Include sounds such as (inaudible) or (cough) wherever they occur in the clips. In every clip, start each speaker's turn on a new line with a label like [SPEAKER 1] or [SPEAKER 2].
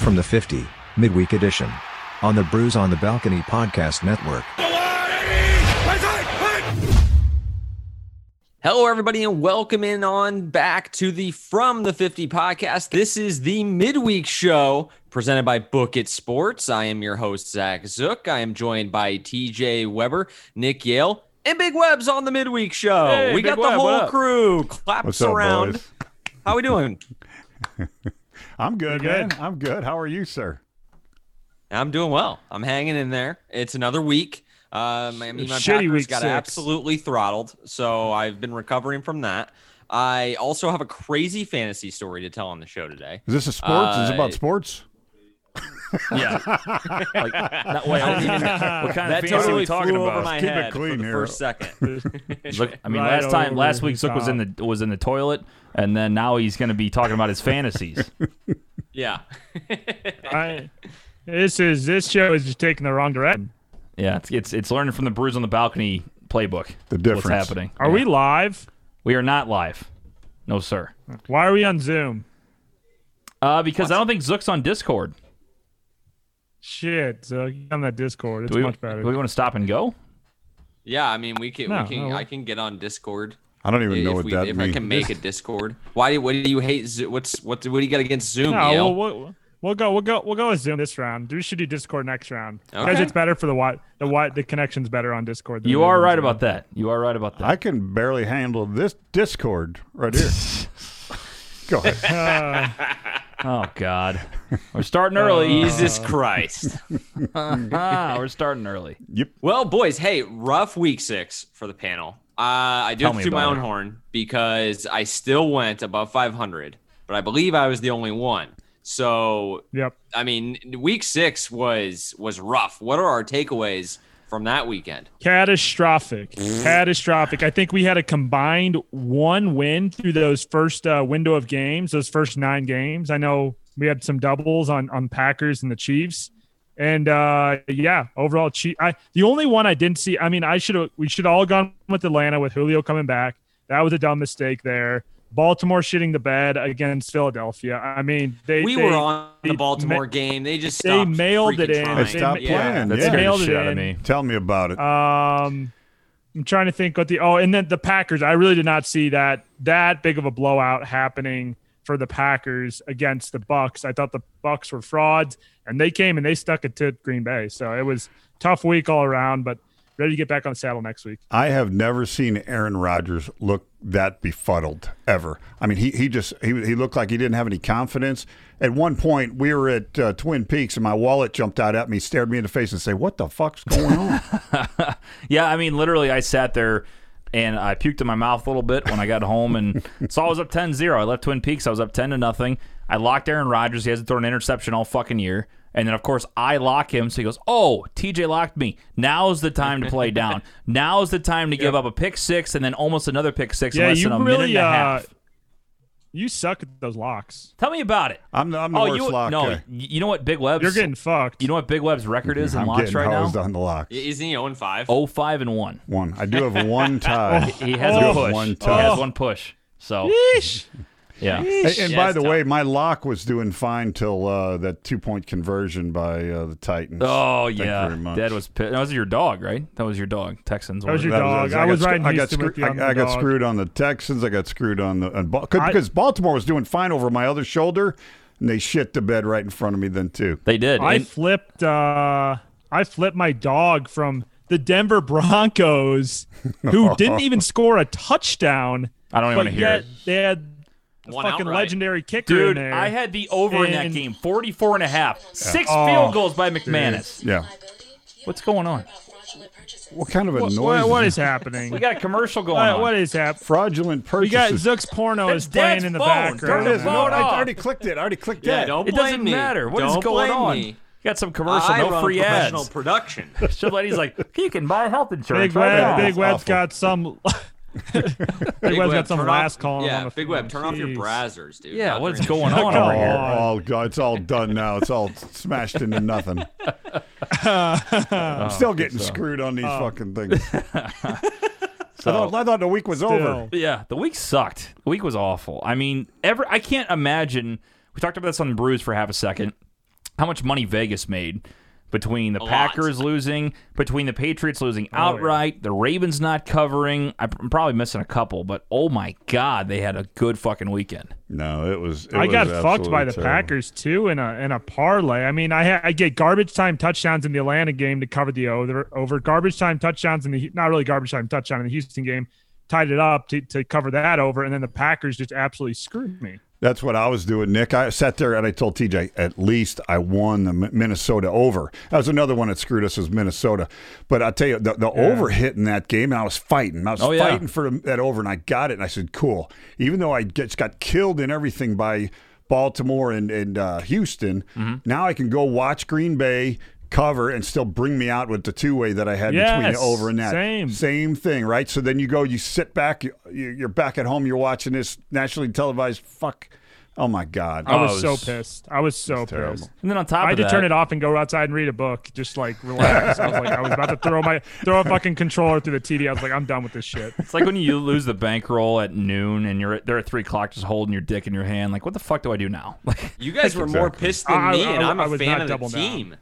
[SPEAKER 1] From the 50, Midweek Edition. On the Brews on the Balcony Podcast Network.
[SPEAKER 2] Hello, everybody, and welcome in on back to the From the 50 podcast. This is the midweek show presented by Book It Sports. I am your host, Zach Zook. I am joined by TJ Weber, Nick Yale, and Big Web's on the midweek show.
[SPEAKER 3] Hey,
[SPEAKER 2] we
[SPEAKER 3] Big
[SPEAKER 2] got
[SPEAKER 3] Web,
[SPEAKER 2] the
[SPEAKER 3] what
[SPEAKER 2] whole
[SPEAKER 3] up?
[SPEAKER 2] crew. Claps
[SPEAKER 4] What's up,
[SPEAKER 2] around.
[SPEAKER 4] boys?
[SPEAKER 2] How we doing?
[SPEAKER 4] I'm good,
[SPEAKER 3] Pretty
[SPEAKER 4] man.
[SPEAKER 3] good.
[SPEAKER 4] I'm good. How are you, sir?
[SPEAKER 2] I'm doing well. I'm hanging in there. It's another week. Um, I mean, my
[SPEAKER 3] Shitty
[SPEAKER 2] back has
[SPEAKER 3] week
[SPEAKER 2] got
[SPEAKER 3] six.
[SPEAKER 2] absolutely throttled, so I've been recovering from that. I also have a crazy fantasy story to tell on the show today.
[SPEAKER 4] Is this a sports? Is it
[SPEAKER 2] Uh,
[SPEAKER 4] about sports?
[SPEAKER 3] Yeah. like, not, wait,
[SPEAKER 2] I don't (laughs) even-
[SPEAKER 3] what kind
[SPEAKER 2] that
[SPEAKER 3] of fantasy are
[SPEAKER 2] totally
[SPEAKER 3] we talking
[SPEAKER 2] flew over
[SPEAKER 3] about?
[SPEAKER 2] my
[SPEAKER 4] Keep it
[SPEAKER 2] head for
[SPEAKER 4] clean
[SPEAKER 2] the
[SPEAKER 4] here.
[SPEAKER 2] first second.
[SPEAKER 3] (laughs)
[SPEAKER 2] (laughs)
[SPEAKER 3] Zook- I mean,
[SPEAKER 5] Right
[SPEAKER 3] last time,
[SPEAKER 5] over
[SPEAKER 3] last
[SPEAKER 5] the
[SPEAKER 3] week, Zook was in the was in the toilet, and then now he's going to be talking about his fantasies.
[SPEAKER 2] yeah,
[SPEAKER 5] I, this is this show is just taking the wrong direction.
[SPEAKER 3] yeah, it's, it's it's learning from the bruise on the balcony playbook.
[SPEAKER 4] The difference.
[SPEAKER 3] What's happening?
[SPEAKER 5] Are we live?
[SPEAKER 3] We are not live. No, sir.
[SPEAKER 5] Why are we on Zoom?
[SPEAKER 3] Uh, because I don't think Zook's on Discord.
[SPEAKER 5] Shit, so get on that Discord. It's
[SPEAKER 3] Do we,
[SPEAKER 5] much better.
[SPEAKER 3] do we want to stop and go?
[SPEAKER 2] yeah. I mean, we can.
[SPEAKER 5] No,
[SPEAKER 2] we can.
[SPEAKER 5] no.
[SPEAKER 2] I can get on Discord
[SPEAKER 4] I don't even know
[SPEAKER 2] if,
[SPEAKER 4] what
[SPEAKER 2] we,
[SPEAKER 4] that
[SPEAKER 2] if I
[SPEAKER 4] means.
[SPEAKER 2] can make a Discord. Why? What do you hate? Zo- What's what? What do you got against Zoom?
[SPEAKER 5] no,
[SPEAKER 2] Yale?
[SPEAKER 5] we'll, we'll, we'll go. We'll go. We'll go with Zoom this round. We should do Discord next round because
[SPEAKER 2] Okay.
[SPEAKER 5] it's better for the what the what the connection's better on Discord. Than
[SPEAKER 3] You
[SPEAKER 5] it is
[SPEAKER 3] are
[SPEAKER 5] on
[SPEAKER 3] right
[SPEAKER 5] Zoom.
[SPEAKER 3] about that. You are right about that.
[SPEAKER 4] (laughs) (laughs) I can barely handle this Discord right
[SPEAKER 2] (laughs)
[SPEAKER 4] here. Go ahead.
[SPEAKER 3] oh God, we're
[SPEAKER 2] (laughs)
[SPEAKER 3] starting early.
[SPEAKER 2] Jesus Christ.
[SPEAKER 3] ah, we're starting early.
[SPEAKER 2] Well, boys, hey, rough week six for the panel. Uh, I do
[SPEAKER 3] Tell
[SPEAKER 2] have to
[SPEAKER 3] me
[SPEAKER 2] toot my
[SPEAKER 3] about
[SPEAKER 2] own
[SPEAKER 3] it.
[SPEAKER 2] horn because I still went above 500, but I believe I was the only one. So,
[SPEAKER 5] Yep.
[SPEAKER 2] I mean, week six was was rough. What are our takeaways from that weekend?
[SPEAKER 5] Catastrophic. Catastrophic. I think we had a combined one win through those first uh, window of games, those first nine games. I know we had some doubles on on Packers and the Chiefs. And uh, yeah, overall, Chief, I, the only one I didn't see. I mean, I should have. We should all gone with Atlanta with Julio coming back. That was a dumb mistake there. Baltimore shitting the bed against Philadelphia. I mean, they
[SPEAKER 2] We
[SPEAKER 5] they-
[SPEAKER 2] were on the
[SPEAKER 5] they
[SPEAKER 2] Baltimore
[SPEAKER 5] ma-
[SPEAKER 2] game. They just
[SPEAKER 5] they
[SPEAKER 2] stopped
[SPEAKER 5] mailed
[SPEAKER 2] freaking
[SPEAKER 5] it in.
[SPEAKER 2] trying.
[SPEAKER 4] They stopped
[SPEAKER 2] Yeah. Uh,
[SPEAKER 4] playing.
[SPEAKER 3] That
[SPEAKER 4] Yeah.
[SPEAKER 3] scared the
[SPEAKER 5] Nailed it
[SPEAKER 3] shit out of
[SPEAKER 5] in.
[SPEAKER 3] me.
[SPEAKER 4] Tell me about it.
[SPEAKER 5] Um, I'm trying to think what the oh, and then the Packers. I really did not see that that big of a blowout happening for the Packers against the Bucks. I thought the Bucks were frauds, and they came and they stuck it to Green Bay. So it was tough week all around, but ready to get back on the saddle next week.
[SPEAKER 4] I have never seen Aaron Rodgers look that befuddled ever. I mean, he, he just he, he looked like he didn't have any confidence. At one point, we were at uh, Twin Peaks, and my wallet jumped out at me, stared me in the face, and said, "What the fuck's going
[SPEAKER 2] (laughs)
[SPEAKER 4] on?"
[SPEAKER 3] Yeah, I mean, literally, I sat there and I puked in my mouth a little bit when I got
[SPEAKER 4] (laughs)
[SPEAKER 3] home and saw I was up 10 0. I left Twin Peaks. I was up 10 to nothing. I locked Aaron Rodgers. He hasn't thrown an interception all fucking year. And then, of course, I lock him. So he goes, Oh, TJ locked me. Now's the time to
[SPEAKER 4] (laughs)
[SPEAKER 3] play down. Now's the time to give up a pick six and then almost another pick six in
[SPEAKER 5] Yeah,
[SPEAKER 3] less
[SPEAKER 5] you
[SPEAKER 3] than a minute and
[SPEAKER 5] really,
[SPEAKER 3] a
[SPEAKER 5] uh,
[SPEAKER 3] half.
[SPEAKER 5] You suck at those locks.
[SPEAKER 3] Tell me about it.
[SPEAKER 4] I'm the, I'm the
[SPEAKER 3] Oh,
[SPEAKER 4] worst
[SPEAKER 3] you
[SPEAKER 4] lock
[SPEAKER 3] no,
[SPEAKER 4] guy.
[SPEAKER 3] you know what Big Web's
[SPEAKER 5] You're getting fucked.
[SPEAKER 3] you know what Big Web's record is in
[SPEAKER 4] (laughs) I'm
[SPEAKER 3] locks
[SPEAKER 4] getting
[SPEAKER 3] right
[SPEAKER 4] hosed
[SPEAKER 3] now?
[SPEAKER 4] on the locks.
[SPEAKER 2] Isn't he 0 5?
[SPEAKER 3] Oh five and one.
[SPEAKER 4] One. I do have one
[SPEAKER 3] (laughs)
[SPEAKER 4] tie. (laughs)
[SPEAKER 3] He has
[SPEAKER 4] Oh.
[SPEAKER 3] a push.
[SPEAKER 4] One
[SPEAKER 3] he has
[SPEAKER 4] touch.
[SPEAKER 3] one push. So
[SPEAKER 5] Yeesh.
[SPEAKER 3] yeah.
[SPEAKER 4] and and
[SPEAKER 2] Yeah,
[SPEAKER 4] by
[SPEAKER 2] it's
[SPEAKER 4] the
[SPEAKER 2] tough.
[SPEAKER 4] way, my lock was doing fine till uh, that two point conversion by uh, the Titans.
[SPEAKER 3] Oh
[SPEAKER 4] Thank you
[SPEAKER 3] yeah,
[SPEAKER 4] very much.
[SPEAKER 3] Dad was pissed. That was your dog, right? That was your dog, Texans.
[SPEAKER 5] That was
[SPEAKER 3] whatever.
[SPEAKER 5] your dog. I was
[SPEAKER 4] got,
[SPEAKER 5] riding
[SPEAKER 4] I got,
[SPEAKER 5] Houston with you on
[SPEAKER 4] I, I
[SPEAKER 5] the
[SPEAKER 4] got
[SPEAKER 5] dog.
[SPEAKER 4] screwed on the Texans. I got screwed on the and, Bal-
[SPEAKER 5] I-
[SPEAKER 4] because Baltimore was doing fine over my other shoulder, and they shit the bed right in front of me then too.
[SPEAKER 3] They did.
[SPEAKER 5] I
[SPEAKER 3] And
[SPEAKER 5] flipped. Uh, I flipped my dog from the Denver Broncos,
[SPEAKER 3] (laughs)
[SPEAKER 5] who didn't even score a touchdown.
[SPEAKER 3] I don't even
[SPEAKER 5] but
[SPEAKER 3] want to hear
[SPEAKER 5] yet
[SPEAKER 3] it.
[SPEAKER 5] they had a
[SPEAKER 2] One
[SPEAKER 5] fucking
[SPEAKER 2] outright.
[SPEAKER 5] legendary kicker in
[SPEAKER 3] Dude,
[SPEAKER 5] there.
[SPEAKER 3] I had the over in that
[SPEAKER 5] And-
[SPEAKER 3] game, 44 and a half. Six
[SPEAKER 5] Oh,
[SPEAKER 3] field goals by McManus.
[SPEAKER 4] Yeah.
[SPEAKER 3] What's going on?
[SPEAKER 4] What kind of a
[SPEAKER 5] What-
[SPEAKER 4] noise?
[SPEAKER 5] what- what
[SPEAKER 4] is
[SPEAKER 5] (laughs) is happening?
[SPEAKER 3] We got a commercial going
[SPEAKER 5] What-
[SPEAKER 3] on.
[SPEAKER 5] what is happening?
[SPEAKER 4] fraudulent
[SPEAKER 5] We got
[SPEAKER 4] purchases?
[SPEAKER 5] Zook's porno
[SPEAKER 3] That's
[SPEAKER 5] is playing
[SPEAKER 3] Dad's
[SPEAKER 5] in the
[SPEAKER 3] phone.
[SPEAKER 5] background.
[SPEAKER 3] Turn his
[SPEAKER 4] no,
[SPEAKER 3] phone
[SPEAKER 4] I
[SPEAKER 3] off.
[SPEAKER 4] already clicked it. I already clicked
[SPEAKER 2] yeah,
[SPEAKER 4] that.
[SPEAKER 2] don't
[SPEAKER 3] it
[SPEAKER 2] blame
[SPEAKER 3] doesn't
[SPEAKER 2] me.
[SPEAKER 3] matter. What is
[SPEAKER 2] Don't
[SPEAKER 3] going
[SPEAKER 2] blame
[SPEAKER 3] on?
[SPEAKER 2] Me.
[SPEAKER 3] You got some commercial,
[SPEAKER 2] I
[SPEAKER 3] no
[SPEAKER 2] run
[SPEAKER 3] free
[SPEAKER 2] professional
[SPEAKER 3] ads.
[SPEAKER 2] production.
[SPEAKER 3] So lady's like, you can buy health insurance.
[SPEAKER 5] Big
[SPEAKER 3] right
[SPEAKER 5] Web,
[SPEAKER 3] now."
[SPEAKER 5] Big Web's
[SPEAKER 4] awful.
[SPEAKER 5] got some. Big
[SPEAKER 2] Web,
[SPEAKER 5] Web's got some
[SPEAKER 2] turn
[SPEAKER 5] last
[SPEAKER 2] off,
[SPEAKER 5] call.
[SPEAKER 2] Yeah,
[SPEAKER 5] on the
[SPEAKER 2] Big Web,
[SPEAKER 5] phone.
[SPEAKER 2] turn off your
[SPEAKER 5] Jeez.
[SPEAKER 2] browsers, dude.
[SPEAKER 3] Yeah,
[SPEAKER 2] Not
[SPEAKER 3] what's
[SPEAKER 5] (laughs)
[SPEAKER 2] during the
[SPEAKER 3] going
[SPEAKER 2] show.
[SPEAKER 3] on
[SPEAKER 5] Come
[SPEAKER 3] over
[SPEAKER 4] Oh,
[SPEAKER 3] here?
[SPEAKER 5] on.
[SPEAKER 4] oh, God, it's all done now. It's all smashed into nothing. I'm
[SPEAKER 5] Oh,
[SPEAKER 4] still getting screwed on these fucking things. I, thought, I thought the week was over.
[SPEAKER 5] Still.
[SPEAKER 3] Yeah, the week sucked. The week was awful. I mean, ever I can't imagine. We talked about this on the Brews for half a second. how much money Vegas made between the
[SPEAKER 2] lot.
[SPEAKER 3] Packers losing, between the Patriots losing
[SPEAKER 5] Oh,
[SPEAKER 3] outright, the Ravens not covering. I'm I'm probably missing a couple, but oh my god, they had a good fucking weekend.
[SPEAKER 4] No, it was. it
[SPEAKER 5] (laughs) I
[SPEAKER 4] was
[SPEAKER 5] got fucked by
[SPEAKER 4] absolutely
[SPEAKER 5] the
[SPEAKER 4] terrible.
[SPEAKER 5] Packers too in a in a parlay. I mean, I ha- I get garbage time touchdowns in the Atlanta game to cover the over, over garbage time touchdowns in the not really garbage time touchdown in the Houston game, tied it up to, to cover that over, and then the Packers just absolutely screwed me.
[SPEAKER 4] That's what I was doing, Nick. I sat there and I told TJ, at least I won the Mi- Minnesota over. That was another one that screwed us, was Minnesota. But I tell you, the, the over hit in that game, and I was fighting. I was
[SPEAKER 3] Oh, yeah.
[SPEAKER 4] fighting for that over, and I got it. And I said, cool. Even though I just got killed in everything by Baltimore and, and uh, Houston, now I can go watch Green Bay cover and still bring me out with the two way that I had between
[SPEAKER 5] Yes,
[SPEAKER 4] the over and that.
[SPEAKER 5] same.
[SPEAKER 4] Same thing, right? So then you go, you sit back, you, you- you're back at home, you're watching this nationally televised. Fuck. Oh my God.
[SPEAKER 5] I
[SPEAKER 3] Oh,
[SPEAKER 5] was
[SPEAKER 3] it
[SPEAKER 5] so
[SPEAKER 3] was-
[SPEAKER 5] pissed. I was so
[SPEAKER 4] terrible.
[SPEAKER 5] pissed.
[SPEAKER 3] And then on top
[SPEAKER 5] I
[SPEAKER 3] of
[SPEAKER 5] had to
[SPEAKER 3] that,
[SPEAKER 5] turn it off and go outside and read a book, just like relax. I was like, I was about to throw my throw a fucking controller through the TV. I was like, I'm done with this shit.
[SPEAKER 3] It's like when you lose the bankroll at noon and you're there at three o'clock, just holding your dick in your hand. Like, what the fuck do I do now? (laughs) Like,
[SPEAKER 2] You guys were more pissed than
[SPEAKER 5] I-
[SPEAKER 2] me,
[SPEAKER 5] I-
[SPEAKER 2] and I'm
[SPEAKER 5] I
[SPEAKER 2] a
[SPEAKER 5] was
[SPEAKER 2] fan
[SPEAKER 5] not
[SPEAKER 2] of the
[SPEAKER 5] double down.
[SPEAKER 2] team.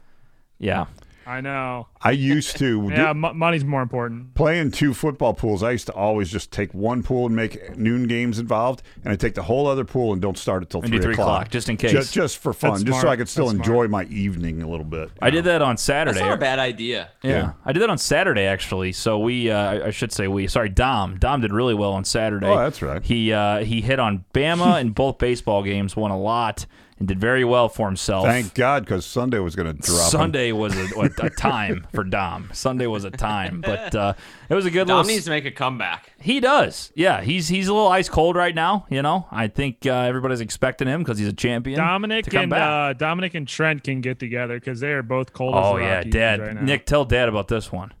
[SPEAKER 3] yeah,
[SPEAKER 5] I know.
[SPEAKER 4] I used to
[SPEAKER 3] (laughs)
[SPEAKER 5] Yeah, m- money's more important.
[SPEAKER 4] playing two football pools. I used to always just take one pool and make noon games involved, and I take the whole other pool and don't start it till
[SPEAKER 3] And do
[SPEAKER 4] three,
[SPEAKER 3] three
[SPEAKER 4] o'clock,
[SPEAKER 3] o'clock, just in case.
[SPEAKER 4] just, just for fun,
[SPEAKER 5] That's
[SPEAKER 4] just so
[SPEAKER 5] smart.
[SPEAKER 4] I could still
[SPEAKER 5] That's
[SPEAKER 4] enjoy my evening a little bit.
[SPEAKER 3] I did that on Saturday.
[SPEAKER 2] That's not a bad idea.
[SPEAKER 3] Yeah. I did that on Saturday actually. So we, uh, I- I should say we. Sorry, Dom. Dom did really well on Saturday.
[SPEAKER 4] Oh, that's right.
[SPEAKER 3] He uh, he hit on Bama
[SPEAKER 5] (laughs)
[SPEAKER 3] in both baseball games, won a lot, and did very well for himself.
[SPEAKER 4] Thank God, because Sunday was going to drop. 'em.
[SPEAKER 3] Sunday was a, a,
[SPEAKER 5] (laughs)
[SPEAKER 3] a time for Dom. Sunday was a time, but uh, it was a good
[SPEAKER 2] Dom
[SPEAKER 3] little.
[SPEAKER 2] needs to make a comeback.
[SPEAKER 3] He does. Yeah, he's he's a little ice cold right now. You know, I think uh, everybody's expecting him because he's a champion. to
[SPEAKER 5] Dominic
[SPEAKER 3] come
[SPEAKER 5] and
[SPEAKER 3] back.
[SPEAKER 5] uh, Dominic and Trent can get together because they are both cold. as
[SPEAKER 3] oh
[SPEAKER 5] the
[SPEAKER 3] yeah,
[SPEAKER 5] Rockies
[SPEAKER 3] Dad.
[SPEAKER 5] right now.
[SPEAKER 3] Nick, tell Dad about this one.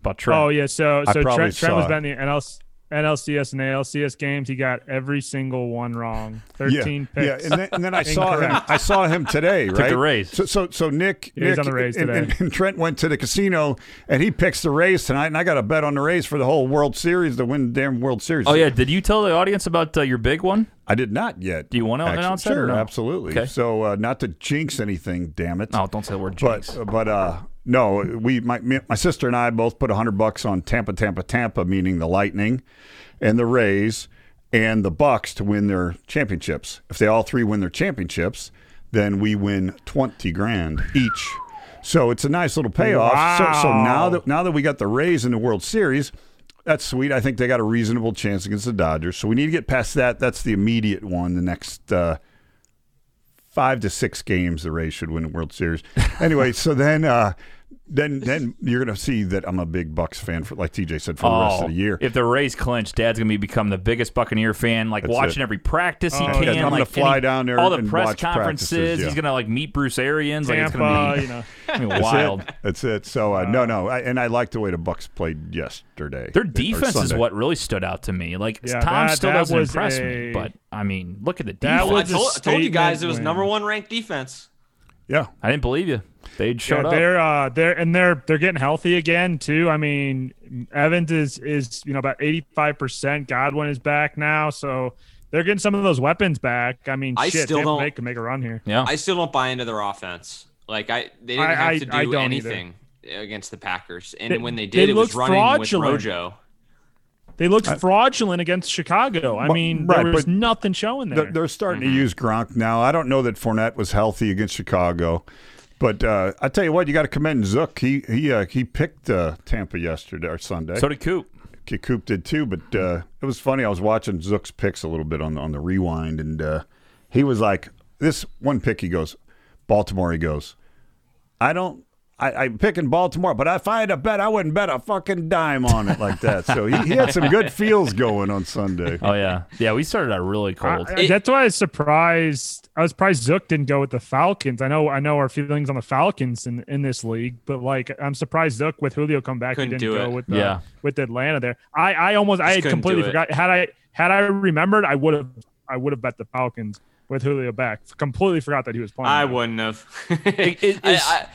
[SPEAKER 3] About Trent.
[SPEAKER 5] Oh yeah, so
[SPEAKER 4] I
[SPEAKER 5] so
[SPEAKER 4] probably
[SPEAKER 5] Trent, Trent was
[SPEAKER 4] saw
[SPEAKER 5] been in the NL, NLCS and ALCS games. He got every single one wrong. Thirteen
[SPEAKER 4] yeah,
[SPEAKER 5] picks.
[SPEAKER 4] Yeah, and then, and then I saw him. I saw him today, right?
[SPEAKER 3] the Rays.
[SPEAKER 4] So, so, so Nick,
[SPEAKER 5] Yeah, he's
[SPEAKER 4] Nick
[SPEAKER 5] on the Rays
[SPEAKER 4] and,
[SPEAKER 5] today.
[SPEAKER 4] and- and Trent went to the casino, and he picks the Rays tonight. And I got a bet on the Rays for the whole World Series to win the damn World Series.
[SPEAKER 3] Oh yeah, did you tell the audience about uh, your big one?
[SPEAKER 4] I did not yet.
[SPEAKER 3] Do you wanna
[SPEAKER 4] actually.
[SPEAKER 3] announce that or
[SPEAKER 4] Sure,
[SPEAKER 3] no?
[SPEAKER 4] absolutely.
[SPEAKER 3] Okay.
[SPEAKER 4] So, uh, not to jinx anything, damn it.
[SPEAKER 3] No, don't say the word jinx.
[SPEAKER 4] But but uh, no, we my me- my sister and I both put hundred bucks on Tampa, Tampa, Tampa, meaning the Lightning, and the Rays, and the Bucks to win their championships. If they all three win their championships, then we win twenty grand each. So it's a nice little payoff. So, so now that now that we got the Rays in the World Series. That's sweet. I think they got a reasonable chance against the Dodgers. So we need to get past that. That's the immediate one. The next uh, five to six games the Rays should win the World Series.
[SPEAKER 3] (laughs)
[SPEAKER 4] Anyway, so then uh, then then you're gonna see that I'm a big Bucks fan for like TJ said for the rest
[SPEAKER 3] Oh,
[SPEAKER 4] of the year.
[SPEAKER 3] If the Rays clinch, Dad's gonna be become the biggest Buccaneer fan. Like watching every practice he can.
[SPEAKER 4] Uh, yeah, I'm gonna
[SPEAKER 3] like,
[SPEAKER 4] fly
[SPEAKER 3] any-
[SPEAKER 4] down there
[SPEAKER 3] All the
[SPEAKER 4] and
[SPEAKER 3] press
[SPEAKER 4] watch
[SPEAKER 3] conferences.
[SPEAKER 4] practices, yeah.
[SPEAKER 3] He's gonna like meet Bruce Arians. like it's gonna
[SPEAKER 5] Tampa,
[SPEAKER 3] be,
[SPEAKER 5] you know.
[SPEAKER 3] I mean,
[SPEAKER 4] That's it.
[SPEAKER 3] wild.
[SPEAKER 4] That's it. So uh, no, no, I, and I like the way the Bucks played yesterday.
[SPEAKER 3] Their
[SPEAKER 4] or
[SPEAKER 3] defense is
[SPEAKER 4] Sunday.
[SPEAKER 3] what really stood out to me. Like
[SPEAKER 5] Yeah,
[SPEAKER 3] Tom
[SPEAKER 5] that-
[SPEAKER 3] still
[SPEAKER 5] that
[SPEAKER 3] doesn't
[SPEAKER 5] was
[SPEAKER 3] impress me,
[SPEAKER 5] a-
[SPEAKER 3] but I mean, look at the
[SPEAKER 5] That
[SPEAKER 3] defense.
[SPEAKER 2] I
[SPEAKER 5] was a
[SPEAKER 2] told, I told you guys it was
[SPEAKER 5] statement
[SPEAKER 2] number
[SPEAKER 5] win.
[SPEAKER 2] one ranked defense.
[SPEAKER 4] Yeah,
[SPEAKER 3] I didn't believe you. They showed
[SPEAKER 5] Yeah,
[SPEAKER 3] up.
[SPEAKER 5] they're uh, they're and they're they're getting healthy again too. I mean, Evans is is you know about eighty five percent. Godwin is back now, so they're getting some of those weapons back. I mean,
[SPEAKER 2] I
[SPEAKER 5] shit,
[SPEAKER 2] still
[SPEAKER 5] Tampa
[SPEAKER 2] don't-
[SPEAKER 5] Bay can make a run here.
[SPEAKER 3] Yeah,
[SPEAKER 2] I still don't buy into their offense. Like I, they didn't
[SPEAKER 5] I-
[SPEAKER 2] have
[SPEAKER 5] I-
[SPEAKER 2] to do
[SPEAKER 5] I don't either.
[SPEAKER 2] anything against the Packers, and
[SPEAKER 5] They-
[SPEAKER 2] when they
[SPEAKER 5] they
[SPEAKER 2] did, it was
[SPEAKER 5] looked
[SPEAKER 2] running
[SPEAKER 5] fraudulent.
[SPEAKER 2] with Rojo.
[SPEAKER 5] They looked fraudulent against Chicago. I
[SPEAKER 4] But-
[SPEAKER 5] mean,
[SPEAKER 4] right,
[SPEAKER 5] there was
[SPEAKER 4] but-
[SPEAKER 5] nothing showing there.
[SPEAKER 4] they're, they're starting
[SPEAKER 3] Mm-hmm.
[SPEAKER 4] to use Gronk now. I don't know that Fournette was healthy against Chicago, but uh, I tell you what, you got to commend Zook. He he uh, he picked uh, Tampa yesterday or Sunday.
[SPEAKER 3] so did Coop.
[SPEAKER 4] K- Coop did too, but uh, it was funny. I was watching Zook's picks a little bit on the, on the rewind, and uh, he was like, "This one pick, he goes, Baltimore." He goes, "I don't, I, I'm picking Baltimore, but if I had a bet, I wouldn't bet a fucking dime on it like that." So he, he had some good feels going on Sunday.
[SPEAKER 5] (laughs)
[SPEAKER 3] Oh yeah, yeah. We started out really cold.
[SPEAKER 5] I- I- that's why I was surprised. I was surprised Zook didn't go with the Falcons. I know, I know our feelings on the Falcons in, in this league, but like I'm surprised Zook with Julio come back,
[SPEAKER 2] Couldn't
[SPEAKER 5] he
[SPEAKER 2] do
[SPEAKER 5] didn't go
[SPEAKER 2] it.
[SPEAKER 5] with the,
[SPEAKER 3] Yeah.
[SPEAKER 5] with Atlanta there. I, I almost, I had
[SPEAKER 2] couldn't
[SPEAKER 5] completely
[SPEAKER 2] do it.
[SPEAKER 5] forgot. Had I, had I remembered, I would have, I would have bet the Falcons with Julio back. Completely forgot that he was playing.
[SPEAKER 2] I
[SPEAKER 5] there.
[SPEAKER 2] wouldn't have.
[SPEAKER 3] it-
[SPEAKER 2] (laughs) I-
[SPEAKER 3] it's-
[SPEAKER 2] I-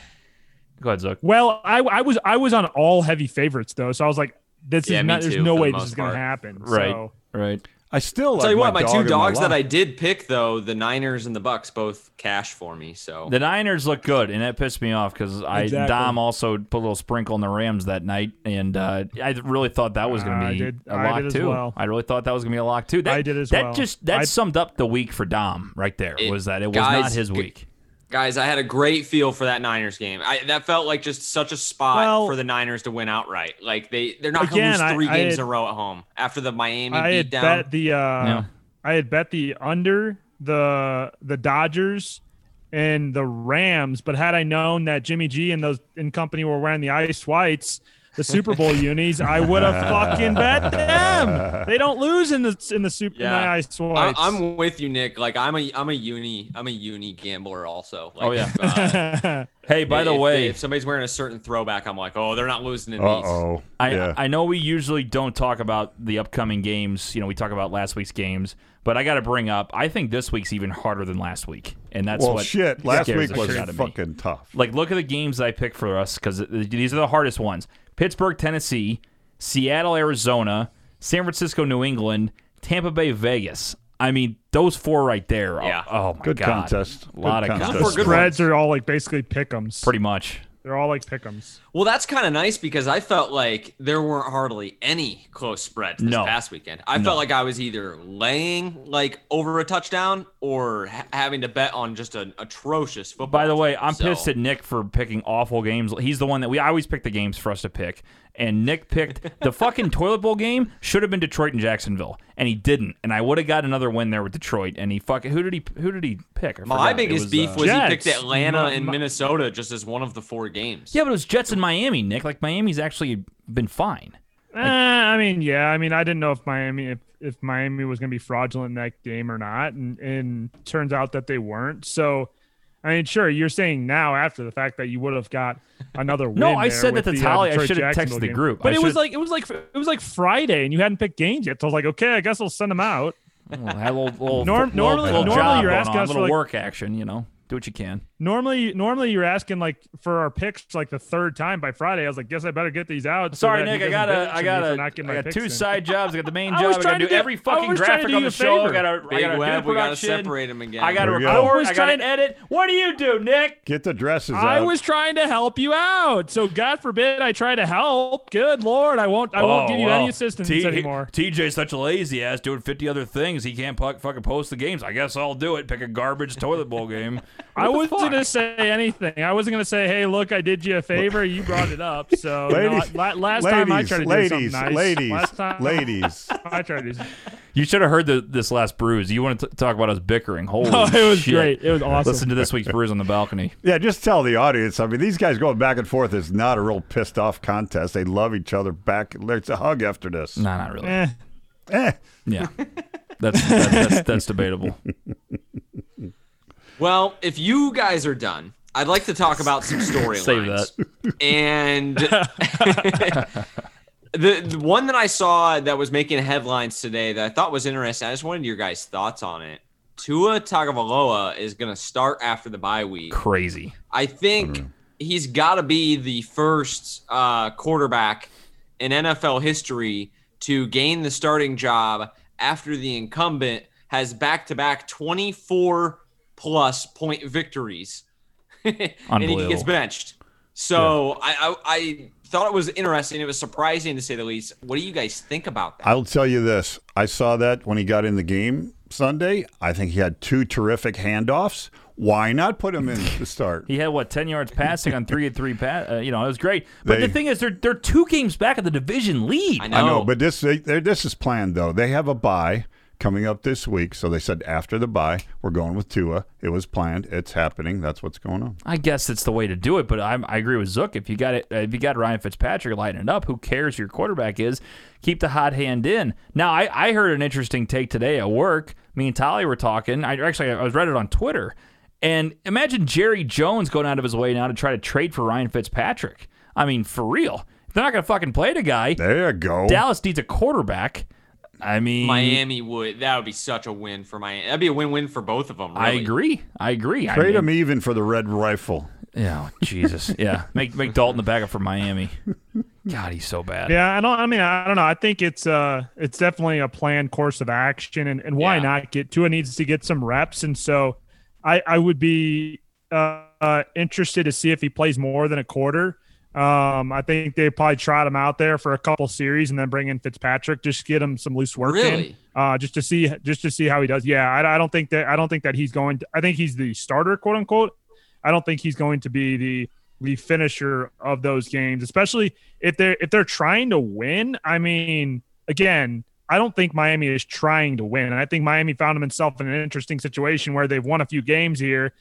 [SPEAKER 3] Go ahead, Zook.
[SPEAKER 5] Well, I, I was, I was on all heavy favorites though, so I was like, this
[SPEAKER 2] Yeah,
[SPEAKER 5] is
[SPEAKER 2] me
[SPEAKER 5] not. There's
[SPEAKER 2] too,
[SPEAKER 5] no
[SPEAKER 2] for the
[SPEAKER 5] way
[SPEAKER 2] most
[SPEAKER 5] this is going
[SPEAKER 2] part.
[SPEAKER 5] to happen.
[SPEAKER 3] Right,
[SPEAKER 5] So.
[SPEAKER 3] right.
[SPEAKER 4] I still like
[SPEAKER 2] Tell you what, my,
[SPEAKER 4] dog
[SPEAKER 2] two
[SPEAKER 4] in
[SPEAKER 2] dogs that
[SPEAKER 4] life.
[SPEAKER 2] I did pick though, the Niners and the Bucks, both cash for me. So
[SPEAKER 3] The Niners look good, and that pissed me off because I
[SPEAKER 5] Exactly.
[SPEAKER 3] Dom also put a little sprinkle on the Rams that night, and uh, I really thought that was going
[SPEAKER 5] I
[SPEAKER 3] to be
[SPEAKER 5] did-
[SPEAKER 3] a
[SPEAKER 5] I
[SPEAKER 3] lock
[SPEAKER 5] did as
[SPEAKER 3] too.
[SPEAKER 5] well.
[SPEAKER 3] I really thought that was going to be a lock too. That,
[SPEAKER 5] I did as
[SPEAKER 3] that
[SPEAKER 5] well.
[SPEAKER 3] just that
[SPEAKER 5] I-
[SPEAKER 3] summed up the week for Dom right there.
[SPEAKER 2] It-
[SPEAKER 3] was that it was
[SPEAKER 2] guys,
[SPEAKER 3] not his
[SPEAKER 2] g-
[SPEAKER 3] week?
[SPEAKER 2] guys, I had a great feel for that Niners game. I, that felt like just such a spot
[SPEAKER 5] Well-
[SPEAKER 2] for the Niners to win outright. Like they they're not going to
[SPEAKER 5] Again,
[SPEAKER 2] lose
[SPEAKER 5] I-
[SPEAKER 2] three
[SPEAKER 5] I
[SPEAKER 2] games in
[SPEAKER 5] had-
[SPEAKER 2] a row at home after the Miami
[SPEAKER 5] I had
[SPEAKER 2] beatdown.
[SPEAKER 5] bet the uh,
[SPEAKER 3] Yeah.
[SPEAKER 5] I had bet the under the the Dodgers and the Rams, but had I known that Jimmy G and those and company were wearing the ice whites, the Super
[SPEAKER 2] (laughs)
[SPEAKER 5] Bowl unis, I would have fucking bet them. They don't lose in the in the Super in the
[SPEAKER 2] Yeah.
[SPEAKER 5] ice
[SPEAKER 2] I,
[SPEAKER 5] whites.
[SPEAKER 2] I'm with you, Nick. Like I'm a I'm a uni I'm a uni gambler also. Like,
[SPEAKER 3] Oh, yeah.
[SPEAKER 2] if, uh, (laughs)
[SPEAKER 3] Hey, by the
[SPEAKER 2] if-
[SPEAKER 3] way,
[SPEAKER 2] if somebody's wearing a certain throwback, I'm like, oh, they're not losing in
[SPEAKER 4] Uh
[SPEAKER 2] these.
[SPEAKER 4] oh.
[SPEAKER 3] I,
[SPEAKER 4] yeah.
[SPEAKER 3] I know we usually don't talk about the upcoming games. You know, we talk about last week's games, but I got to bring up. I think this week's even harder than last week, and that's
[SPEAKER 4] well,
[SPEAKER 3] what
[SPEAKER 4] shit. Last
[SPEAKER 3] scares
[SPEAKER 4] week
[SPEAKER 3] the
[SPEAKER 4] was
[SPEAKER 3] shit out of me.
[SPEAKER 4] fucking tough.
[SPEAKER 3] Like, look at the games that I picked for us because these are the hardest ones: Pittsburgh, Tennessee, Seattle, Arizona, San Francisco, New England, Tampa Bay, Vegas. I mean, those four right there. are-
[SPEAKER 2] Yeah.
[SPEAKER 3] Oh my
[SPEAKER 4] Good
[SPEAKER 3] god.
[SPEAKER 4] contest.
[SPEAKER 3] A lot
[SPEAKER 4] Good contest.
[SPEAKER 3] of contest.
[SPEAKER 2] Those four good
[SPEAKER 5] Spreads
[SPEAKER 2] ones.
[SPEAKER 5] are all like basically pickums.
[SPEAKER 3] Pretty much.
[SPEAKER 5] They're all like pickums.
[SPEAKER 2] Well, that's kind of nice because I felt like there weren't hardly any close spreads this
[SPEAKER 3] No.
[SPEAKER 2] past weekend. I felt like I was either laying like over a touchdown or ha- having to bet on just an atrocious football.
[SPEAKER 3] By the way,
[SPEAKER 2] team.
[SPEAKER 3] I'm
[SPEAKER 2] So,
[SPEAKER 3] pissed at Nick for picking awful games. He's the one that we I always pick the games for us to pick. And Nick
[SPEAKER 2] (laughs)
[SPEAKER 3] picked the fucking toilet bowl game should have been Detroit and Jacksonville, and he didn't. And I would have got another win there with Detroit. And he fucking who did he who did he pick? I
[SPEAKER 2] My
[SPEAKER 3] forgot. It
[SPEAKER 2] biggest
[SPEAKER 3] was,
[SPEAKER 2] beef
[SPEAKER 3] uh,
[SPEAKER 2] was he
[SPEAKER 5] Jets.
[SPEAKER 2] picked Atlanta
[SPEAKER 5] My-
[SPEAKER 2] and
[SPEAKER 5] my-
[SPEAKER 2] Minnesota just as one of the four games.
[SPEAKER 3] yeah, but it was Jets and Miami, Nick. Like Miami's actually been fine.
[SPEAKER 5] Eh, I mean, yeah. I mean, I didn't know if Miami if, if Miami was going to be fraudulent in that game or not, and, and turns out that they weren't. So, I mean, sure, you're saying now after the fact that you would have got another
[SPEAKER 3] (laughs)
[SPEAKER 5] win.
[SPEAKER 3] No, I
[SPEAKER 5] there
[SPEAKER 3] said
[SPEAKER 5] with
[SPEAKER 3] that to
[SPEAKER 5] the, uh,
[SPEAKER 3] Tally. I
[SPEAKER 5] Detroit
[SPEAKER 3] should have
[SPEAKER 5] Jacksonville
[SPEAKER 3] texted the
[SPEAKER 5] game.
[SPEAKER 3] group.
[SPEAKER 5] But
[SPEAKER 3] I
[SPEAKER 5] it was
[SPEAKER 3] should-
[SPEAKER 5] like it was like it was like Friday, and you hadn't picked games yet. So I was like, okay, I guess I'll send them out.
[SPEAKER 3] Oh, Well, I had a little, little,
[SPEAKER 5] (laughs) Norm-
[SPEAKER 3] little-
[SPEAKER 5] normally-
[SPEAKER 3] little
[SPEAKER 5] normally
[SPEAKER 3] job
[SPEAKER 5] you're
[SPEAKER 3] going
[SPEAKER 5] asking
[SPEAKER 3] on,
[SPEAKER 5] us for,
[SPEAKER 3] little
[SPEAKER 5] like-
[SPEAKER 3] work action. You know, do what you can.
[SPEAKER 5] Normally, normally you're asking like for our picks like the third time by Friday. I was like, guess I better get these out. so
[SPEAKER 3] Sorry,
[SPEAKER 5] that
[SPEAKER 3] Nick.
[SPEAKER 5] he
[SPEAKER 3] I
[SPEAKER 5] doesn't bitch
[SPEAKER 3] gotta,
[SPEAKER 5] at me
[SPEAKER 3] I
[SPEAKER 5] for
[SPEAKER 3] gotta,
[SPEAKER 5] not getting my
[SPEAKER 3] I got
[SPEAKER 5] picks
[SPEAKER 3] two
[SPEAKER 5] in.
[SPEAKER 3] side jobs. I got the main
[SPEAKER 5] I
[SPEAKER 3] job.
[SPEAKER 5] was
[SPEAKER 3] I
[SPEAKER 5] trying
[SPEAKER 3] gotta
[SPEAKER 5] to
[SPEAKER 3] do
[SPEAKER 5] do-
[SPEAKER 3] every
[SPEAKER 5] I
[SPEAKER 3] fucking
[SPEAKER 5] was trying to
[SPEAKER 3] graphic
[SPEAKER 5] do
[SPEAKER 3] on
[SPEAKER 5] you
[SPEAKER 3] the
[SPEAKER 5] a
[SPEAKER 3] show. I
[SPEAKER 5] favor.
[SPEAKER 3] gotta, I
[SPEAKER 2] Big
[SPEAKER 3] gotta
[SPEAKER 2] web,
[SPEAKER 3] do
[SPEAKER 2] we gotta
[SPEAKER 3] production.
[SPEAKER 2] separate 'em again.
[SPEAKER 3] I gotta
[SPEAKER 4] There we go.
[SPEAKER 3] record.
[SPEAKER 5] I was
[SPEAKER 3] I gotta
[SPEAKER 5] trying-
[SPEAKER 3] edit. What are you do, Nick?
[SPEAKER 4] Get the dresses
[SPEAKER 5] I
[SPEAKER 4] out.
[SPEAKER 5] was trying to help you out. So God forbid I try to help. Good Lord, I won't. I
[SPEAKER 4] Oh,
[SPEAKER 5] won't give you any assistance anymore.
[SPEAKER 3] TJ's such a lazy ass doing 50 other things. He can't puck, fucking post the games. I guess I'll do it. Pick a garbage toilet bowl (laughs) game.
[SPEAKER 5] I wasn't gonna say anything. I wasn't gonna say, "Hey, look, I did you a favor. You brought it up." So you know,
[SPEAKER 4] Ladies-
[SPEAKER 5] la- last
[SPEAKER 4] ladies,
[SPEAKER 5] time I tried to
[SPEAKER 4] ladies,
[SPEAKER 5] do something nice.
[SPEAKER 4] ladies,
[SPEAKER 5] last time (laughs)
[SPEAKER 4] ladies.
[SPEAKER 5] I tried to. Do,
[SPEAKER 3] You should have heard the, this last bruise. You want to talk about us bickering. Holy
[SPEAKER 5] oh, it was
[SPEAKER 3] shit.
[SPEAKER 5] great. It was awesome.
[SPEAKER 3] Listen to this week's bruise on the balcony.
[SPEAKER 4] Yeah, just tell the audience. I mean, these guys going back and forth is not a real pissed off contest. They love each other back. There's a hug after this.
[SPEAKER 3] No, not really.
[SPEAKER 5] Eh,
[SPEAKER 4] Eh.
[SPEAKER 3] Yeah. That's, that, that's, that's debatable.
[SPEAKER 2] Well, if you guys are done, I'd like to talk about some storylines.
[SPEAKER 3] Save
[SPEAKER 2] And the, the one that I saw that was making headlines today that I thought was interesting, I just wanted your guys' thoughts on it. Tua Tagovailoa is going to start after the bye week.
[SPEAKER 3] Crazy.
[SPEAKER 2] I think
[SPEAKER 3] Hmm.
[SPEAKER 2] he's got to be the first uh, quarterback in NFL history to gain the starting job after the incumbent has back to back 24 plus point victories. (laughs) and he gets
[SPEAKER 3] Unbelievable.
[SPEAKER 2] benched. So I, I, I thought it was interesting. It was surprising to say the least. What do you guys think about that?
[SPEAKER 4] I'll tell you this. I saw that when he got in the game Sunday. I think he had two terrific handoffs. Why not put him in to start?
[SPEAKER 3] (laughs) He had what ten yards passing on three and three pass. Uh, you know, it was great. But
[SPEAKER 4] They-
[SPEAKER 3] the thing is, they're they're two games back of the division lead.
[SPEAKER 2] I
[SPEAKER 4] I know,
[SPEAKER 2] No.
[SPEAKER 4] but this they, they- this is planned though. They have a bye coming up this week, so they said after the bye, we're going with Tua. It was planned. It's happening. That's what's going on.
[SPEAKER 3] I guess it's the way to do it. But I'm, I agree with Zook. If you got it, if you got Ryan Fitzpatrick lighting it up, who cares who your quarterback is? Keep the hot hand in. Now, I, I heard an interesting take today at work. Me and Tolly were talking. I actually I was read it on Twitter. And imagine Jerry Jones going out of his way now to try to trade for Ryan Fitzpatrick. I mean, for real. If they're not going to fucking play the guy,
[SPEAKER 4] There you go.
[SPEAKER 3] Dallas needs a quarterback. I mean,
[SPEAKER 2] Miami would that would be such a win for Miami. That'd be a win-win for both of them. Really.
[SPEAKER 3] I agree. I agree. I
[SPEAKER 4] Trade
[SPEAKER 3] mean-
[SPEAKER 4] him even for the red rifle.
[SPEAKER 3] (laughs) Yeah, oh, Jesus. Yeah, make make Dalton the backup for Miami. God, he's so bad.
[SPEAKER 5] Yeah, I don't. I mean, I don't know. I think it's uh, it's definitely a planned course of action, and, and why
[SPEAKER 2] Yeah.
[SPEAKER 5] not get Tua needs to get some reps, and so I I would be uh, uh interested to see if he plays more than a quarter. Um, I think they probably trot him out there for a couple series and then bring in Fitzpatrick, just get him some loose work in,
[SPEAKER 2] Really?
[SPEAKER 5] uh, just to see just to see how he does. Yeah, I, I don't think that I don't think that he's going. To, I think he's the starter, quote unquote. I don't think he's going to be the the finisher of those games, especially if they're if they're trying to win. I mean, again, I don't think Miami is trying to win, and I think Miami found himself in an interesting situation where they've won a few games here,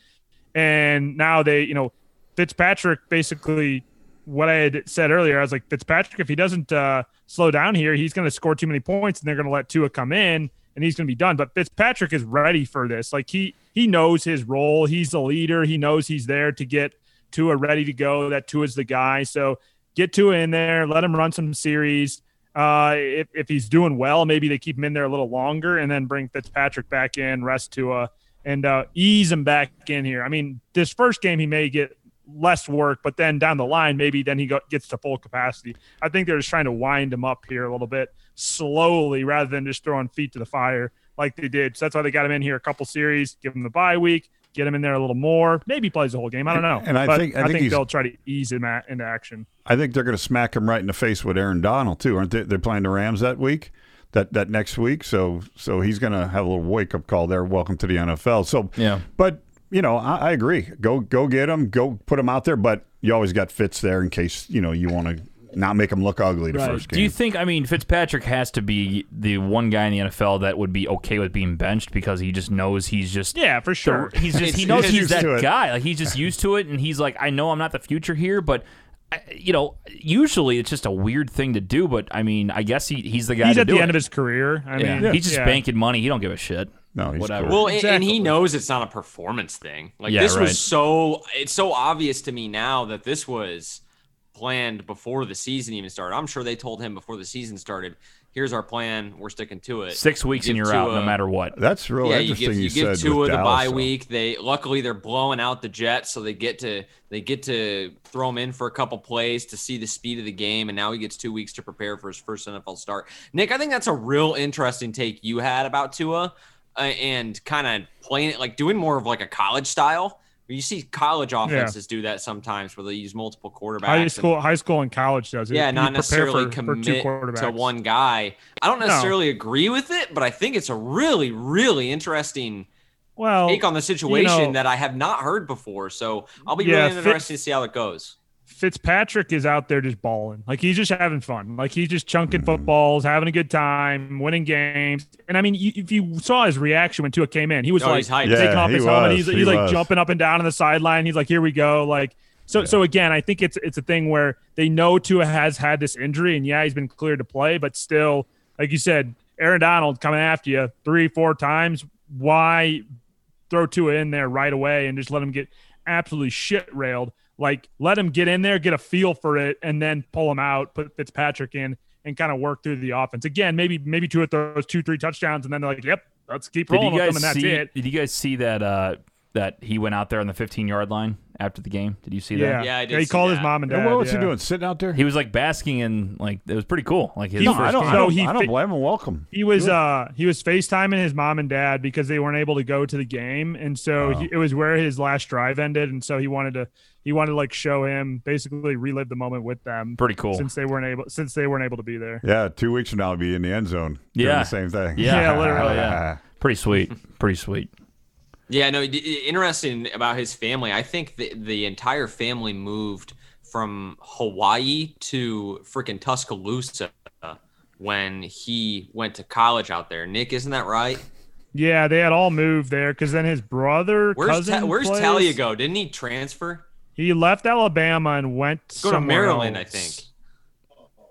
[SPEAKER 5] and now they, you know, Fitzpatrick basically. What I had said earlier, I was like Fitzpatrick. If he doesn't uh, slow down here, he's going to score too many points, and they're going to let Tua come in, and he's going to be done. But Fitzpatrick is ready for this. Like he he knows his role. He's the leader. He knows he's there to get Tua ready to go. That Tua's the guy. So get Tua in there, let him run some series. Uh, if, if he's doing well, maybe they keep him in there a little longer and then bring Fitzpatrick back in, rest Tua, and uh, ease him back in here. I mean, this first game he may get less work, but then down the line, maybe then he go, gets to full capacity. I think they're just trying to wind him up here a little bit slowly rather than just throwing feet to the fire like they did. So that's why they got him in here a couple series, give him the bye week, get him in there a little more. Maybe he plays the whole game. I don't know.
[SPEAKER 4] And I
[SPEAKER 5] But
[SPEAKER 4] think- I
[SPEAKER 5] I
[SPEAKER 4] think
[SPEAKER 5] think
[SPEAKER 4] he's-
[SPEAKER 5] they'll try to ease him at, into action.
[SPEAKER 4] I think they're going to smack him right in the face with Aaron Donald too, aren't they? They're playing the Rams that week, that that next week. So so he's going to have a little wake up call there. Welcome to the NFL. So
[SPEAKER 3] Yeah.
[SPEAKER 4] but you know I, I agree. Go go get him. Go put him out there. But you always got Fitz there in case you know you want to not make him look ugly the first game.
[SPEAKER 3] Do you think? I mean, Fitzpatrick has to be the one guy in the NFL that would be okay with being benched because he just knows he's just
[SPEAKER 5] Yeah, for sure.
[SPEAKER 3] He's just
[SPEAKER 2] It's-
[SPEAKER 3] he knows
[SPEAKER 4] he's
[SPEAKER 3] he's
[SPEAKER 4] used
[SPEAKER 3] that
[SPEAKER 4] to it.
[SPEAKER 3] guy. Like he's just used to it, and he's like, I know I'm not the future here, but I, you know, usually it's just a weird thing to do. But I mean, I guess he, he's the guy.
[SPEAKER 5] He's
[SPEAKER 3] to
[SPEAKER 5] at
[SPEAKER 3] do
[SPEAKER 5] the
[SPEAKER 3] it.
[SPEAKER 5] end of his career. I
[SPEAKER 3] Yeah.
[SPEAKER 5] mean,
[SPEAKER 3] He's just
[SPEAKER 5] yeah.
[SPEAKER 3] banking money. He don't give a shit.
[SPEAKER 4] No, he's
[SPEAKER 3] whatever.
[SPEAKER 4] cool.
[SPEAKER 2] Well, and, and he knows it's not a performance thing. Like
[SPEAKER 3] Yeah,
[SPEAKER 2] this
[SPEAKER 3] right.
[SPEAKER 2] was so it's so obvious to me now that this was planned before the season even started. I'm sure they told him before the season started, here's our plan, we're sticking to it.
[SPEAKER 3] Six weeks
[SPEAKER 2] You
[SPEAKER 3] and
[SPEAKER 2] give
[SPEAKER 3] you're out,
[SPEAKER 2] Tua-
[SPEAKER 3] no matter what.
[SPEAKER 4] that's really
[SPEAKER 2] yeah, you
[SPEAKER 4] interesting.
[SPEAKER 2] give
[SPEAKER 4] You,
[SPEAKER 2] you give
[SPEAKER 4] said
[SPEAKER 2] Tua
[SPEAKER 4] with
[SPEAKER 2] the
[SPEAKER 4] Dallas,
[SPEAKER 2] bye
[SPEAKER 4] though.
[SPEAKER 2] week. They luckily they're blowing out the Jets, so they get to they get to throw him in for a couple plays to see the speed of the game, and now he gets two weeks to prepare for his first NFL start. Nick, I think that's a real interesting take you had about Tua uh, and kind of playing it like doing more of like a college style. You see college offenses do that sometimes where they use multiple quarterbacks.
[SPEAKER 5] High
[SPEAKER 2] and-
[SPEAKER 5] school, high school, and college does it.
[SPEAKER 2] yeah,
[SPEAKER 5] You
[SPEAKER 2] not
[SPEAKER 5] prepare
[SPEAKER 2] necessarily
[SPEAKER 5] for, for two
[SPEAKER 2] commit to
[SPEAKER 5] quarterbacks.
[SPEAKER 2] one guy. I don't necessarily agree with it, but I think it's a really, really interesting
[SPEAKER 5] Well,
[SPEAKER 2] take on the situation
[SPEAKER 5] know-
[SPEAKER 2] that I have not heard before. So I'll be
[SPEAKER 5] Yeah,
[SPEAKER 2] really
[SPEAKER 5] Fitz-
[SPEAKER 2] interested to see how it goes.
[SPEAKER 5] Fitzpatrick is out there just balling. Like he's just having fun. Like he's just chunking footballs, having a good time, winning games. And I mean, you, if you saw his reaction when Tua came in, he was
[SPEAKER 2] Oh,
[SPEAKER 5] like
[SPEAKER 2] he's hyped.
[SPEAKER 5] taking
[SPEAKER 4] Yeah,
[SPEAKER 5] off
[SPEAKER 4] he
[SPEAKER 5] his helmet.
[SPEAKER 4] was.
[SPEAKER 5] He's,
[SPEAKER 4] He
[SPEAKER 5] he's like
[SPEAKER 4] was.
[SPEAKER 5] jumping up and down on the sideline. He's like, "Here we go!" Like so. So again, I think it's it's a thing where they know Tua has had this injury, and yeah, he's been cleared to play, but still, like you said, Aaron Donald coming after you three, four times. Why throw Tua in there right away and just let him get absolutely shit railed. Like let him get in there, get a feel for it, and then pull him out, put Fitzpatrick in, and kind of work through the offense. Again, maybe maybe two of those two, three touchdowns, and then they're like, Yep, let's keep
[SPEAKER 3] Did you
[SPEAKER 5] rolling with
[SPEAKER 3] guys
[SPEAKER 5] them and that's
[SPEAKER 3] see?
[SPEAKER 5] it.
[SPEAKER 3] Did you guys see that? Uh, that he went out there on the 15 yard line after the game. Did you see
[SPEAKER 5] Yeah.
[SPEAKER 3] that?
[SPEAKER 2] Yeah, I did
[SPEAKER 5] he
[SPEAKER 2] see
[SPEAKER 5] called
[SPEAKER 2] that.
[SPEAKER 5] his mom and
[SPEAKER 4] And
[SPEAKER 5] dad.
[SPEAKER 4] what was
[SPEAKER 5] yeah.
[SPEAKER 4] he doing? Sitting out there?
[SPEAKER 3] He was like basking in like it was pretty cool. Like his
[SPEAKER 5] No,
[SPEAKER 3] first
[SPEAKER 4] I don't.
[SPEAKER 3] game.
[SPEAKER 4] I
[SPEAKER 5] So
[SPEAKER 4] don't,
[SPEAKER 5] he
[SPEAKER 4] I don't
[SPEAKER 5] fi-
[SPEAKER 4] blame him. Welcome.
[SPEAKER 5] He was uh he was FaceTiming his mom and dad because they weren't able to go to the game and so he, it was where his last drive ended and so he wanted to he wanted to like show him basically relive the moment with them
[SPEAKER 3] Pretty cool.
[SPEAKER 5] since they weren't able since they weren't able to be there.
[SPEAKER 4] Yeah, two weeks from now, I'll be in the end zone. doing
[SPEAKER 3] Yeah.
[SPEAKER 4] the same thing.
[SPEAKER 3] Yeah.
[SPEAKER 4] (laughs)
[SPEAKER 5] Yeah, literally,
[SPEAKER 3] yeah. Pretty sweet. Pretty sweet.
[SPEAKER 2] Yeah, no, d- i- interesting about his family. I think the, the entire family moved from Hawaii to freaking Tuscaloosa when he went to college out there. Nick, isn't that right?
[SPEAKER 5] Yeah, they had all moved there because then his brother,
[SPEAKER 2] Where's
[SPEAKER 5] cousin,
[SPEAKER 2] Ta- where's
[SPEAKER 5] plays-
[SPEAKER 2] Talia go? Didn't he transfer?
[SPEAKER 5] He left Alabama and went
[SPEAKER 2] Go to
[SPEAKER 5] somewhere
[SPEAKER 2] Maryland, I
[SPEAKER 5] else.
[SPEAKER 2] think.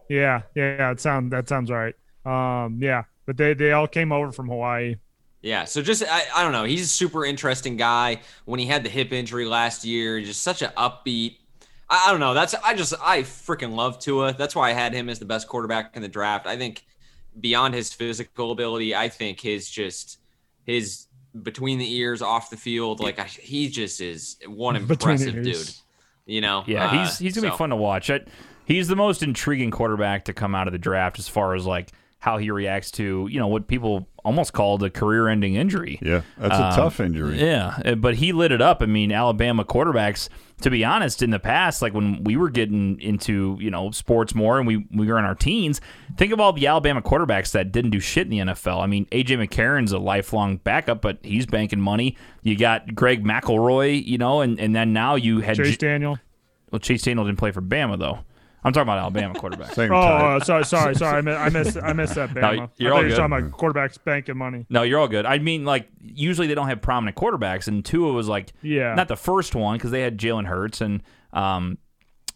[SPEAKER 5] Yeah, yeah, yeah. It sound that sounds right. Um, yeah, but they they all came over from Hawaii.
[SPEAKER 2] Yeah, so just I, I don't know. He's a super interesting guy. When he had the hip injury last year, just such an upbeat. I, I don't know. That's I just I freaking love Tua. That's why I had him as the best quarterback in the draft. I think beyond his physical ability, I think his just his between the ears, off the field, like I, he just is one
[SPEAKER 5] Between the
[SPEAKER 2] impressive dude.
[SPEAKER 5] ears.
[SPEAKER 2] You know?
[SPEAKER 3] Yeah,
[SPEAKER 2] Uh,
[SPEAKER 3] he's he's gonna
[SPEAKER 2] so-
[SPEAKER 3] be fun to watch. I, He's the most intriguing quarterback to come out of the draft as far as like how he reacts to, you know, what people almost called a career ending injury.
[SPEAKER 4] Yeah, that's a tough injury.
[SPEAKER 3] Yeah, uh, but he lit it up. I mean, Alabama quarterbacks, to be honest, in the past, like when we were getting into you know sports more and we we were in our teens, think of all the Alabama quarterbacks that didn't do shit in the NFL. I mean, AJ McCarron's a lifelong backup, but he's banking money. You got Greg McElroy, you know, and and then now you had
[SPEAKER 5] Chase
[SPEAKER 3] J- (laughs)
[SPEAKER 5] Daniel.
[SPEAKER 3] well Chase Daniel didn't play for Bama though. I'm talking about Alabama quarterbacks.
[SPEAKER 4] Same
[SPEAKER 5] Oh,
[SPEAKER 4] time.
[SPEAKER 5] uh, sorry, sorry, sorry. I mi- I missed, I missed that. Bama.
[SPEAKER 3] (laughs) No,
[SPEAKER 5] I
[SPEAKER 3] you're
[SPEAKER 5] thought you
[SPEAKER 3] all
[SPEAKER 5] were
[SPEAKER 3] good.
[SPEAKER 5] talking about quarterbacks banking money.
[SPEAKER 3] No, you're all good. I mean, like usually they don't have prominent quarterbacks, and Tua was like,
[SPEAKER 5] Yeah.
[SPEAKER 3] not the first one because they had Jalen Hurts and um,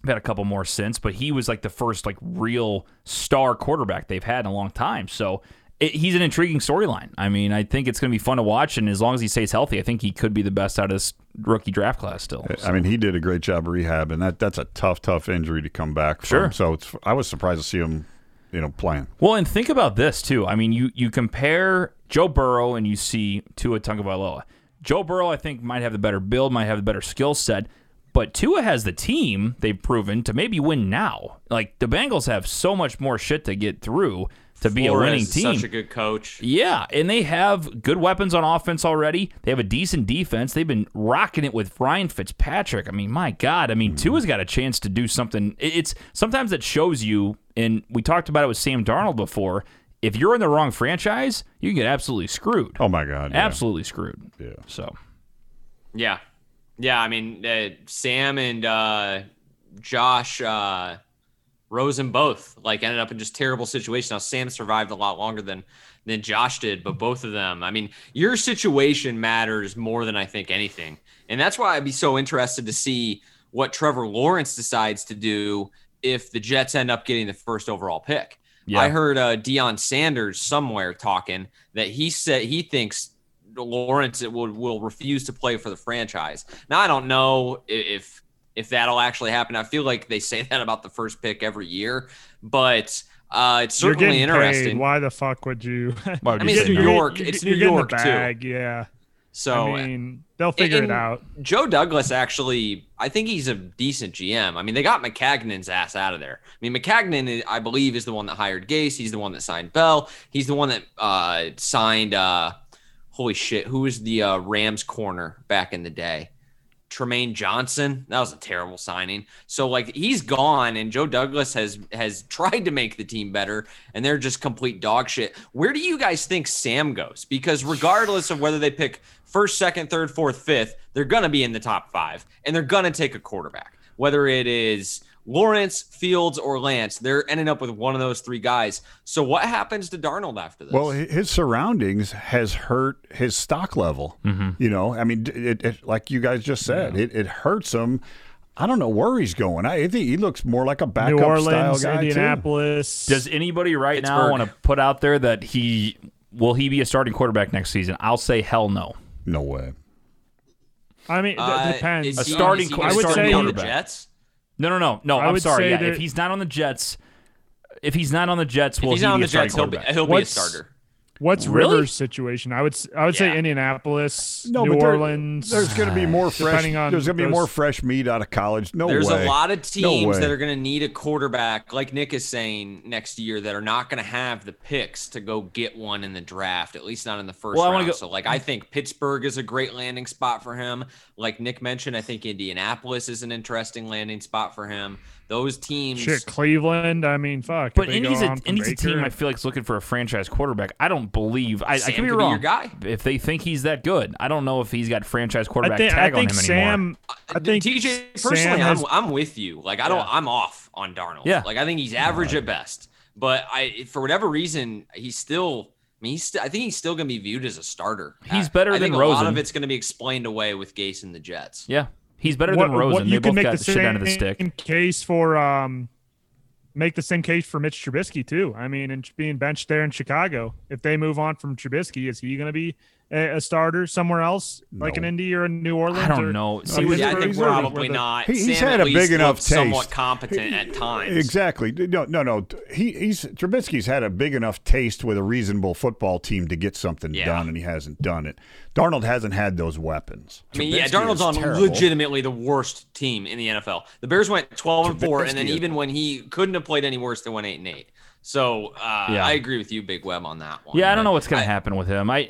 [SPEAKER 3] they've had a couple more since, but he was like the first like real star quarterback they've had in a long time. So it, he's an intriguing storyline. I mean, I think it's going to be fun to watch, and as long as he stays healthy, I think he could be the best out of this rookie draft class still.
[SPEAKER 4] I mean, he did a great job of rehab, and that, that's a tough, tough injury to come back from.
[SPEAKER 3] Sure.
[SPEAKER 4] So it's, I was surprised to see him, you know, playing.
[SPEAKER 3] Well, and think about this too. I mean, you you compare Joe Burrow and you see Tua Tagovailoa. Joe Burrow, I think, might have the better build, might have the better skill set, but Tua has the team they've proven to maybe win now. Like the Bengals have so much more shit to get through to be
[SPEAKER 2] Flores
[SPEAKER 3] a winning
[SPEAKER 2] is
[SPEAKER 3] team.
[SPEAKER 2] Such a good coach.
[SPEAKER 3] Yeah, and they have good weapons on offense already. They have a decent defense. They've been rocking it with Ryan Fitzpatrick. I mean, my God. I mean,
[SPEAKER 4] Mm-hmm.
[SPEAKER 3] Tua's got a chance to do something. It- It's sometimes it shows you, and we talked about it with Sam Darnold before. If you're in the wrong franchise, you can get absolutely screwed.
[SPEAKER 4] Oh, my God. yeah.
[SPEAKER 3] absolutely screwed. Yeah. So
[SPEAKER 2] Yeah. Yeah. I mean, uh, Sam and uh, Josh uh, Rosen both like ended up in just terrible situations. Now, Sam survived a lot longer than than Josh did, but both of them, I mean, your situation matters more than I think anything. And that's why I'd be so interested to see what Trevor Lawrence decides to do if the Jets end up getting the first overall pick.
[SPEAKER 3] Yeah.
[SPEAKER 2] I heard uh, Deion Sanders somewhere talking that he said he thinks Lawrence will will refuse to play for the franchise. Now I don't know i- if if that'll actually happen. I feel like they say (laughs) that about the first pick every year, but uh, it's
[SPEAKER 5] You're
[SPEAKER 2] certainly
[SPEAKER 5] getting
[SPEAKER 2] interesting.
[SPEAKER 5] paid. Why the fuck would you?
[SPEAKER 3] why would
[SPEAKER 2] I
[SPEAKER 3] you
[SPEAKER 2] mean,
[SPEAKER 3] say
[SPEAKER 2] it's New
[SPEAKER 3] no?
[SPEAKER 2] York.
[SPEAKER 5] You're-
[SPEAKER 2] It's
[SPEAKER 5] you're
[SPEAKER 2] New
[SPEAKER 5] getting the
[SPEAKER 2] York too.
[SPEAKER 5] bag, Yeah.
[SPEAKER 2] So uh,
[SPEAKER 5] I mean, they'll figure
[SPEAKER 2] and-
[SPEAKER 5] it out.
[SPEAKER 2] Joe Douglas actually, I think he's a decent GM. I mean, they got McCagnon's ass out of there. I mean, McCagnon, I believe, is the one that hired Gase. He's the one that signed Bell. He's the one that uh, signed. Uh, holy shit, who was the uh, Rams corner back in the day? Tremaine Johnson. That was a terrible signing. So like he's gone, and Joe Douglas has has (laughs) tried to make the team better, and they're just complete dog shit. Where do you guys think Sam goes? Because regardless of whether they pick first, second, third, fourth, fifth, they're gonna be in the top five, and they're gonna take a quarterback. Whether it is Lawrence, Fields, or Lance, they're ending up with one of those three guys. So what happens to Darnold after this?
[SPEAKER 4] Well, hi- his surroundings has hurt his stock level. You know, I mean, d- it, it, like you guys just said, it, it hurts him. I don't know where he's going. I I think he looks more like a backup
[SPEAKER 5] New
[SPEAKER 4] style
[SPEAKER 5] Orleans,
[SPEAKER 4] guy too.
[SPEAKER 5] Indianapolis.
[SPEAKER 3] Does anybody right now
[SPEAKER 2] Pittsburgh.
[SPEAKER 3] want to put out there that he will he be a starting quarterback next season? I'll say hell no.
[SPEAKER 4] No way.
[SPEAKER 5] I mean, it
[SPEAKER 2] Uh,
[SPEAKER 5] depends.
[SPEAKER 2] is
[SPEAKER 3] A
[SPEAKER 2] he-
[SPEAKER 3] starting
[SPEAKER 2] is he
[SPEAKER 3] qu-
[SPEAKER 2] gonna
[SPEAKER 5] I would
[SPEAKER 2] start
[SPEAKER 5] say
[SPEAKER 2] on the
[SPEAKER 3] quarterback.
[SPEAKER 2] Jets.
[SPEAKER 3] No, no, no, no.
[SPEAKER 5] I
[SPEAKER 3] I'm
[SPEAKER 5] would
[SPEAKER 3] sorry.
[SPEAKER 5] say
[SPEAKER 3] Yeah,
[SPEAKER 5] that-
[SPEAKER 3] if he's not on the Jets, if he's not on the Jets, will
[SPEAKER 2] if he's
[SPEAKER 3] he
[SPEAKER 2] not on
[SPEAKER 3] be
[SPEAKER 2] the
[SPEAKER 3] a starting
[SPEAKER 2] Jets, he'll be,
[SPEAKER 3] quarterback?
[SPEAKER 2] he'll be a
[SPEAKER 5] What's-
[SPEAKER 2] starter.
[SPEAKER 5] What's
[SPEAKER 3] Really?
[SPEAKER 5] Rivers' situation? I would s- I would
[SPEAKER 2] Yeah.
[SPEAKER 5] say Indianapolis,
[SPEAKER 4] No,
[SPEAKER 5] New
[SPEAKER 4] but there-
[SPEAKER 5] Orleans.
[SPEAKER 4] There's going to be more fresh.
[SPEAKER 5] Depending on
[SPEAKER 4] There's going to be
[SPEAKER 5] those-
[SPEAKER 4] more fresh meat out of college. No
[SPEAKER 2] There's
[SPEAKER 4] way.
[SPEAKER 2] a lot of
[SPEAKER 4] No
[SPEAKER 2] teams
[SPEAKER 4] way.
[SPEAKER 2] that are going to need a quarterback, like Nick is saying, next year that are not going to have the picks to go get one in the draft, at least not in the first
[SPEAKER 3] Well, I wanna
[SPEAKER 2] round.
[SPEAKER 3] go-
[SPEAKER 2] so, like, I think Pittsburgh is a great landing spot for him. Like Nick mentioned, I think Indianapolis is an interesting landing spot for him. Those teams,
[SPEAKER 5] (sighs) shit. Cleveland. I mean, fuck. if
[SPEAKER 3] But
[SPEAKER 5] they
[SPEAKER 3] Indy's
[SPEAKER 5] go
[SPEAKER 3] a,
[SPEAKER 5] on from
[SPEAKER 3] Indy's a team
[SPEAKER 5] Baker-
[SPEAKER 3] I feel like is looking for a franchise quarterback. I don't believe. I, I
[SPEAKER 2] Sam
[SPEAKER 3] could be
[SPEAKER 2] could be
[SPEAKER 3] wrong.
[SPEAKER 2] your guy.
[SPEAKER 3] If they think he's that good, I don't know if he's got franchise quarterback
[SPEAKER 5] I think, I
[SPEAKER 3] tag
[SPEAKER 5] think
[SPEAKER 3] on him anymore.
[SPEAKER 5] Sam. I think
[SPEAKER 2] TJ,
[SPEAKER 5] Sam
[SPEAKER 2] personally,
[SPEAKER 5] has-
[SPEAKER 2] I'm, I'm with you. Like, I don't, I'm off on Darnold.
[SPEAKER 3] Yeah.
[SPEAKER 2] Like, I think he's average at best, but I, for whatever reason, he's still, I mean, he's still, I think he's still going to be viewed as a starter.
[SPEAKER 3] He's
[SPEAKER 2] I-
[SPEAKER 3] better
[SPEAKER 2] I
[SPEAKER 3] than
[SPEAKER 2] think A lot
[SPEAKER 3] Rosen.
[SPEAKER 2] of it's going to be explained away with Gase and the Jets.
[SPEAKER 3] Yeah, he's better
[SPEAKER 5] what,
[SPEAKER 3] than Rosen.
[SPEAKER 5] what-
[SPEAKER 3] they
[SPEAKER 5] you
[SPEAKER 3] both
[SPEAKER 5] can make
[SPEAKER 3] got
[SPEAKER 5] the
[SPEAKER 3] shit out of the
[SPEAKER 5] same
[SPEAKER 3] stick.
[SPEAKER 5] case for um, make the same case for Mitch Trubisky too. I mean, and being benched there in Chicago, if they move on from Trubisky, is he going to be a, a starter somewhere else, like
[SPEAKER 4] No.
[SPEAKER 5] an Indy or a New Orleans?
[SPEAKER 3] I don't
[SPEAKER 5] or-
[SPEAKER 3] know.
[SPEAKER 5] I
[SPEAKER 3] See,
[SPEAKER 5] mean,
[SPEAKER 3] with-
[SPEAKER 2] Yeah, I
[SPEAKER 5] Pittsburgh
[SPEAKER 2] think
[SPEAKER 5] is already
[SPEAKER 2] probably
[SPEAKER 5] where the-
[SPEAKER 2] not.
[SPEAKER 4] He- he's
[SPEAKER 2] Sam
[SPEAKER 4] had
[SPEAKER 2] at
[SPEAKER 4] a
[SPEAKER 2] least
[SPEAKER 4] big enough
[SPEAKER 2] looked somewhat
[SPEAKER 4] taste.
[SPEAKER 2] competent at times.
[SPEAKER 4] Exactly. No, no, no. He, he's Trubisky's had a big enough taste with a reasonable football team to get something
[SPEAKER 2] Yeah.
[SPEAKER 4] done, and he hasn't done it. Darnold hasn't had those weapons.
[SPEAKER 2] I mean, yeah,
[SPEAKER 4] Trubisky
[SPEAKER 2] Darnold's
[SPEAKER 4] is
[SPEAKER 2] on
[SPEAKER 4] terrible.
[SPEAKER 2] legitimately the worst team in the NFL. The Bears went twelve and four, and then
[SPEAKER 4] Trubisky is-
[SPEAKER 2] even when he couldn't have played any worse, they went eight and eight. So uh,
[SPEAKER 3] Yeah.
[SPEAKER 2] I agree with you, Big Web, on that one.
[SPEAKER 3] Yeah, I don't
[SPEAKER 2] But
[SPEAKER 3] know what's going
[SPEAKER 2] I-
[SPEAKER 3] to happen with him. I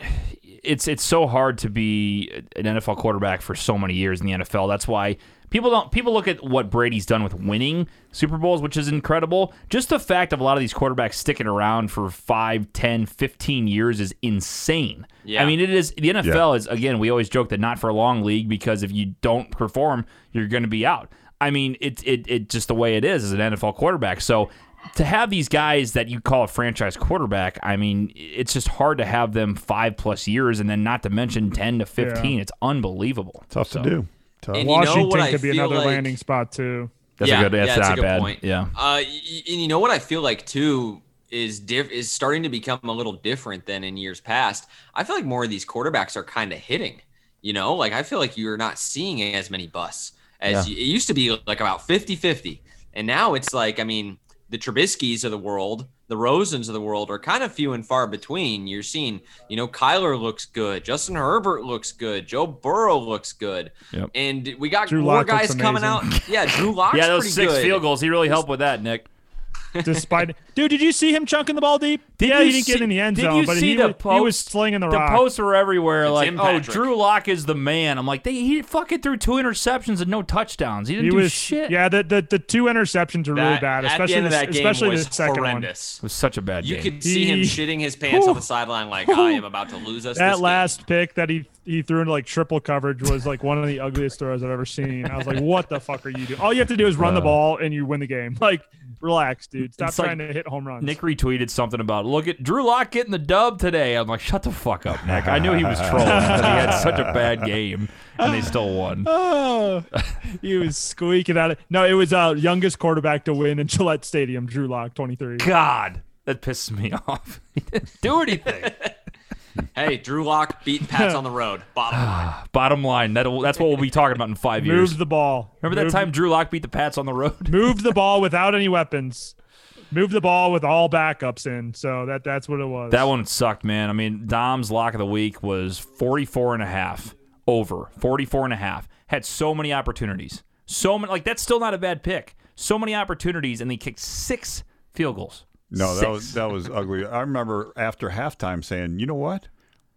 [SPEAKER 3] it's it's so hard to be an NFL quarterback for so many years in the NFL. That's why people don't people look at what Brady's done with winning Super Bowls, which is incredible. Just the fact of a lot of these quarterbacks sticking around for 5, 10, 15 years is insane.
[SPEAKER 2] Yeah.
[SPEAKER 3] I mean, it is the NFL is again, we always joke that not for a long league because if you don't perform, you're going to be out. I mean, it's it, it just the way it is as an NFL quarterback. So to have these guys that you call a franchise quarterback, I mean, it's just hard to have them five plus years and then not to mention 10 to 15. It's unbelievable.
[SPEAKER 4] Tough
[SPEAKER 3] So-
[SPEAKER 4] to do. Tough.
[SPEAKER 2] And you know
[SPEAKER 5] Washington
[SPEAKER 2] what I
[SPEAKER 5] could be
[SPEAKER 2] feel
[SPEAKER 5] another
[SPEAKER 2] like-
[SPEAKER 5] landing
[SPEAKER 2] (laughs)
[SPEAKER 5] spot too.
[SPEAKER 3] That's a good that's
[SPEAKER 2] it's
[SPEAKER 3] not bad. Yeah.
[SPEAKER 2] Uh, y- y- and you know what I feel like too is diff- is starting to become a little different than in years past. I feel like more of these quarterbacks are kind of hitting. You know, like I feel like you're not seeing as many busts as you, it used to be like about 50-50. And now it's like I mean, the Trubisky's of the world, the Rosens of the world are kind of few and far between. You're seeing, you know, Kyler looks good, Justin Herbert looks good, Joe Burrow looks good.
[SPEAKER 3] Yep.
[SPEAKER 2] And we got
[SPEAKER 5] Drew
[SPEAKER 2] more
[SPEAKER 5] Lock looks
[SPEAKER 2] guys coming out.
[SPEAKER 5] amazing.
[SPEAKER 2] Yeah, Drew Lock
[SPEAKER 3] Yeah, those six field goals, he really helped with that, Nick.
[SPEAKER 5] Despite, (laughs) dude, did you see him chunking the ball deep?
[SPEAKER 3] Did
[SPEAKER 5] yeah,
[SPEAKER 3] you
[SPEAKER 5] he didn't get
[SPEAKER 3] see-
[SPEAKER 5] in the end
[SPEAKER 3] did
[SPEAKER 5] zone,
[SPEAKER 3] you
[SPEAKER 5] but
[SPEAKER 3] see
[SPEAKER 5] he,
[SPEAKER 3] the
[SPEAKER 5] was, he was
[SPEAKER 3] post-
[SPEAKER 5] slinging the,
[SPEAKER 3] the
[SPEAKER 5] rock.
[SPEAKER 3] posts were everywhere. like,
[SPEAKER 2] him,
[SPEAKER 3] oh,
[SPEAKER 2] Patrick."
[SPEAKER 3] Drew Lock is the man. I'm like, they, he fucking threw two interceptions and no touchdowns. He didn't
[SPEAKER 5] he
[SPEAKER 3] do
[SPEAKER 5] was
[SPEAKER 3] shit.
[SPEAKER 5] Yeah, the, the the two interceptions were really bad, especially
[SPEAKER 2] at the end
[SPEAKER 5] the,
[SPEAKER 2] of that game
[SPEAKER 5] especially
[SPEAKER 2] was
[SPEAKER 5] the second one.
[SPEAKER 2] horrendous.
[SPEAKER 3] It was such a bad
[SPEAKER 2] You
[SPEAKER 3] game.
[SPEAKER 2] could see him
[SPEAKER 5] He-
[SPEAKER 2] shitting his pants on the sideline, like I am about to lose us. this
[SPEAKER 5] That
[SPEAKER 2] game."
[SPEAKER 5] last pick that he he threw into like triple coverage was like one of the ugliest throws I've ever seen. I was like, what the fuck are you doing? All you have to do is run the ball and you win the game. (laughs) Like, relax, dude. Stop
[SPEAKER 3] It's like
[SPEAKER 5] trying to hit home runs.
[SPEAKER 3] Nick retweeted something about look at Drew Lock getting the dub today. I'm like, shut the fuck up, Nick. I knew he was trolling. but he (laughs) had such a bad game, and they still won.
[SPEAKER 5] Oh, he was squeaking at it. No, it was uh youngest quarterback to win in Gillette Stadium, Drew Lock, 23.
[SPEAKER 3] God, that pisses me (laughs) off. he didn't do anything.
[SPEAKER 2] (laughs) hey, Drew Lock beat Pats on the road. Bottom
[SPEAKER 5] (sighs)
[SPEAKER 2] line,
[SPEAKER 3] Bottom line, that that's what we'll be talking about in five years.
[SPEAKER 5] Moved the ball.
[SPEAKER 3] Remember that
[SPEAKER 5] Moved-
[SPEAKER 3] time Drew Lock beat the Pats on the road?
[SPEAKER 5] Moved the ball without any weapons. Moved the ball with all backups in. So that that's what it was.
[SPEAKER 3] That one sucked, man. I mean, Dom's lock of the week was 44 and a half over 44 and a half. Had so many opportunities. So many like that's still not a bad pick. So many opportunities and they kicked 6 field goals.
[SPEAKER 4] No, that
[SPEAKER 2] (laughs)
[SPEAKER 3] Six.
[SPEAKER 4] was that was ugly. I remember after halftime saying, "You know what?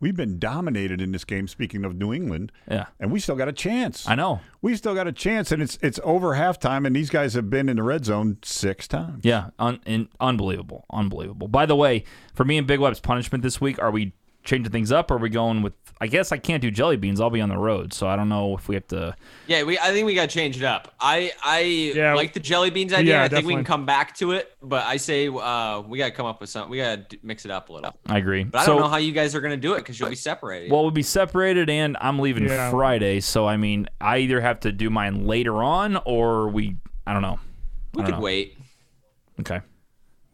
[SPEAKER 4] We've been dominated in this game." Speaking of New England,
[SPEAKER 3] Yeah.
[SPEAKER 4] and we still got a chance.
[SPEAKER 3] I know.
[SPEAKER 4] we still got a chance, and it's it's over halftime, and these guys have been in the red zone six times.
[SPEAKER 3] Yeah, un- in- unbelievable, unbelievable. By the way, for me and Big Web's punishment this week, are we changing things up? Or are we going with? I guess I can't do jelly beans. I'll be on the road, so I don't know if we have to.
[SPEAKER 2] yeah, we. I think we got to change it up. I I
[SPEAKER 5] Yeah.
[SPEAKER 2] like the jelly beans idea.
[SPEAKER 5] Yeah,
[SPEAKER 2] I think we can
[SPEAKER 5] definitely.
[SPEAKER 2] come back to it, but I say uh, we got to come up with something. We got to mix it up a little.
[SPEAKER 3] I agree.
[SPEAKER 2] But I
[SPEAKER 3] so,
[SPEAKER 2] don't know how you guys are gonna do it because you'll be separated.
[SPEAKER 3] well, we'll be separated, and I'm leaving
[SPEAKER 5] Yeah.
[SPEAKER 3] Friday, so I mean, I either have to do mine later on, or we. I don't know.
[SPEAKER 2] we
[SPEAKER 3] I
[SPEAKER 2] could
[SPEAKER 3] don't know.
[SPEAKER 2] wait.
[SPEAKER 3] Okay.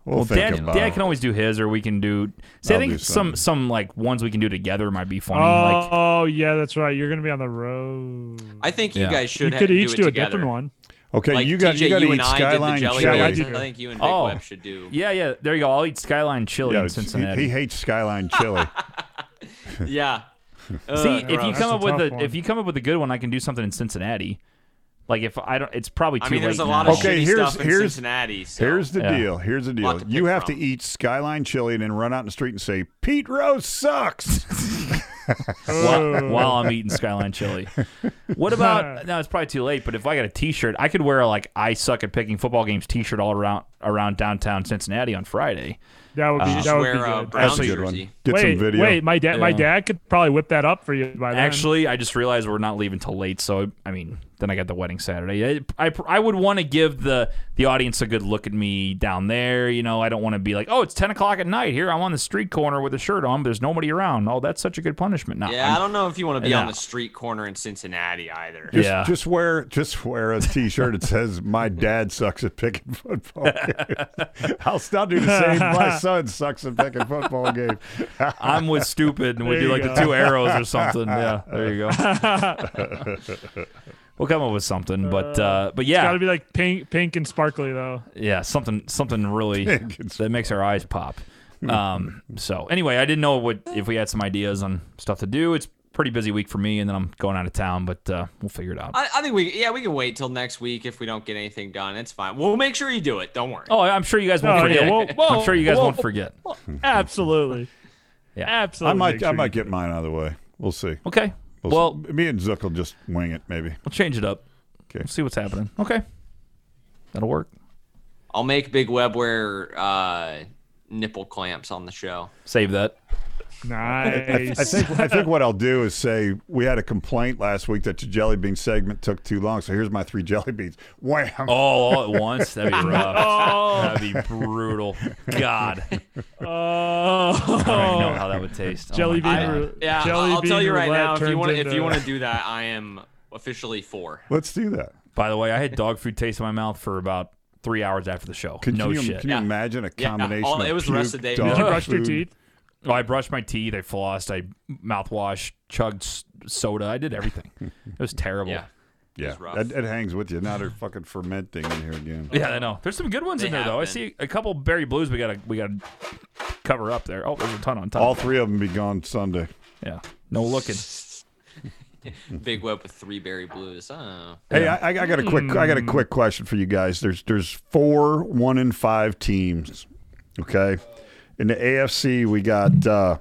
[SPEAKER 4] We'll, think
[SPEAKER 3] Dad,
[SPEAKER 4] about
[SPEAKER 3] Dad
[SPEAKER 4] it.
[SPEAKER 3] can always do his, or we can do. See, I
[SPEAKER 4] I'll
[SPEAKER 3] think
[SPEAKER 4] do
[SPEAKER 3] some
[SPEAKER 4] something.
[SPEAKER 3] some like ones we can do together might be funny. like,
[SPEAKER 5] Oh yeah, that's right. You're gonna be on the road.
[SPEAKER 2] I think you
[SPEAKER 3] Yeah.
[SPEAKER 2] guys should
[SPEAKER 5] You
[SPEAKER 2] ha-
[SPEAKER 5] could each
[SPEAKER 2] do,
[SPEAKER 5] do,
[SPEAKER 2] it
[SPEAKER 5] a
[SPEAKER 2] together.
[SPEAKER 5] different one.
[SPEAKER 4] Okay,
[SPEAKER 2] Like
[SPEAKER 4] you got
[SPEAKER 2] TJ,
[SPEAKER 4] you got to
[SPEAKER 2] and
[SPEAKER 4] eat
[SPEAKER 2] I did the
[SPEAKER 4] skyline
[SPEAKER 2] jelly
[SPEAKER 5] Yeah, I
[SPEAKER 2] beans.
[SPEAKER 5] did.
[SPEAKER 2] I think you and Big
[SPEAKER 3] Oh.
[SPEAKER 2] Web should do.
[SPEAKER 3] yeah, yeah. There you go. I'll eat Skyline Chili
[SPEAKER 4] Yeah,
[SPEAKER 3] in
[SPEAKER 4] it's- he-
[SPEAKER 3] Cincinnati.
[SPEAKER 4] he, hates skyline
[SPEAKER 2] (laughs)
[SPEAKER 4] chili.
[SPEAKER 2] Yeah.
[SPEAKER 3] See,
[SPEAKER 2] Ugh,
[SPEAKER 3] if you
[SPEAKER 5] That's
[SPEAKER 3] come
[SPEAKER 5] a
[SPEAKER 3] up with
[SPEAKER 5] tough
[SPEAKER 3] a if
[SPEAKER 5] one.
[SPEAKER 3] you come up with a good one, I can do something in Cincinnati. Like if I don't, it's probably too
[SPEAKER 2] I mean, there's
[SPEAKER 3] late
[SPEAKER 2] a lot
[SPEAKER 3] now.
[SPEAKER 2] of
[SPEAKER 4] Okay,
[SPEAKER 2] shitty
[SPEAKER 4] here's-
[SPEAKER 2] stuff in
[SPEAKER 4] here's-
[SPEAKER 2] Cincinnati. So.
[SPEAKER 4] Here's the
[SPEAKER 3] Yeah.
[SPEAKER 4] deal. Here's the
[SPEAKER 2] Lot
[SPEAKER 4] deal.
[SPEAKER 2] to pick
[SPEAKER 4] You have
[SPEAKER 2] from.
[SPEAKER 4] to eat skyline chili and then run out in the street and say Pete Rose sucks.
[SPEAKER 5] Oh,
[SPEAKER 3] while, while I'm eating Skyline Chili. What about no? It's probably too late. But if I got a T-shirt, I could wear a, like I suck at picking football games T-shirt all around around downtown Cincinnati on Friday.
[SPEAKER 5] That would be
[SPEAKER 2] just
[SPEAKER 5] that would
[SPEAKER 2] wear
[SPEAKER 5] be
[SPEAKER 2] a (laughs)
[SPEAKER 5] good.
[SPEAKER 2] brown
[SPEAKER 4] That's a good
[SPEAKER 2] jersey.
[SPEAKER 4] one. Get
[SPEAKER 5] wait,
[SPEAKER 4] some video.
[SPEAKER 5] wait, my dad, my
[SPEAKER 3] Yeah.
[SPEAKER 5] dad could probably whip that up for you by then.
[SPEAKER 3] Actually, I just realized we're not leaving till late. So I mean, then I got the wedding Saturday. I I, I would want to give the the audience a good look at me down there. You know, I don't want to be like, oh, it's ten o'clock at night here. I'm on the street corner with a shirt on. There's nobody around. Oh, that's such a good punishment. No,
[SPEAKER 2] Yeah,
[SPEAKER 3] I'm-
[SPEAKER 2] I don't know if you want to be on
[SPEAKER 3] No.
[SPEAKER 2] the street corner in Cincinnati either.
[SPEAKER 4] Just,
[SPEAKER 3] Yeah.
[SPEAKER 4] just wear just wear a T-shirt that says "My dad sucks at picking
[SPEAKER 5] (laughs)
[SPEAKER 4] football." games." (laughs) I'll still do the same. My son sucks at picking football games.
[SPEAKER 3] I'm with stupid, and we
[SPEAKER 5] There
[SPEAKER 3] do
[SPEAKER 5] you
[SPEAKER 3] like the
[SPEAKER 5] go.
[SPEAKER 3] two arrows or
[SPEAKER 5] (laughs)
[SPEAKER 3] something. Yeah, there you go. we'll come up with something, but uh, but
[SPEAKER 5] Got to
[SPEAKER 3] yeah,
[SPEAKER 5] be like pink, pink and sparkly though.
[SPEAKER 3] yeah, something something
[SPEAKER 5] (laughs)
[SPEAKER 3] really
[SPEAKER 4] It's-
[SPEAKER 3] that makes our eyes pop.
[SPEAKER 5] Hmm.
[SPEAKER 3] Um, so anyway, I didn't know what if we had some ideas on stuff to do. It's a pretty busy week for me, and then I'm going out of town, but uh, we'll figure it out.
[SPEAKER 2] I, I think we yeah we can wait till next week if we don't get anything done. It's fine. We'll make sure you do it. Don't worry.
[SPEAKER 3] oh, I'm sure you guys won't
[SPEAKER 5] Oh, yeah,
[SPEAKER 3] forget.
[SPEAKER 5] whoa, whoa,
[SPEAKER 3] I'm sure you guys
[SPEAKER 5] whoa.
[SPEAKER 3] won't forget.
[SPEAKER 5] Absolutely.
[SPEAKER 3] Yeah.
[SPEAKER 5] Absolutely.
[SPEAKER 4] I might
[SPEAKER 5] Make sure
[SPEAKER 4] I might
[SPEAKER 5] you-
[SPEAKER 4] get mine out of the way. We'll see.
[SPEAKER 3] Okay.
[SPEAKER 4] We'll
[SPEAKER 3] Well,
[SPEAKER 4] see. me and Zook will just wing it. Maybe
[SPEAKER 3] we'll change it up.
[SPEAKER 4] Okay.
[SPEAKER 3] We'll see what's happening. Okay. That'll work.
[SPEAKER 2] I'll make Big Web wear uh, nipple clamps on the show.
[SPEAKER 3] Save that.
[SPEAKER 5] Nice.
[SPEAKER 4] I (laughs) think I think what I'll do is say we had a complaint last week that your jelly bean segment took too long. So here's my three jelly beans. Wham!
[SPEAKER 3] Oh, all at once?
[SPEAKER 2] (laughs)
[SPEAKER 3] That'd be rough.
[SPEAKER 2] Oh.
[SPEAKER 3] That'd be brutal. God. I don't know
[SPEAKER 5] oh.
[SPEAKER 3] how that would taste. Oh
[SPEAKER 5] Jelly
[SPEAKER 3] my
[SPEAKER 5] bean
[SPEAKER 3] God.
[SPEAKER 5] ru-
[SPEAKER 2] Yeah,
[SPEAKER 5] jelly
[SPEAKER 2] I'll tell
[SPEAKER 5] bean
[SPEAKER 2] you right
[SPEAKER 5] roulette
[SPEAKER 2] now if you
[SPEAKER 5] turns
[SPEAKER 2] want if you
[SPEAKER 5] into-
[SPEAKER 2] want to do that, I am officially for.
[SPEAKER 4] Let's do that.
[SPEAKER 3] By the way, I had dog food taste in my mouth for about three hours after the show.
[SPEAKER 4] Can,
[SPEAKER 3] no
[SPEAKER 4] can you,
[SPEAKER 3] shit.
[SPEAKER 4] Can you
[SPEAKER 2] Yeah.
[SPEAKER 4] imagine a
[SPEAKER 2] Yeah,
[SPEAKER 4] combination?
[SPEAKER 2] all-
[SPEAKER 4] of
[SPEAKER 2] it was the rest
[SPEAKER 4] puke,
[SPEAKER 2] of the day.
[SPEAKER 4] dog
[SPEAKER 5] Did you brush your
[SPEAKER 4] food?
[SPEAKER 5] teeth?
[SPEAKER 3] Well, I brushed my teeth. I flossed. I mouthwash. Chugged s- soda. I did everything. It was terrible.
[SPEAKER 2] Yeah.
[SPEAKER 3] Yeah.
[SPEAKER 4] Yeah,
[SPEAKER 2] rough.
[SPEAKER 4] it, it hangs with you. Now they're fucking fermenting in here again.
[SPEAKER 3] I know. There's some good ones
[SPEAKER 2] They
[SPEAKER 3] in there
[SPEAKER 2] have
[SPEAKER 3] though. I
[SPEAKER 2] been.
[SPEAKER 3] see a couple berry blues. We gotta we gotta cover up there. Oh, there's a ton on top.
[SPEAKER 4] All three of them be gone Sunday.
[SPEAKER 3] yeah. No looking.
[SPEAKER 2] Big Web with three berry blues. Oh.
[SPEAKER 4] Hey, I, I got a quick, I
[SPEAKER 3] Hmm.
[SPEAKER 4] got a quick question for you guys. There's, there's four one in five teams. Okay, in the AFC we got, uh,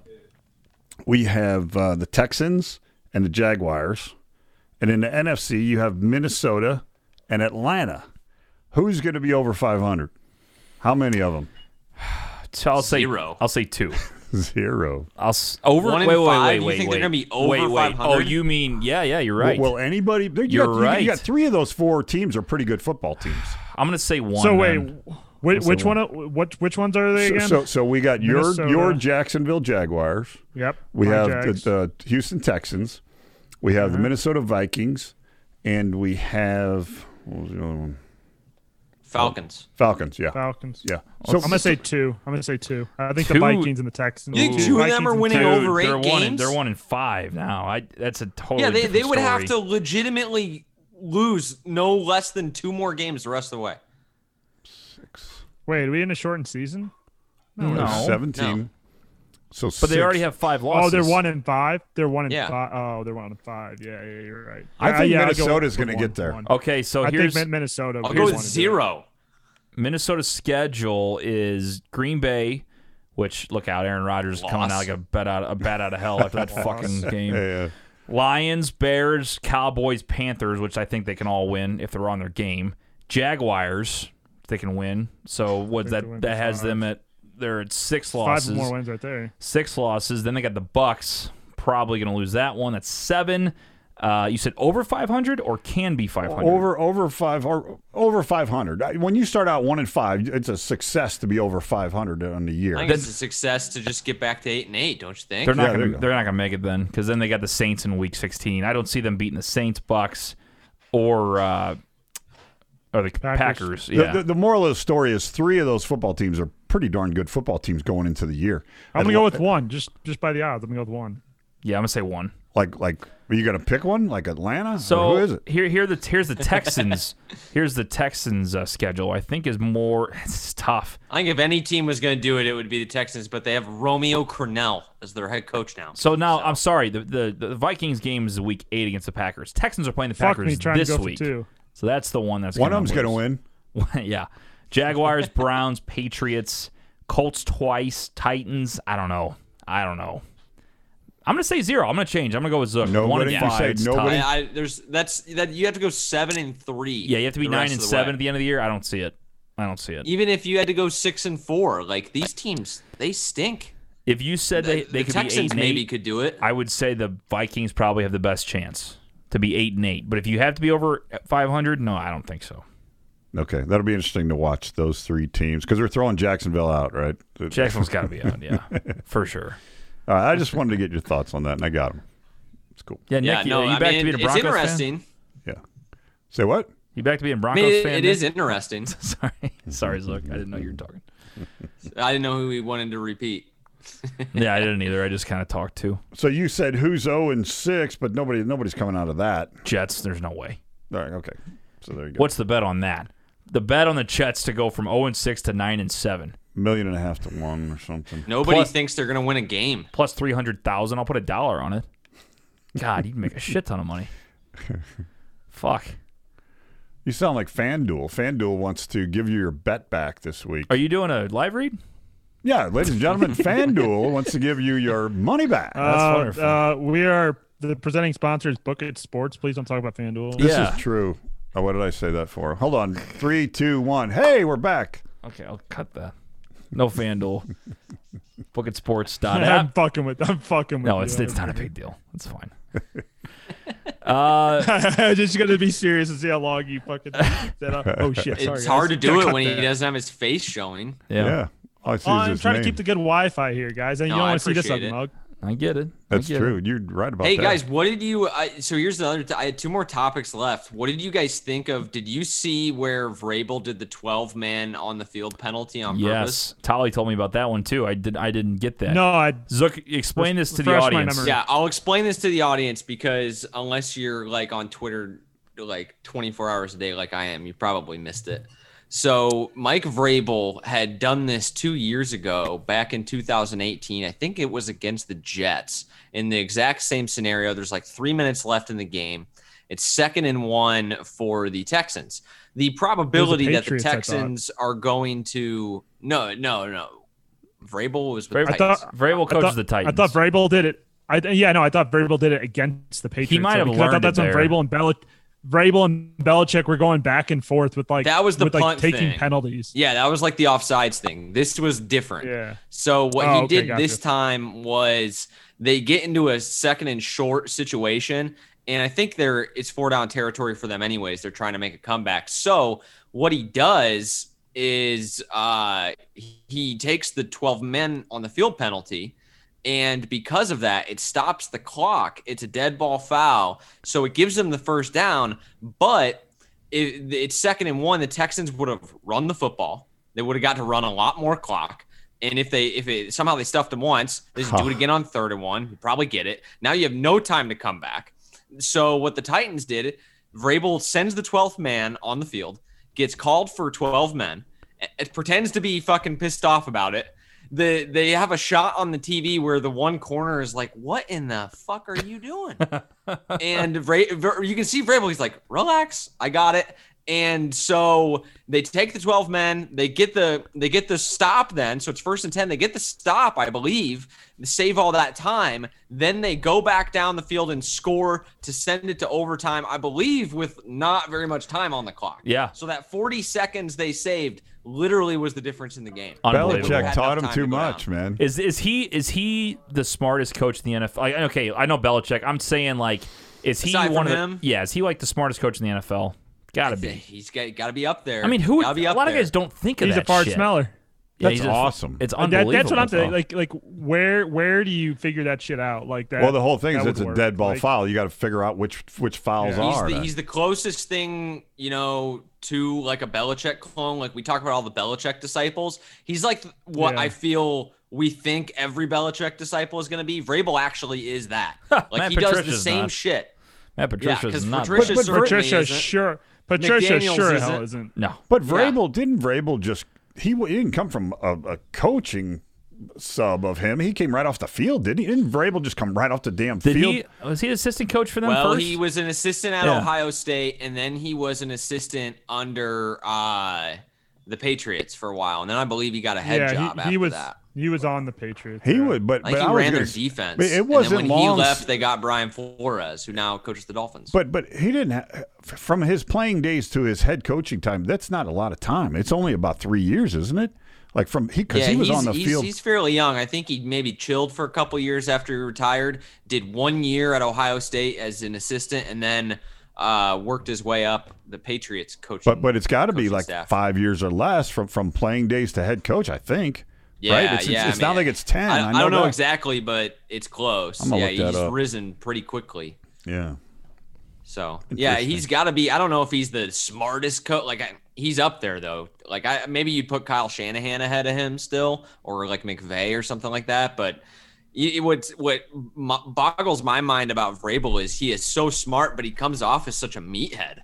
[SPEAKER 4] we have uh, the Texans and the Jaguars, and in the NFC you have Minnesota and Atlanta. Who's going to be over 500? How many of them?
[SPEAKER 3] So I'll say
[SPEAKER 2] Zero.
[SPEAKER 3] I'll say two.
[SPEAKER 4] Zero.
[SPEAKER 3] I'll s- over.
[SPEAKER 2] One in
[SPEAKER 3] wait, wait,
[SPEAKER 2] five?
[SPEAKER 3] wait,
[SPEAKER 2] You
[SPEAKER 3] wait,
[SPEAKER 2] think they're
[SPEAKER 3] wait.
[SPEAKER 2] gonna be over
[SPEAKER 3] Wait, wait. Oh,
[SPEAKER 2] 500?
[SPEAKER 3] you mean yeah, yeah. You're right.
[SPEAKER 4] Will anybody? You got,
[SPEAKER 3] You're
[SPEAKER 4] you got- You
[SPEAKER 3] right.
[SPEAKER 4] got three of those four teams are pretty good football teams.
[SPEAKER 3] I'm gonna say one.
[SPEAKER 5] So wait,
[SPEAKER 3] then.
[SPEAKER 5] which, which one? are- Which which ones are they
[SPEAKER 4] So,
[SPEAKER 5] again?
[SPEAKER 4] so, so we got your
[SPEAKER 5] Minnesota.
[SPEAKER 4] your Jacksonville Jaguars.
[SPEAKER 5] yep.
[SPEAKER 4] We
[SPEAKER 5] my
[SPEAKER 4] have the,
[SPEAKER 5] Jags.
[SPEAKER 4] the Houston Texans. We have the Minnesota Vikings, and we have what was the other one?
[SPEAKER 2] Falcons.
[SPEAKER 4] Falcons. Yeah,
[SPEAKER 5] Falcons.
[SPEAKER 4] yeah. So
[SPEAKER 5] I'm gonna say two. I'm gonna say two. I think
[SPEAKER 3] Two?
[SPEAKER 5] the Vikings and the Texans.
[SPEAKER 2] You think two of them
[SPEAKER 5] Vikings
[SPEAKER 2] are
[SPEAKER 5] and
[SPEAKER 2] winning
[SPEAKER 5] Texans.
[SPEAKER 2] over eight
[SPEAKER 3] they're One in,
[SPEAKER 2] games?
[SPEAKER 3] they're one in five now. I that's a totally
[SPEAKER 2] Yeah, they,
[SPEAKER 3] different
[SPEAKER 2] they would have to
[SPEAKER 3] story.
[SPEAKER 2] legitimately lose no less than two more games the rest of the way.
[SPEAKER 5] Wait, are we in a shortened season?
[SPEAKER 3] no.
[SPEAKER 4] seventeen.
[SPEAKER 2] No.
[SPEAKER 4] So,
[SPEAKER 3] But they already have five losses.
[SPEAKER 5] Oh, they're one and five. They're one and
[SPEAKER 2] Yeah.
[SPEAKER 5] five. Oh, they're one and five. Yeah, yeah, you're right.
[SPEAKER 4] I
[SPEAKER 5] Yeah,
[SPEAKER 4] think
[SPEAKER 5] yeah, I'll go
[SPEAKER 4] Minnesota's
[SPEAKER 5] with
[SPEAKER 4] gonna
[SPEAKER 5] one,
[SPEAKER 4] get there.
[SPEAKER 5] one.
[SPEAKER 3] Okay, so
[SPEAKER 5] I
[SPEAKER 3] here's
[SPEAKER 5] think Min- Minnesota.
[SPEAKER 2] I'll
[SPEAKER 5] would
[SPEAKER 2] go
[SPEAKER 5] just
[SPEAKER 2] with
[SPEAKER 5] wanna do it.
[SPEAKER 2] zero.
[SPEAKER 3] Minnesota's schedule is Green Bay, which look out, Aaron Rodgers
[SPEAKER 2] Loss.
[SPEAKER 3] coming out like a bat out a bat out of hell after (laughs) that fucking game.
[SPEAKER 4] Yeah,
[SPEAKER 3] Lions, Bears, Cowboys, Panthers, which I think they can all win if they're on their game. Jaguars, they can win. So what's
[SPEAKER 5] can
[SPEAKER 3] that?
[SPEAKER 5] win
[SPEAKER 3] That
[SPEAKER 5] by
[SPEAKER 3] has
[SPEAKER 5] five.
[SPEAKER 3] them at they're at six
[SPEAKER 5] Five
[SPEAKER 3] losses,
[SPEAKER 5] more wins right there.
[SPEAKER 3] six losses. Then they got the Bucks, probably going to lose that one. That's seven. Uh, you said over five hundred or can be five hundred.
[SPEAKER 4] over over five or over five hundred. When you start out one and five, it's a success to be over five hundred on the year.
[SPEAKER 2] I think it's a success to just get back to eight and eight, don't you think?
[SPEAKER 3] They're not
[SPEAKER 4] Yeah, there
[SPEAKER 3] gonna
[SPEAKER 4] you go.
[SPEAKER 3] they're not gonna make it then because then they got the Saints in Week 16. I don't see them beating the Saints, Bucks, or uh, or the Packers.
[SPEAKER 5] Packers.
[SPEAKER 3] Yeah,
[SPEAKER 4] The, the, the moral of the story is three of those football teams are pretty darn good football teams going into the year.
[SPEAKER 5] I'm gonna go with one, just just by the odds. I'm gonna go with one.
[SPEAKER 3] yeah, I'm gonna say one.
[SPEAKER 4] Like like are you gonna pick one? Like Atlanta?
[SPEAKER 3] So
[SPEAKER 4] Or who is it?
[SPEAKER 3] here here the here's the Texans. here's the Texans uh, schedule. I think is more (laughs) it's tough.
[SPEAKER 2] I think if any team was going to do it, it would be the Texans, but they have Romeo Cornell as their head coach now.
[SPEAKER 3] So now I'm sorry. The, the the Vikings game is week eight against the Packers. Texans are playing the
[SPEAKER 5] Fuck
[SPEAKER 3] Packers
[SPEAKER 5] me, trying
[SPEAKER 3] this
[SPEAKER 5] to go
[SPEAKER 3] week.
[SPEAKER 5] for two.
[SPEAKER 3] So that's the one that's
[SPEAKER 4] One
[SPEAKER 3] gonna
[SPEAKER 4] of them's
[SPEAKER 3] lose.
[SPEAKER 4] gonna win.
[SPEAKER 3] (laughs) yeah. Jaguars, (laughs) Browns, Patriots, Colts twice, Titans. I don't know. I don't know. I'm gonna say zero. I'm gonna change. I'm gonna go with Zook. One
[SPEAKER 4] Nobody-
[SPEAKER 3] and
[SPEAKER 4] you
[SPEAKER 3] five.
[SPEAKER 4] say
[SPEAKER 3] it's
[SPEAKER 4] nobody?
[SPEAKER 3] tied.
[SPEAKER 2] I, I, there's that's that you have to go seven and three.
[SPEAKER 3] Yeah, you have to be
[SPEAKER 2] the
[SPEAKER 3] nine
[SPEAKER 2] rest
[SPEAKER 3] and
[SPEAKER 2] of the
[SPEAKER 3] seven
[SPEAKER 2] way.
[SPEAKER 3] at the end of the year. I don't see it. I don't see it.
[SPEAKER 2] Even if you had to go six and four, like these teams, they stink.
[SPEAKER 3] If you said they,
[SPEAKER 2] The
[SPEAKER 3] they could be eight
[SPEAKER 2] Texans
[SPEAKER 3] and
[SPEAKER 2] maybe
[SPEAKER 3] eight,
[SPEAKER 2] could do it.
[SPEAKER 3] I would say the Vikings probably have the best chance to be eight and eight. But if you have to be over 500, no, I don't think so.
[SPEAKER 4] Okay, that'll be interesting to watch those three teams because they're throwing Jacksonville out, right?
[SPEAKER 3] (laughs) Jacksonville's got to be out. Yeah, for sure.
[SPEAKER 4] Uh, I just wanted to get your thoughts on that, and I got them. It's cool.
[SPEAKER 3] Yeah,
[SPEAKER 2] Yeah,
[SPEAKER 3] Nick,
[SPEAKER 2] no,
[SPEAKER 3] are you
[SPEAKER 2] I
[SPEAKER 3] back
[SPEAKER 2] mean,
[SPEAKER 3] to being a
[SPEAKER 2] it's
[SPEAKER 3] Broncos fan?
[SPEAKER 2] interesting.
[SPEAKER 4] Yeah. Say what?
[SPEAKER 3] You back to being a
[SPEAKER 2] I
[SPEAKER 3] Broncos
[SPEAKER 2] mean, it-
[SPEAKER 3] fan?
[SPEAKER 2] it
[SPEAKER 3] Nick?
[SPEAKER 2] is interesting.
[SPEAKER 3] (laughs) Sorry, sorry, Zook. I didn't know you were talking.
[SPEAKER 2] I didn't know who we wanted to repeat.
[SPEAKER 3] (laughs) Yeah, I didn't either. I just kind of talked to
[SPEAKER 4] So you said who's zero and six, but nobody nobody's coming out of that.
[SPEAKER 3] Jets. There's no way.
[SPEAKER 4] All right, okay. So there you go.
[SPEAKER 3] What's the bet on that? The bet on the Jets to go from 0 and 6 to 9 and 7
[SPEAKER 4] million and a half to one or something?
[SPEAKER 2] Nobody
[SPEAKER 3] Plus-
[SPEAKER 2] thinks they're going to win a game.
[SPEAKER 3] plus 300,000. I'll put a dollar on it. God, you'd make a shit ton of (laughs) money. Fuck.
[SPEAKER 4] You sound like FanDuel. FanDuel wants to give you your bet back this week.
[SPEAKER 3] Are you doing a live read?
[SPEAKER 4] Yeah, ladies and gentlemen,
[SPEAKER 5] (laughs)
[SPEAKER 4] FanDuel wants to give you your money back.
[SPEAKER 3] That's
[SPEAKER 5] Uh,
[SPEAKER 3] wonderful.
[SPEAKER 5] uh, we are the presenting sponsor is Book It Sports. Please don't talk about FanDuel.
[SPEAKER 4] this
[SPEAKER 3] yeah.
[SPEAKER 4] is true. Oh, what did I say that for? Hold on. Three, two, one. Hey, we're back.
[SPEAKER 3] Okay, I'll cut that. No FanDuel.
[SPEAKER 5] (laughs)
[SPEAKER 3] Book at
[SPEAKER 5] I'm
[SPEAKER 3] sports.app.
[SPEAKER 5] (laughs) fucking with. I'm fucking with.
[SPEAKER 3] No,
[SPEAKER 5] you.
[SPEAKER 3] it's
[SPEAKER 5] (laughs)
[SPEAKER 3] it's not a big deal. It's fine. Uh,
[SPEAKER 5] I'm just gonna be serious and see how long you
[SPEAKER 3] (laughs)
[SPEAKER 5] fucking set up. Oh shit! Sorry,
[SPEAKER 2] It's
[SPEAKER 5] guys.
[SPEAKER 2] hard to do
[SPEAKER 5] Gotta
[SPEAKER 2] it
[SPEAKER 5] cut
[SPEAKER 2] when he
[SPEAKER 5] that.
[SPEAKER 2] doesn't have his face showing.
[SPEAKER 3] yeah,
[SPEAKER 4] Yeah. All I see
[SPEAKER 5] Oh,
[SPEAKER 4] is
[SPEAKER 5] I'm
[SPEAKER 4] his
[SPEAKER 5] trying
[SPEAKER 4] name.
[SPEAKER 5] to keep the good Wi-Fi here, guys. And you
[SPEAKER 2] No,
[SPEAKER 5] don't
[SPEAKER 2] I
[SPEAKER 5] want to see this
[SPEAKER 2] appreciate
[SPEAKER 5] ugly
[SPEAKER 2] it.
[SPEAKER 5] mug.
[SPEAKER 3] I get it. I
[SPEAKER 4] That's
[SPEAKER 3] get
[SPEAKER 4] true.
[SPEAKER 3] It.
[SPEAKER 4] You're right about
[SPEAKER 2] Hey
[SPEAKER 4] that.
[SPEAKER 2] guys, what did you? I so here's the other. T- I had two more topics left. What did you guys think of? Did you see where Vrabel did the 12 man on the field penalty on purpose?
[SPEAKER 3] Yes, Tolly told me about that one too. I did. I didn't get that.
[SPEAKER 5] No, I.
[SPEAKER 3] Zook, explain this to the
[SPEAKER 5] Refresh my
[SPEAKER 3] audience.
[SPEAKER 5] memory.
[SPEAKER 2] Yeah, I'll explain this to the audience because unless you're like on Twitter like 24 hours a day like I am, you probably missed it. So Mike Vrabel had done this two years ago, back in 2018. I think it was against the Jets in the exact same scenario. There's like three minutes left in the game. It's second and one for the Texans. The probability that the
[SPEAKER 5] Patriots, I thought.
[SPEAKER 2] Texans are going to no, no, no. Vrabel was with
[SPEAKER 3] Vrabel-
[SPEAKER 2] the
[SPEAKER 5] I thought
[SPEAKER 2] Titans.
[SPEAKER 3] Vrabel
[SPEAKER 5] I
[SPEAKER 3] coaches
[SPEAKER 5] thought,
[SPEAKER 3] the Titans.
[SPEAKER 5] I thought Vrabel did it. I th- yeah, no, I thought Vrabel did it against the Patriots.
[SPEAKER 3] might
[SPEAKER 5] so-
[SPEAKER 3] have
[SPEAKER 5] because I
[SPEAKER 3] learned
[SPEAKER 5] thought
[SPEAKER 3] it
[SPEAKER 5] that's when
[SPEAKER 3] there.
[SPEAKER 5] Vrabel and Belich- Vrabel and Belichick were going back and forth with like
[SPEAKER 2] That was the
[SPEAKER 5] with, like
[SPEAKER 2] punt
[SPEAKER 5] taking
[SPEAKER 2] thing.
[SPEAKER 5] penalties.
[SPEAKER 2] Yeah, that was like the offsides thing. This was different.
[SPEAKER 5] Yeah.
[SPEAKER 2] So what
[SPEAKER 5] Oh,
[SPEAKER 2] he
[SPEAKER 5] okay,
[SPEAKER 2] did this
[SPEAKER 5] gotcha.
[SPEAKER 2] time was they get into a second and short situation, and I think they're it's four down territory for them anyways. They're trying to make a comeback. So what he does is uh, he takes the twelve men on the field penalty. And because of that, it stops the clock. It's a dead ball foul. So it gives them the first down. But it, it's second and one. The Texans would have run the football. They would have got to run a lot more clock. And if they if it somehow they stuffed him once, they just do it again on third and one. You probably get it. Now you have no time to come back. So what the Titans did, Vrabel sends the twelfth man on the field, gets called for twelve men, a- it pretends to be fucking pissed off about it. The they have a shot on the TV where the one corner is like, "What in the fuck are you doing?" and Vra- Vra- you can see Vrabel. He's like, "Relax, I got it." And so they take the twelve men. They get the they get the stop. Then so it's first and ten. They get the stop, I believe. Save all that time. Then they go back down the field and score to send it to overtime. I believe with not very much time on the clock.
[SPEAKER 3] Yeah.
[SPEAKER 2] So that forty seconds they saved literally was the difference in the game. Had
[SPEAKER 3] Unbelievable.
[SPEAKER 4] Belichick
[SPEAKER 2] enough
[SPEAKER 4] taught him
[SPEAKER 2] time
[SPEAKER 4] too
[SPEAKER 2] to go
[SPEAKER 4] much,
[SPEAKER 2] down.
[SPEAKER 4] man.
[SPEAKER 3] Is is he is he the smartest coach in the NFL? Like, okay, I know Belichick. I'm saying like, is he
[SPEAKER 2] Aside
[SPEAKER 3] one
[SPEAKER 2] from
[SPEAKER 3] of
[SPEAKER 2] him?
[SPEAKER 3] the? Yeah, is he like the smartest coach in the NFL? Gotta be.
[SPEAKER 2] He's got, got to be up there.
[SPEAKER 3] I mean, who? Would,
[SPEAKER 2] Gotta
[SPEAKER 3] a
[SPEAKER 2] be up
[SPEAKER 3] lot of
[SPEAKER 2] there.
[SPEAKER 3] guys don't think of
[SPEAKER 5] He's
[SPEAKER 3] that.
[SPEAKER 5] a fart
[SPEAKER 3] shit.
[SPEAKER 5] smeller.
[SPEAKER 3] Yeah,
[SPEAKER 4] That's
[SPEAKER 3] he's a-
[SPEAKER 4] awesome.
[SPEAKER 3] It's
[SPEAKER 5] Like, that-
[SPEAKER 3] unbelievable.
[SPEAKER 5] that's what I'm saying.
[SPEAKER 3] though.
[SPEAKER 5] Like, like where where do you figure that shit out? Like that.
[SPEAKER 4] Well, the whole thing
[SPEAKER 5] that
[SPEAKER 4] is
[SPEAKER 5] would
[SPEAKER 4] it's a
[SPEAKER 5] work.
[SPEAKER 4] dead ball
[SPEAKER 5] Like,
[SPEAKER 4] foul. You got to figure out which which fouls
[SPEAKER 2] He's
[SPEAKER 4] are.
[SPEAKER 2] the, he's the closest thing, you know, to like a Belichick clone. Like we talk about all the Belichick disciples. He's like what
[SPEAKER 5] Yeah.
[SPEAKER 2] I feel we think every Belichick disciple is going to be. Vrabel actually is that.
[SPEAKER 3] Matt
[SPEAKER 2] Like he does the
[SPEAKER 3] Patricia's
[SPEAKER 2] same
[SPEAKER 3] not.
[SPEAKER 2] shit.
[SPEAKER 3] Matt
[SPEAKER 2] Yeah,
[SPEAKER 3] Patricia's
[SPEAKER 2] because
[SPEAKER 3] not.
[SPEAKER 2] Patricia
[SPEAKER 4] But- but
[SPEAKER 2] certainly
[SPEAKER 5] Patricia
[SPEAKER 2] isn't.
[SPEAKER 5] sure. Patricia
[SPEAKER 2] McDaniels
[SPEAKER 5] sure
[SPEAKER 2] isn't.
[SPEAKER 5] hell isn't.
[SPEAKER 3] no,
[SPEAKER 4] But Vrabel didn't Vrabel just he, w- he didn't come from a, a coaching sub of him. He came right off the field, didn't he? Didn't Vrabel just come right off the damn
[SPEAKER 3] did
[SPEAKER 4] field?
[SPEAKER 3] he? Was he assistant coach for them
[SPEAKER 2] Well,
[SPEAKER 3] first?
[SPEAKER 2] he was an assistant at
[SPEAKER 3] Yeah.
[SPEAKER 2] Ohio State, and then he was an assistant under uh, the Patriots for a while, and then I believe he got a head
[SPEAKER 5] yeah,
[SPEAKER 2] job
[SPEAKER 5] he,
[SPEAKER 2] after
[SPEAKER 5] he was
[SPEAKER 2] that.
[SPEAKER 5] he was on the Patriots.
[SPEAKER 4] He
[SPEAKER 5] yeah.
[SPEAKER 4] would, but
[SPEAKER 2] I
[SPEAKER 4] but I
[SPEAKER 2] think he
[SPEAKER 4] was
[SPEAKER 2] ran
[SPEAKER 4] gonna
[SPEAKER 2] their
[SPEAKER 4] s-
[SPEAKER 2] defense.
[SPEAKER 4] but
[SPEAKER 2] and
[SPEAKER 4] It
[SPEAKER 2] then
[SPEAKER 4] wasn't
[SPEAKER 2] when
[SPEAKER 4] long.
[SPEAKER 2] he
[SPEAKER 4] s-
[SPEAKER 2] left, they got Brian Flores, who now coaches the Dolphins.
[SPEAKER 4] But but he didn't. Ha- from his playing days to his head coaching time, that's not a lot of time. It's only about three years, isn't it? Like from he because he was
[SPEAKER 2] he's,
[SPEAKER 4] on the
[SPEAKER 2] he's,
[SPEAKER 4] field.
[SPEAKER 2] He's fairly young. I think he maybe chilled for a couple years after he retired. Did one year at Ohio State as an assistant, and then uh, worked his way up the Patriots coaching.
[SPEAKER 4] but but it's got to be
[SPEAKER 2] coaching
[SPEAKER 4] like
[SPEAKER 2] staff.
[SPEAKER 4] five years or less from from playing days to head coach. I think
[SPEAKER 2] Yeah,
[SPEAKER 4] right? It's,
[SPEAKER 2] yeah.
[SPEAKER 4] it's, it's
[SPEAKER 2] I mean,
[SPEAKER 4] not like it's ten.
[SPEAKER 2] I,
[SPEAKER 4] I,
[SPEAKER 2] I don't know
[SPEAKER 4] that.
[SPEAKER 2] exactly, but it's close.
[SPEAKER 4] I'm gonna
[SPEAKER 2] yeah,
[SPEAKER 4] look that
[SPEAKER 2] he's
[SPEAKER 4] up.
[SPEAKER 2] risen pretty quickly.
[SPEAKER 4] Yeah,
[SPEAKER 2] So yeah,
[SPEAKER 4] Interesting.
[SPEAKER 2] he's got to be. I don't know if he's the smartest coach. Like I, he's up there though. Like I maybe you'd put Kyle Shanahan ahead of him still, or like McVay or something like that. But it, what what mo- boggles my mind about Vrabel is he is so smart, but he comes off as such a meathead,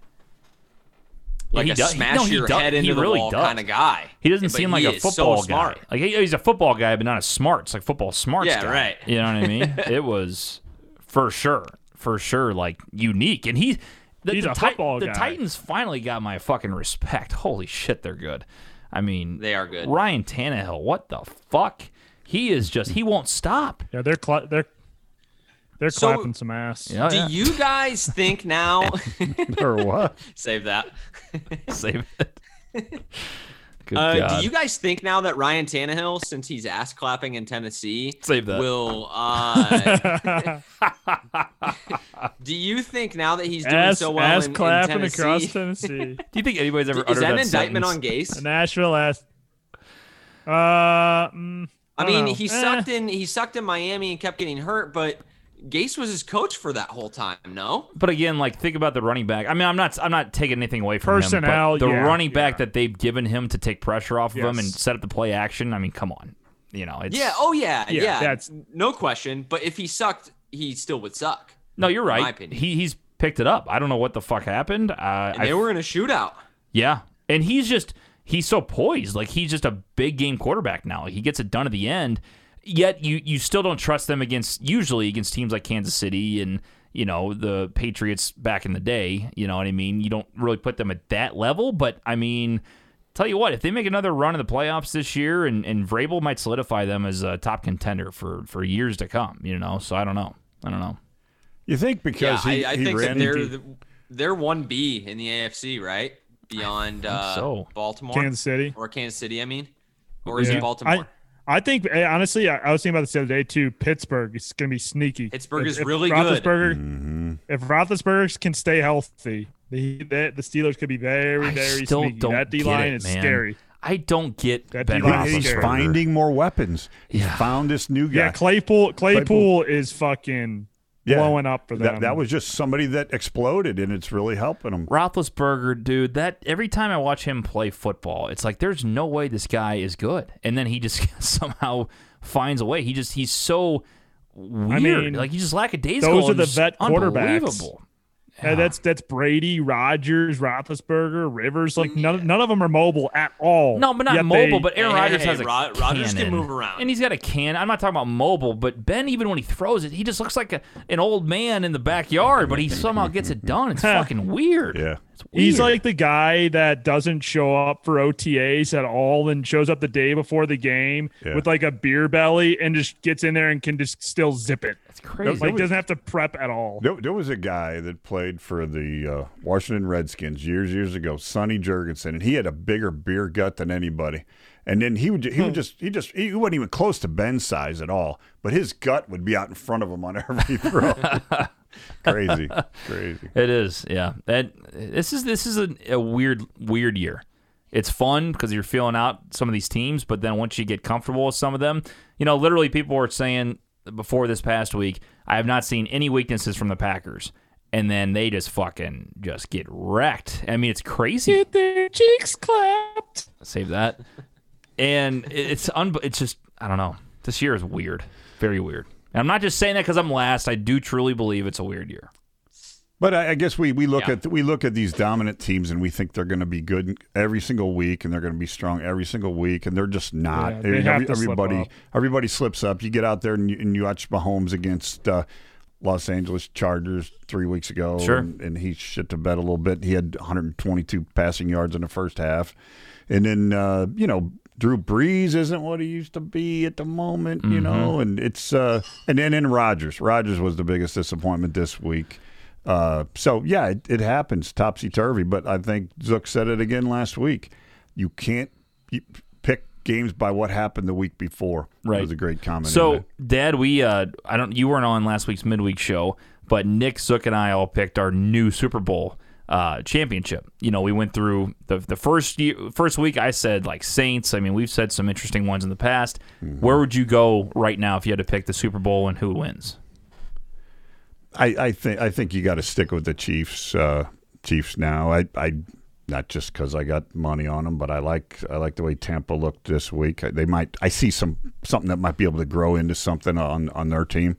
[SPEAKER 2] like
[SPEAKER 3] he
[SPEAKER 2] a
[SPEAKER 3] does- he-
[SPEAKER 2] smash
[SPEAKER 3] no, he
[SPEAKER 2] your
[SPEAKER 3] does-
[SPEAKER 2] head
[SPEAKER 3] he
[SPEAKER 2] into the
[SPEAKER 3] really
[SPEAKER 2] wall
[SPEAKER 3] does.
[SPEAKER 2] kind of guy.
[SPEAKER 3] He doesn't
[SPEAKER 2] But
[SPEAKER 3] seem like a
[SPEAKER 2] is so
[SPEAKER 3] football guy.
[SPEAKER 2] smart.
[SPEAKER 3] Like he, he's a football guy, but not a smarts like football smarts.
[SPEAKER 2] Yeah,
[SPEAKER 3] guy.
[SPEAKER 2] right.
[SPEAKER 3] You know what
[SPEAKER 2] (laughs)
[SPEAKER 3] I mean? it was for sure, for sure, like unique. And he, the,
[SPEAKER 5] He's
[SPEAKER 3] the
[SPEAKER 5] a
[SPEAKER 3] Ti-
[SPEAKER 5] football
[SPEAKER 3] The
[SPEAKER 5] guy.
[SPEAKER 3] Titans finally got my fucking respect. Holy shit, they're good. I mean,
[SPEAKER 2] They are good.
[SPEAKER 3] Ryan Tannehill, what the fuck? He is just he won't stop.
[SPEAKER 5] Yeah, they're cla- they're they're
[SPEAKER 2] So-
[SPEAKER 5] clapping some ass.
[SPEAKER 3] Yeah,
[SPEAKER 2] Do
[SPEAKER 3] Oh, yeah.
[SPEAKER 2] you guys think
[SPEAKER 3] (laughs)
[SPEAKER 2] now?
[SPEAKER 4] or what?
[SPEAKER 2] (laughs) save that. (laughs)
[SPEAKER 3] save it? (laughs) Good
[SPEAKER 2] Uh,
[SPEAKER 3] God.
[SPEAKER 2] do you guys think now that Ryan Tannehill, since he's ass clapping in Tennessee,
[SPEAKER 3] Save that.
[SPEAKER 2] will? Uh,
[SPEAKER 3] (laughs)
[SPEAKER 2] do you think now that he's doing
[SPEAKER 5] ass
[SPEAKER 2] so well
[SPEAKER 5] ass
[SPEAKER 2] in, in
[SPEAKER 5] clapping
[SPEAKER 2] Tennessee,
[SPEAKER 5] across
[SPEAKER 2] (laughs)
[SPEAKER 5] Tennessee.
[SPEAKER 3] Do you think anybody's ever
[SPEAKER 2] is
[SPEAKER 3] uttered
[SPEAKER 2] that an
[SPEAKER 3] that
[SPEAKER 2] indictment
[SPEAKER 3] sentence?
[SPEAKER 2] on Gase?
[SPEAKER 5] The Nashville ass. Uh, mm,
[SPEAKER 2] I
[SPEAKER 5] don't
[SPEAKER 2] mean,
[SPEAKER 5] know.
[SPEAKER 2] he
[SPEAKER 5] Eh.
[SPEAKER 2] sucked in he sucked in Miami and kept getting hurt, but Gase was his coach for that whole time. No,
[SPEAKER 3] But again, like think about the running back. I mean, I'm not I'm not taking anything away from
[SPEAKER 5] Personnel,
[SPEAKER 3] him. but The
[SPEAKER 5] yeah,
[SPEAKER 3] running back
[SPEAKER 5] yeah.
[SPEAKER 3] that they've given him to take pressure off of him and
[SPEAKER 5] Yes.
[SPEAKER 3] set up the play action. I mean, come on, you know it's
[SPEAKER 2] yeah, oh yeah,
[SPEAKER 5] Yeah,
[SPEAKER 2] yeah,
[SPEAKER 5] that's-
[SPEAKER 2] no question. But if he sucked, he still would suck.
[SPEAKER 3] no, you're
[SPEAKER 2] my
[SPEAKER 3] right.
[SPEAKER 2] opinion.
[SPEAKER 3] He he's picked it up. I don't know what the fuck happened. Uh,
[SPEAKER 2] And they
[SPEAKER 3] I,
[SPEAKER 2] were in a shootout.
[SPEAKER 3] yeah, and he's just he's so poised. Like he's just a big game quarterback now. He gets it done at the end. Yet you you still don't trust them against usually against teams like Kansas City and you know the Patriots back in the day. You know what I mean. You don't really put them at that level. But I mean. Tell you what, if they make another run in the playoffs this year, and, and Vrabel might solidify them as a top contender for, for years to come, you know. So I don't know, I don't know.
[SPEAKER 4] You think
[SPEAKER 2] Yeah,
[SPEAKER 4] because he,
[SPEAKER 2] I, I
[SPEAKER 4] he
[SPEAKER 2] think that
[SPEAKER 4] ran
[SPEAKER 2] they're the, they're one B in the AFC, right? Beyond uh,
[SPEAKER 3] so.
[SPEAKER 2] Baltimore,
[SPEAKER 5] Kansas City.
[SPEAKER 2] or Kansas City, I mean, or is
[SPEAKER 5] Yeah.
[SPEAKER 2] it Baltimore?
[SPEAKER 5] I, I think eh, honestly, I, I was thinking about this the other day too. Pittsburgh is going to be sneaky.
[SPEAKER 2] Pittsburgh
[SPEAKER 5] If-
[SPEAKER 2] is
[SPEAKER 5] if
[SPEAKER 2] really good.
[SPEAKER 5] Roethlisberger, If Roethlisberger can stay healthy, the, the the Steelers could be very
[SPEAKER 3] I
[SPEAKER 5] very
[SPEAKER 3] still
[SPEAKER 5] sneaky.
[SPEAKER 3] don't
[SPEAKER 5] that D
[SPEAKER 3] get
[SPEAKER 5] line
[SPEAKER 3] it,
[SPEAKER 5] is
[SPEAKER 3] man.
[SPEAKER 5] scary.
[SPEAKER 3] I don't get
[SPEAKER 5] That
[SPEAKER 3] Ben
[SPEAKER 5] D-line is
[SPEAKER 4] he's
[SPEAKER 5] Roethlisberger.
[SPEAKER 4] finding more weapons. He's
[SPEAKER 3] Yeah.
[SPEAKER 4] found this new guy.
[SPEAKER 5] Yeah, Claypool Claypool,
[SPEAKER 4] Claypool.
[SPEAKER 5] is fucking
[SPEAKER 4] Yeah.
[SPEAKER 5] blowing up for them.
[SPEAKER 4] that, that was just somebody that exploded, and it's really helping him.
[SPEAKER 3] Roethlisberger, dude, that every time I watch him play football, it's like there's no way this guy is good, and then he just (laughs) somehow finds a way. He just he's so weird,
[SPEAKER 5] mean,
[SPEAKER 3] like he just lackadaisical.
[SPEAKER 5] those are
[SPEAKER 3] and
[SPEAKER 5] the
[SPEAKER 3] just
[SPEAKER 5] vet quarterbacks.
[SPEAKER 3] unbelievable.
[SPEAKER 5] Yeah, that's that's Brady, Rogers, Roethlisberger, Rivers. Like none, none of them are mobile at all.
[SPEAKER 3] No, but not
[SPEAKER 5] Yet
[SPEAKER 3] mobile.
[SPEAKER 5] they-
[SPEAKER 3] but Aaron
[SPEAKER 2] Hey, hey,
[SPEAKER 3] Rodgers
[SPEAKER 2] hey,
[SPEAKER 3] has a
[SPEAKER 2] Rod- Rodgers can
[SPEAKER 3] cannon.
[SPEAKER 2] move around.
[SPEAKER 3] and he's got a can. I'm not talking about mobile, but Ben, even when he throws it, he just looks like a, an old man in the backyard, but he somehow gets it done.
[SPEAKER 5] (laughs)
[SPEAKER 3] It's fucking weird.
[SPEAKER 4] Yeah.
[SPEAKER 3] it's weird.
[SPEAKER 5] he's like the guy that doesn't show up for OTAs at all and shows up the day before the game
[SPEAKER 4] Yeah.
[SPEAKER 5] with like a beer belly and just gets in there and can just still zip it.
[SPEAKER 3] it's crazy.
[SPEAKER 5] Like doesn't have to prep at all.
[SPEAKER 4] There, there was a guy that played for the uh, Washington Redskins years, years ago, Sonny Jurgensen, and he had a bigger beer gut than anybody. And then he would, ju- he would just, he just, he wasn't even close to Ben's size at all, but his gut would be out in front of him on every throw. crazy, crazy.
[SPEAKER 3] It is, yeah. That this is this is a, a weird weird year. It's fun because you're feeling out some of these teams, but then once you get comfortable with some of them, you know, literally people were saying before this past week, I have not seen any weaknesses from the Packers, and then they just fucking just get wrecked. I mean, it's crazy. Get their cheeks clapped. Save that. And it- it's un. It's just I don't know. This year is weird, very weird. And I'm not just saying that because I'm last. I do truly believe it's a weird year.
[SPEAKER 4] But I, I guess we, we look
[SPEAKER 2] Yeah.
[SPEAKER 4] at we look at these dominant teams and we think they're going to be good every single week and they're going to be strong every single week and they're just not.
[SPEAKER 5] Yeah, they have to slip
[SPEAKER 4] everybody
[SPEAKER 5] up.
[SPEAKER 4] everybody slips up. You get out there and you, and you watch Mahomes against uh, Los Angeles Chargers three weeks ago.
[SPEAKER 3] Sure.
[SPEAKER 4] and, and he shit the bed a little bit. He had 122 passing yards in the first half, and then uh, you know. Drew Brees isn't what he used to be at the moment,
[SPEAKER 3] Mm-hmm.
[SPEAKER 4] you know, and it's uh, and then in Rodgers, Rodgers was the biggest disappointment this week. Uh, so yeah, it, it happens topsy turvy. But I think Zook said it again last week. You can't you pick games by what happened the week before.
[SPEAKER 3] Right.
[SPEAKER 4] was a great comment.
[SPEAKER 3] So, Dad, we uh, I don't you weren't on last week's midweek show, but Nick Zook and I all picked our new Super Bowl uh, championship. You know, we went through the the first year, first week. I said like Saints. I mean, we've said some interesting ones in the past.
[SPEAKER 4] Mm-hmm.
[SPEAKER 3] Where would you go right now if you had to pick the Super Bowl and who wins?
[SPEAKER 4] I, I think I think you got to stick with the Chiefs. Uh, Chiefs now. I, I not just because I got money on them, but I like I like the way Tampa looked this week. I- They might I see some something that might be able to grow into something on on their team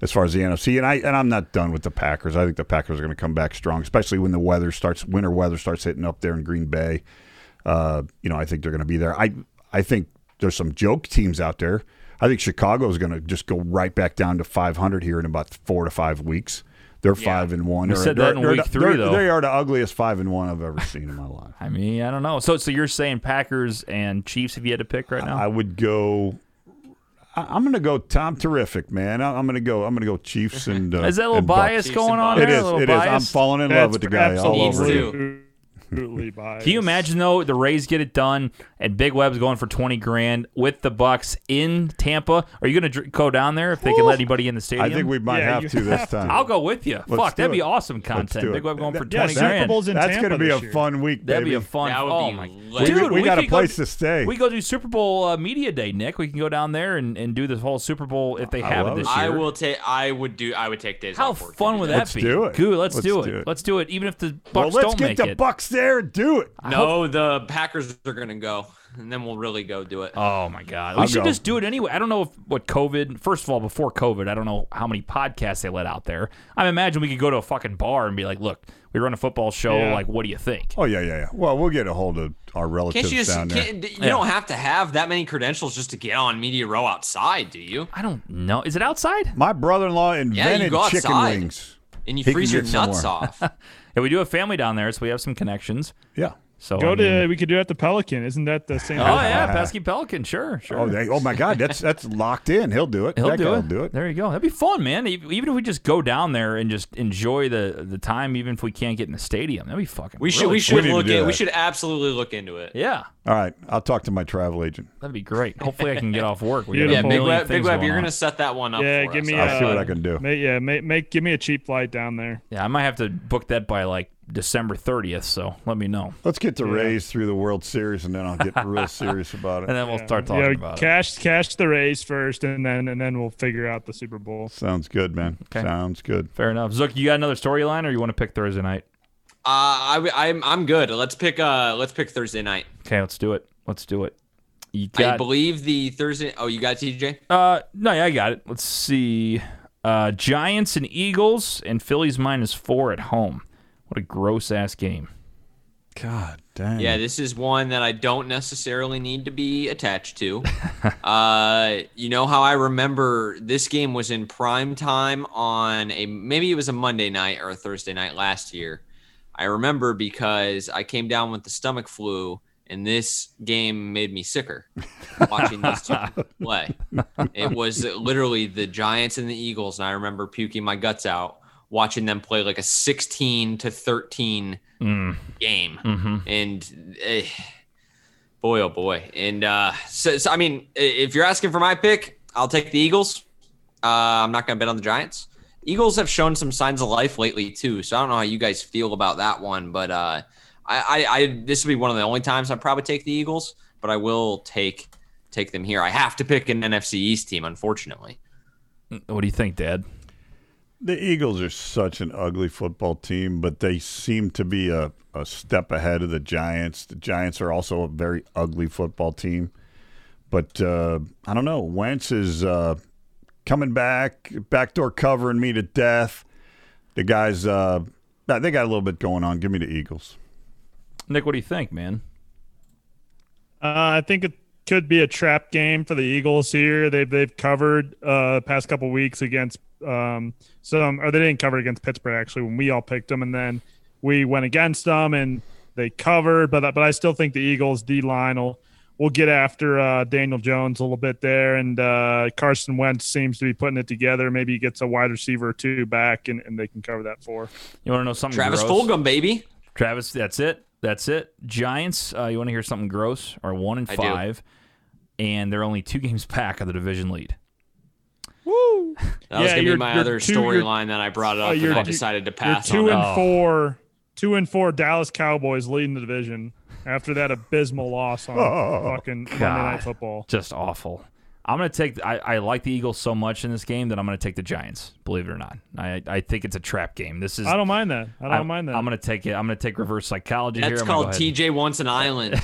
[SPEAKER 4] as far as the NFC. And I and I'm not done with the Packers. I think the Packers are going to come back strong, especially when the weather starts winter weather starts hitting up there in Green Bay. Uh, you know, I think they're going to be there. I I think there's some joke teams out there. I think Chicago is going to just go right back down to 500 here in about four to five weeks. They're five and one.
[SPEAKER 3] We
[SPEAKER 4] They're-
[SPEAKER 3] said
[SPEAKER 4] they're-
[SPEAKER 3] that in
[SPEAKER 4] they're
[SPEAKER 3] week
[SPEAKER 4] the-
[SPEAKER 3] three,
[SPEAKER 4] they're-
[SPEAKER 3] though.
[SPEAKER 4] They are the ugliest five and one I've ever seen in my
[SPEAKER 3] (laughs)
[SPEAKER 4] life.
[SPEAKER 3] I mean, I don't know. So so you're saying Packers and Chiefs if you had to pick right now?
[SPEAKER 4] I would go. I, I'm going to go Tom Terrific, man. I, I'm going to go. I'm going to go
[SPEAKER 3] (laughs)
[SPEAKER 4] Chiefs and. Uh,
[SPEAKER 3] is that a little
[SPEAKER 4] and Bucks.
[SPEAKER 3] bias
[SPEAKER 2] Chiefs
[SPEAKER 3] going
[SPEAKER 2] and
[SPEAKER 3] on
[SPEAKER 4] It
[SPEAKER 3] there?
[SPEAKER 4] is.
[SPEAKER 3] A little
[SPEAKER 4] It is. I'm
[SPEAKER 3] bias?
[SPEAKER 4] falling in love with the guy all over.
[SPEAKER 2] Needs
[SPEAKER 4] again.
[SPEAKER 2] to.
[SPEAKER 5] Absolutely (laughs) biased.
[SPEAKER 3] Can you imagine though the Rays get it done and Big Web's going for twenty grand with the Bucks in Tampa? Are you going to dr- go down there if they can let anybody in the stadium?
[SPEAKER 4] I think we might
[SPEAKER 5] Yeah,
[SPEAKER 4] have
[SPEAKER 5] you
[SPEAKER 4] to this
[SPEAKER 5] (laughs) have to.
[SPEAKER 4] time.
[SPEAKER 3] I'll go with you. Fuck,
[SPEAKER 4] do
[SPEAKER 3] that'd be
[SPEAKER 4] it.
[SPEAKER 3] awesome content.
[SPEAKER 4] do
[SPEAKER 3] Big
[SPEAKER 4] it.
[SPEAKER 3] Web going for
[SPEAKER 5] Yeah,
[SPEAKER 3] twenty
[SPEAKER 5] Super
[SPEAKER 3] grand.
[SPEAKER 5] Bowl's in
[SPEAKER 4] That's
[SPEAKER 5] Tampa
[SPEAKER 4] going to be
[SPEAKER 5] this
[SPEAKER 4] a
[SPEAKER 5] year.
[SPEAKER 4] fun week,
[SPEAKER 3] That'd
[SPEAKER 4] baby.
[SPEAKER 3] be a fun.
[SPEAKER 2] That would
[SPEAKER 3] oh
[SPEAKER 2] be
[SPEAKER 3] my,
[SPEAKER 2] lit.
[SPEAKER 3] dude,
[SPEAKER 4] we, got a
[SPEAKER 3] could
[SPEAKER 4] place
[SPEAKER 3] go,
[SPEAKER 4] to stay.
[SPEAKER 3] We go do Super Bowl uh, media day, Nick. We can go down there and, and do the whole Super Bowl if they have it
[SPEAKER 4] love
[SPEAKER 3] this
[SPEAKER 4] it.
[SPEAKER 2] I
[SPEAKER 3] year.
[SPEAKER 2] will take. I would do. I would take days.
[SPEAKER 3] How
[SPEAKER 2] off work to
[SPEAKER 3] fun
[SPEAKER 2] do
[SPEAKER 3] would
[SPEAKER 2] that.
[SPEAKER 3] that
[SPEAKER 4] Let's
[SPEAKER 3] be?
[SPEAKER 4] do it.
[SPEAKER 3] Good, let's,
[SPEAKER 4] Let's do
[SPEAKER 3] do, it.
[SPEAKER 4] it.
[SPEAKER 3] Let's do it. Even if the Bucks
[SPEAKER 4] well, let's
[SPEAKER 3] don't
[SPEAKER 4] get
[SPEAKER 3] make
[SPEAKER 4] the
[SPEAKER 3] it.
[SPEAKER 4] Bucks there and do it.
[SPEAKER 2] No, the Packers are gonna go, and then we'll really go do it.
[SPEAKER 3] Oh my god. We
[SPEAKER 4] I'll
[SPEAKER 3] should
[SPEAKER 4] go.
[SPEAKER 3] just do it anyway. I don't know if what COVID first of all, before COVID, I don't know how many podcasts they let out there. I imagine we could go to a fucking bar and be like, look, we run a football show,
[SPEAKER 5] Yeah.
[SPEAKER 3] like what do you think?
[SPEAKER 4] Oh yeah, yeah, yeah. Well, we'll get a hold of our relatives
[SPEAKER 2] Can't you just?
[SPEAKER 4] down there.
[SPEAKER 2] Can't, you don't have to have that many credentials just to get on media row outside, do you?
[SPEAKER 3] I don't know. Is it outside?
[SPEAKER 4] My brother-in-law invented
[SPEAKER 2] go
[SPEAKER 4] chicken
[SPEAKER 2] outside.
[SPEAKER 4] wings.
[SPEAKER 2] And
[SPEAKER 4] He
[SPEAKER 2] you
[SPEAKER 4] can
[SPEAKER 2] freeze your
[SPEAKER 4] get
[SPEAKER 2] nuts
[SPEAKER 4] somewhere.
[SPEAKER 2] off.
[SPEAKER 3] Yeah, we do have family down there, so we have some connections.
[SPEAKER 4] Yeah.
[SPEAKER 3] So
[SPEAKER 5] Go
[SPEAKER 3] I mean-
[SPEAKER 5] (laughs) to. We could do it at the Pelican. Isn't that the same?
[SPEAKER 3] Oh yeah, Pesky Pelican, sure, sure.
[SPEAKER 4] Oh, they, oh my God, that's that's locked in. He'll do it.
[SPEAKER 3] He'll
[SPEAKER 4] that
[SPEAKER 3] do
[SPEAKER 4] guy'll
[SPEAKER 3] it.
[SPEAKER 4] do it.
[SPEAKER 3] There you go. That'd be fun, man. E- Even if we just go down there and just enjoy the the time, even if we can't get in the stadium, that'd be fucking.
[SPEAKER 2] We should.
[SPEAKER 3] really
[SPEAKER 2] We should
[SPEAKER 4] need to
[SPEAKER 2] look.
[SPEAKER 4] do
[SPEAKER 2] In, we
[SPEAKER 4] that.
[SPEAKER 2] should absolutely look into it.
[SPEAKER 3] cool. Yeah,
[SPEAKER 4] All right, I'll talk to my travel agent.
[SPEAKER 3] that'd be great. Hopefully, I can get off work. We got a
[SPEAKER 2] Yeah, Big
[SPEAKER 5] Beautiful.
[SPEAKER 3] million
[SPEAKER 2] Web. Big
[SPEAKER 3] things
[SPEAKER 2] Web, uh-huh.
[SPEAKER 3] going
[SPEAKER 2] you're
[SPEAKER 3] on.
[SPEAKER 2] gonna set that one up.
[SPEAKER 5] Yeah,
[SPEAKER 2] for
[SPEAKER 5] give
[SPEAKER 2] us.
[SPEAKER 5] me
[SPEAKER 4] I'll see
[SPEAKER 5] Uh,
[SPEAKER 4] what I can do.
[SPEAKER 5] Make, yeah, make, make give me a cheap flight down there.
[SPEAKER 3] Yeah, I might have to book that by like December 30th, so let me know.
[SPEAKER 4] Let's get the Rays through the World Series, and then I'll get real serious about
[SPEAKER 3] (laughs) And
[SPEAKER 4] it.
[SPEAKER 3] then we'll start talking
[SPEAKER 5] Yeah,
[SPEAKER 3] about it.
[SPEAKER 5] cash cash the Rays first, and then and then we'll figure out the Super Bowl.
[SPEAKER 4] Sounds good, man. Sounds good.
[SPEAKER 3] Fair enough. Zook, you got another storyline or you want to pick Thursday night?
[SPEAKER 2] Uh, I, I'm. I'm good. Let's pick. Uh, let's pick Thursday night.
[SPEAKER 3] Okay, let's do it. Let's do it. You
[SPEAKER 2] I
[SPEAKER 3] got
[SPEAKER 2] believe the Thursday. Oh, you got TJ.
[SPEAKER 3] uh no, yeah, I got it. Let's see. Uh Giants and Eagles and Phillies minus 4 at home. What a gross ass game.
[SPEAKER 4] God dang.
[SPEAKER 2] Yeah, this is one that I don't necessarily need to be attached to. uh, you know how I remember this game was in prime time on a maybe it was a Monday night or a Thursday night last year. I remember because I came down with the stomach flu, and this game made me sicker watching these two play. It was literally the Giants and the Eagles, and I remember puking my guts out watching them play like a 16 to 13 game
[SPEAKER 5] Mm-hmm.
[SPEAKER 3] Mhm.
[SPEAKER 2] and eh, boy oh boy and uh so, so i mean i- if you're asking for my pick i'll take the eagles uh i'm not gonna bet on the giants eagles have shown some signs of life lately too so i don't know how you guys feel about that one but uh i i, I this will be one of the only times i probably take the eagles but i will take take them here i have to pick an nfc east team unfortunately
[SPEAKER 3] What do you think, Dad?
[SPEAKER 4] The Eagles are such an ugly football team, but they seem to be a, a step ahead of the Giants. The Giants are also a very ugly football team. But uh, I don't know. Wentz is uh, coming back, backdoor covering me to death. The guys, uh, they got a little bit going on. Give me the Eagles.
[SPEAKER 3] Nick, what do you think, man?
[SPEAKER 5] Uh, I think it could be a trap game for the Eagles here. They've they've covered uh past couple weeks against um some or they didn't cover against Pittsburgh actually when we all picked them and then we went against them and they covered but but I still think the Eagles D line will will get after uh, Daniel Jones a little bit there and uh, Carson Wentz seems to be putting it together. Maybe he gets a wide receiver or two back and, and they can cover that four.
[SPEAKER 3] You want to know something
[SPEAKER 2] travis
[SPEAKER 3] gross?
[SPEAKER 2] fulgham baby
[SPEAKER 3] Travis, that's it. That's it. Giants, uh, you want to hear something gross? Are one and
[SPEAKER 2] I do.
[SPEAKER 3] five, and they're only two (laughs) games back of the division lead.
[SPEAKER 2] that was
[SPEAKER 5] Yeah,
[SPEAKER 2] gonna be
[SPEAKER 5] you're-
[SPEAKER 2] my
[SPEAKER 5] you're
[SPEAKER 2] other
[SPEAKER 5] two- you're-
[SPEAKER 2] storyline that i brought
[SPEAKER 5] Oh,
[SPEAKER 3] Uh,
[SPEAKER 2] up
[SPEAKER 5] you're-
[SPEAKER 2] and i decided to
[SPEAKER 5] You're
[SPEAKER 2] pass
[SPEAKER 5] two
[SPEAKER 2] on
[SPEAKER 5] and
[SPEAKER 3] Oh.
[SPEAKER 5] four, two Two and four Dallas Cowboys leading the division after that abysmal loss on fucking Monday Night
[SPEAKER 3] God.
[SPEAKER 5] Football.
[SPEAKER 3] Just awful. I'm gonna take. I, I like the Eagles so much in this game that I'm gonna take the Giants. Believe it or not, I I think it's a trap game. This is.
[SPEAKER 5] I don't mind that. I don't mind that.
[SPEAKER 3] I'm gonna take it. I'm gonna take reverse psychology here.
[SPEAKER 2] That's
[SPEAKER 3] I'm gonna
[SPEAKER 2] called
[SPEAKER 3] go ahead-
[SPEAKER 2] TJ wants an
[SPEAKER 3] (laughs)
[SPEAKER 2] island.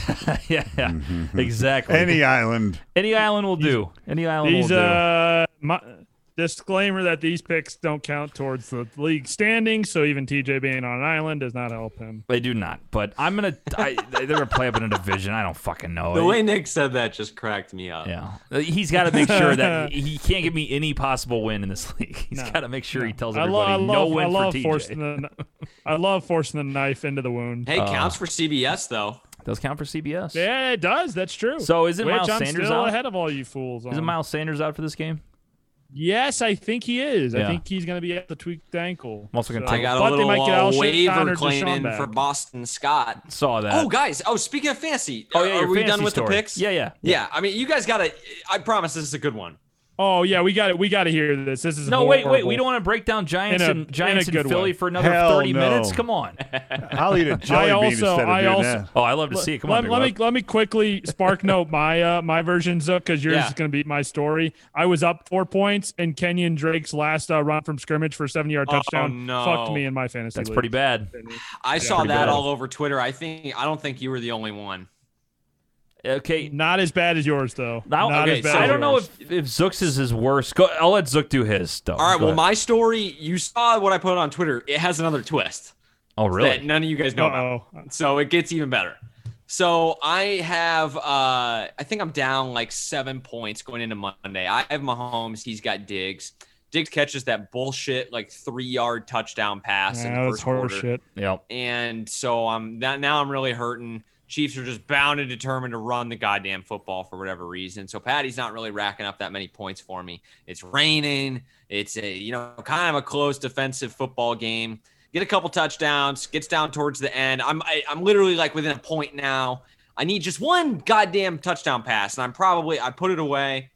[SPEAKER 3] yeah, yeah, exactly. Any
[SPEAKER 5] (laughs)
[SPEAKER 4] Any island.
[SPEAKER 3] any island will do. Any island
[SPEAKER 5] These
[SPEAKER 3] will do.
[SPEAKER 5] uh, my, disclaimer that these picks don't count towards the league standing, so even TJ being on an island does not help him.
[SPEAKER 3] They do not. But I'm gonna. I, they're gonna play up in a division. I don't fucking know.
[SPEAKER 2] the way Nick said that just cracked me up.
[SPEAKER 3] yeah, Uh, he's got to make sure
[SPEAKER 5] (laughs)
[SPEAKER 3] that he he can't give me any possible win in this (laughs) league. He's
[SPEAKER 5] No,
[SPEAKER 3] got to make sure he tells
[SPEAKER 5] I, lo-
[SPEAKER 3] everybody
[SPEAKER 5] I love,
[SPEAKER 3] no
[SPEAKER 5] I
[SPEAKER 3] win
[SPEAKER 5] love
[SPEAKER 3] for TJ.
[SPEAKER 5] forcing the, (laughs) I love forcing the knife into the wound.
[SPEAKER 3] Uh,
[SPEAKER 2] Hey, counts for CBS though.
[SPEAKER 3] Does count for CBS?
[SPEAKER 5] Yeah, it does. That's true.
[SPEAKER 3] So is it
[SPEAKER 5] Which
[SPEAKER 3] Miles
[SPEAKER 5] I'm
[SPEAKER 3] Sanders
[SPEAKER 5] still
[SPEAKER 3] out?
[SPEAKER 5] ahead of all you fools.
[SPEAKER 3] Is
[SPEAKER 5] on.
[SPEAKER 3] Miles Sanders out for this game?
[SPEAKER 5] Yes, I think he is.
[SPEAKER 3] Yeah.
[SPEAKER 5] I think he's going to be at the tweaked ankle.
[SPEAKER 3] I'm also gonna
[SPEAKER 2] I
[SPEAKER 3] take-
[SPEAKER 2] got
[SPEAKER 5] but
[SPEAKER 2] a
[SPEAKER 5] they might
[SPEAKER 2] little
[SPEAKER 5] get
[SPEAKER 2] uh,
[SPEAKER 5] Alshon John
[SPEAKER 2] waiver
[SPEAKER 5] or
[SPEAKER 2] claim
[SPEAKER 5] Deshaun
[SPEAKER 2] in
[SPEAKER 5] back.
[SPEAKER 2] for Boston Scott.
[SPEAKER 3] Saw that.
[SPEAKER 2] Oh, guys. Oh, speaking of fancy,
[SPEAKER 3] Oh, yeah,
[SPEAKER 2] are
[SPEAKER 3] your
[SPEAKER 2] we
[SPEAKER 3] fantasy
[SPEAKER 2] done with the
[SPEAKER 3] story.
[SPEAKER 2] picks?
[SPEAKER 3] Yeah, yeah,
[SPEAKER 2] yeah. I mean, you guys gotta. I promise this is a good one.
[SPEAKER 5] Oh yeah, we got it. We got to hear this. This is
[SPEAKER 3] no, wait, wait.
[SPEAKER 5] horrible.
[SPEAKER 3] We don't want to break down Giants
[SPEAKER 5] In a- in
[SPEAKER 3] and
[SPEAKER 5] a
[SPEAKER 3] Giants
[SPEAKER 5] good
[SPEAKER 3] and Philly
[SPEAKER 5] way.
[SPEAKER 3] for another
[SPEAKER 4] Hell
[SPEAKER 3] 30
[SPEAKER 4] no.
[SPEAKER 3] minutes. Come on.
[SPEAKER 4] I'll eat a jelly bean
[SPEAKER 5] I also-
[SPEAKER 4] instead of
[SPEAKER 5] I
[SPEAKER 4] doing
[SPEAKER 5] also-
[SPEAKER 4] that.
[SPEAKER 3] Oh, I love to see it. Come
[SPEAKER 5] let,
[SPEAKER 3] on, Big
[SPEAKER 5] let
[SPEAKER 3] Love.
[SPEAKER 5] me let me quickly spark note my uh, my version up because yours
[SPEAKER 2] Yeah.
[SPEAKER 5] is going to be my story. I was up four points, and Kenyon Drake's last uh, run from scrimmage for seventy yard
[SPEAKER 2] Oh,
[SPEAKER 5] touchdown
[SPEAKER 2] no.
[SPEAKER 5] fucked me in my fantasy.
[SPEAKER 3] That's
[SPEAKER 5] league.
[SPEAKER 3] pretty bad.
[SPEAKER 2] I saw
[SPEAKER 3] pretty
[SPEAKER 2] that
[SPEAKER 3] bad.
[SPEAKER 2] all over Twitter. I think I don't think you were the only one.
[SPEAKER 3] Okay.
[SPEAKER 5] Not as bad as yours though.
[SPEAKER 3] Now,
[SPEAKER 5] Not
[SPEAKER 2] okay,
[SPEAKER 5] as bad
[SPEAKER 2] so-
[SPEAKER 5] as
[SPEAKER 3] I don't know
[SPEAKER 5] yours.
[SPEAKER 3] if, if Zooks is his worst. Go, I'll let Zook do his, though.
[SPEAKER 2] All right.
[SPEAKER 3] Go
[SPEAKER 2] Well,
[SPEAKER 3] ahead.
[SPEAKER 2] my story. You saw what I put on Twitter. It has another twist
[SPEAKER 3] Oh,
[SPEAKER 2] that
[SPEAKER 3] really?
[SPEAKER 2] none of you guys know about.
[SPEAKER 5] Uh-oh.
[SPEAKER 2] So it gets even better. So I have, uh, I think I'm down like seven points going into Monday. I have Mahomes. He's got Diggs. Diggs catches that bullshit like three yard touchdown pass. in
[SPEAKER 5] Yeah,
[SPEAKER 2] the
[SPEAKER 5] that was
[SPEAKER 2] first
[SPEAKER 5] horse
[SPEAKER 2] quarter.
[SPEAKER 5] shit.
[SPEAKER 3] Yep.
[SPEAKER 2] and so I'm that now I'm really hurting. Chiefs are just bound and determined to run the goddamn football for whatever reason. So Patty's not really racking up that many points for me. It's raining. It's a you know kind of a close defensive football game. Get a couple touchdowns. Gets down towards the end. I'm I, I'm literally like within a point now. I need just one goddamn touchdown pass, and I'm probably I put it away.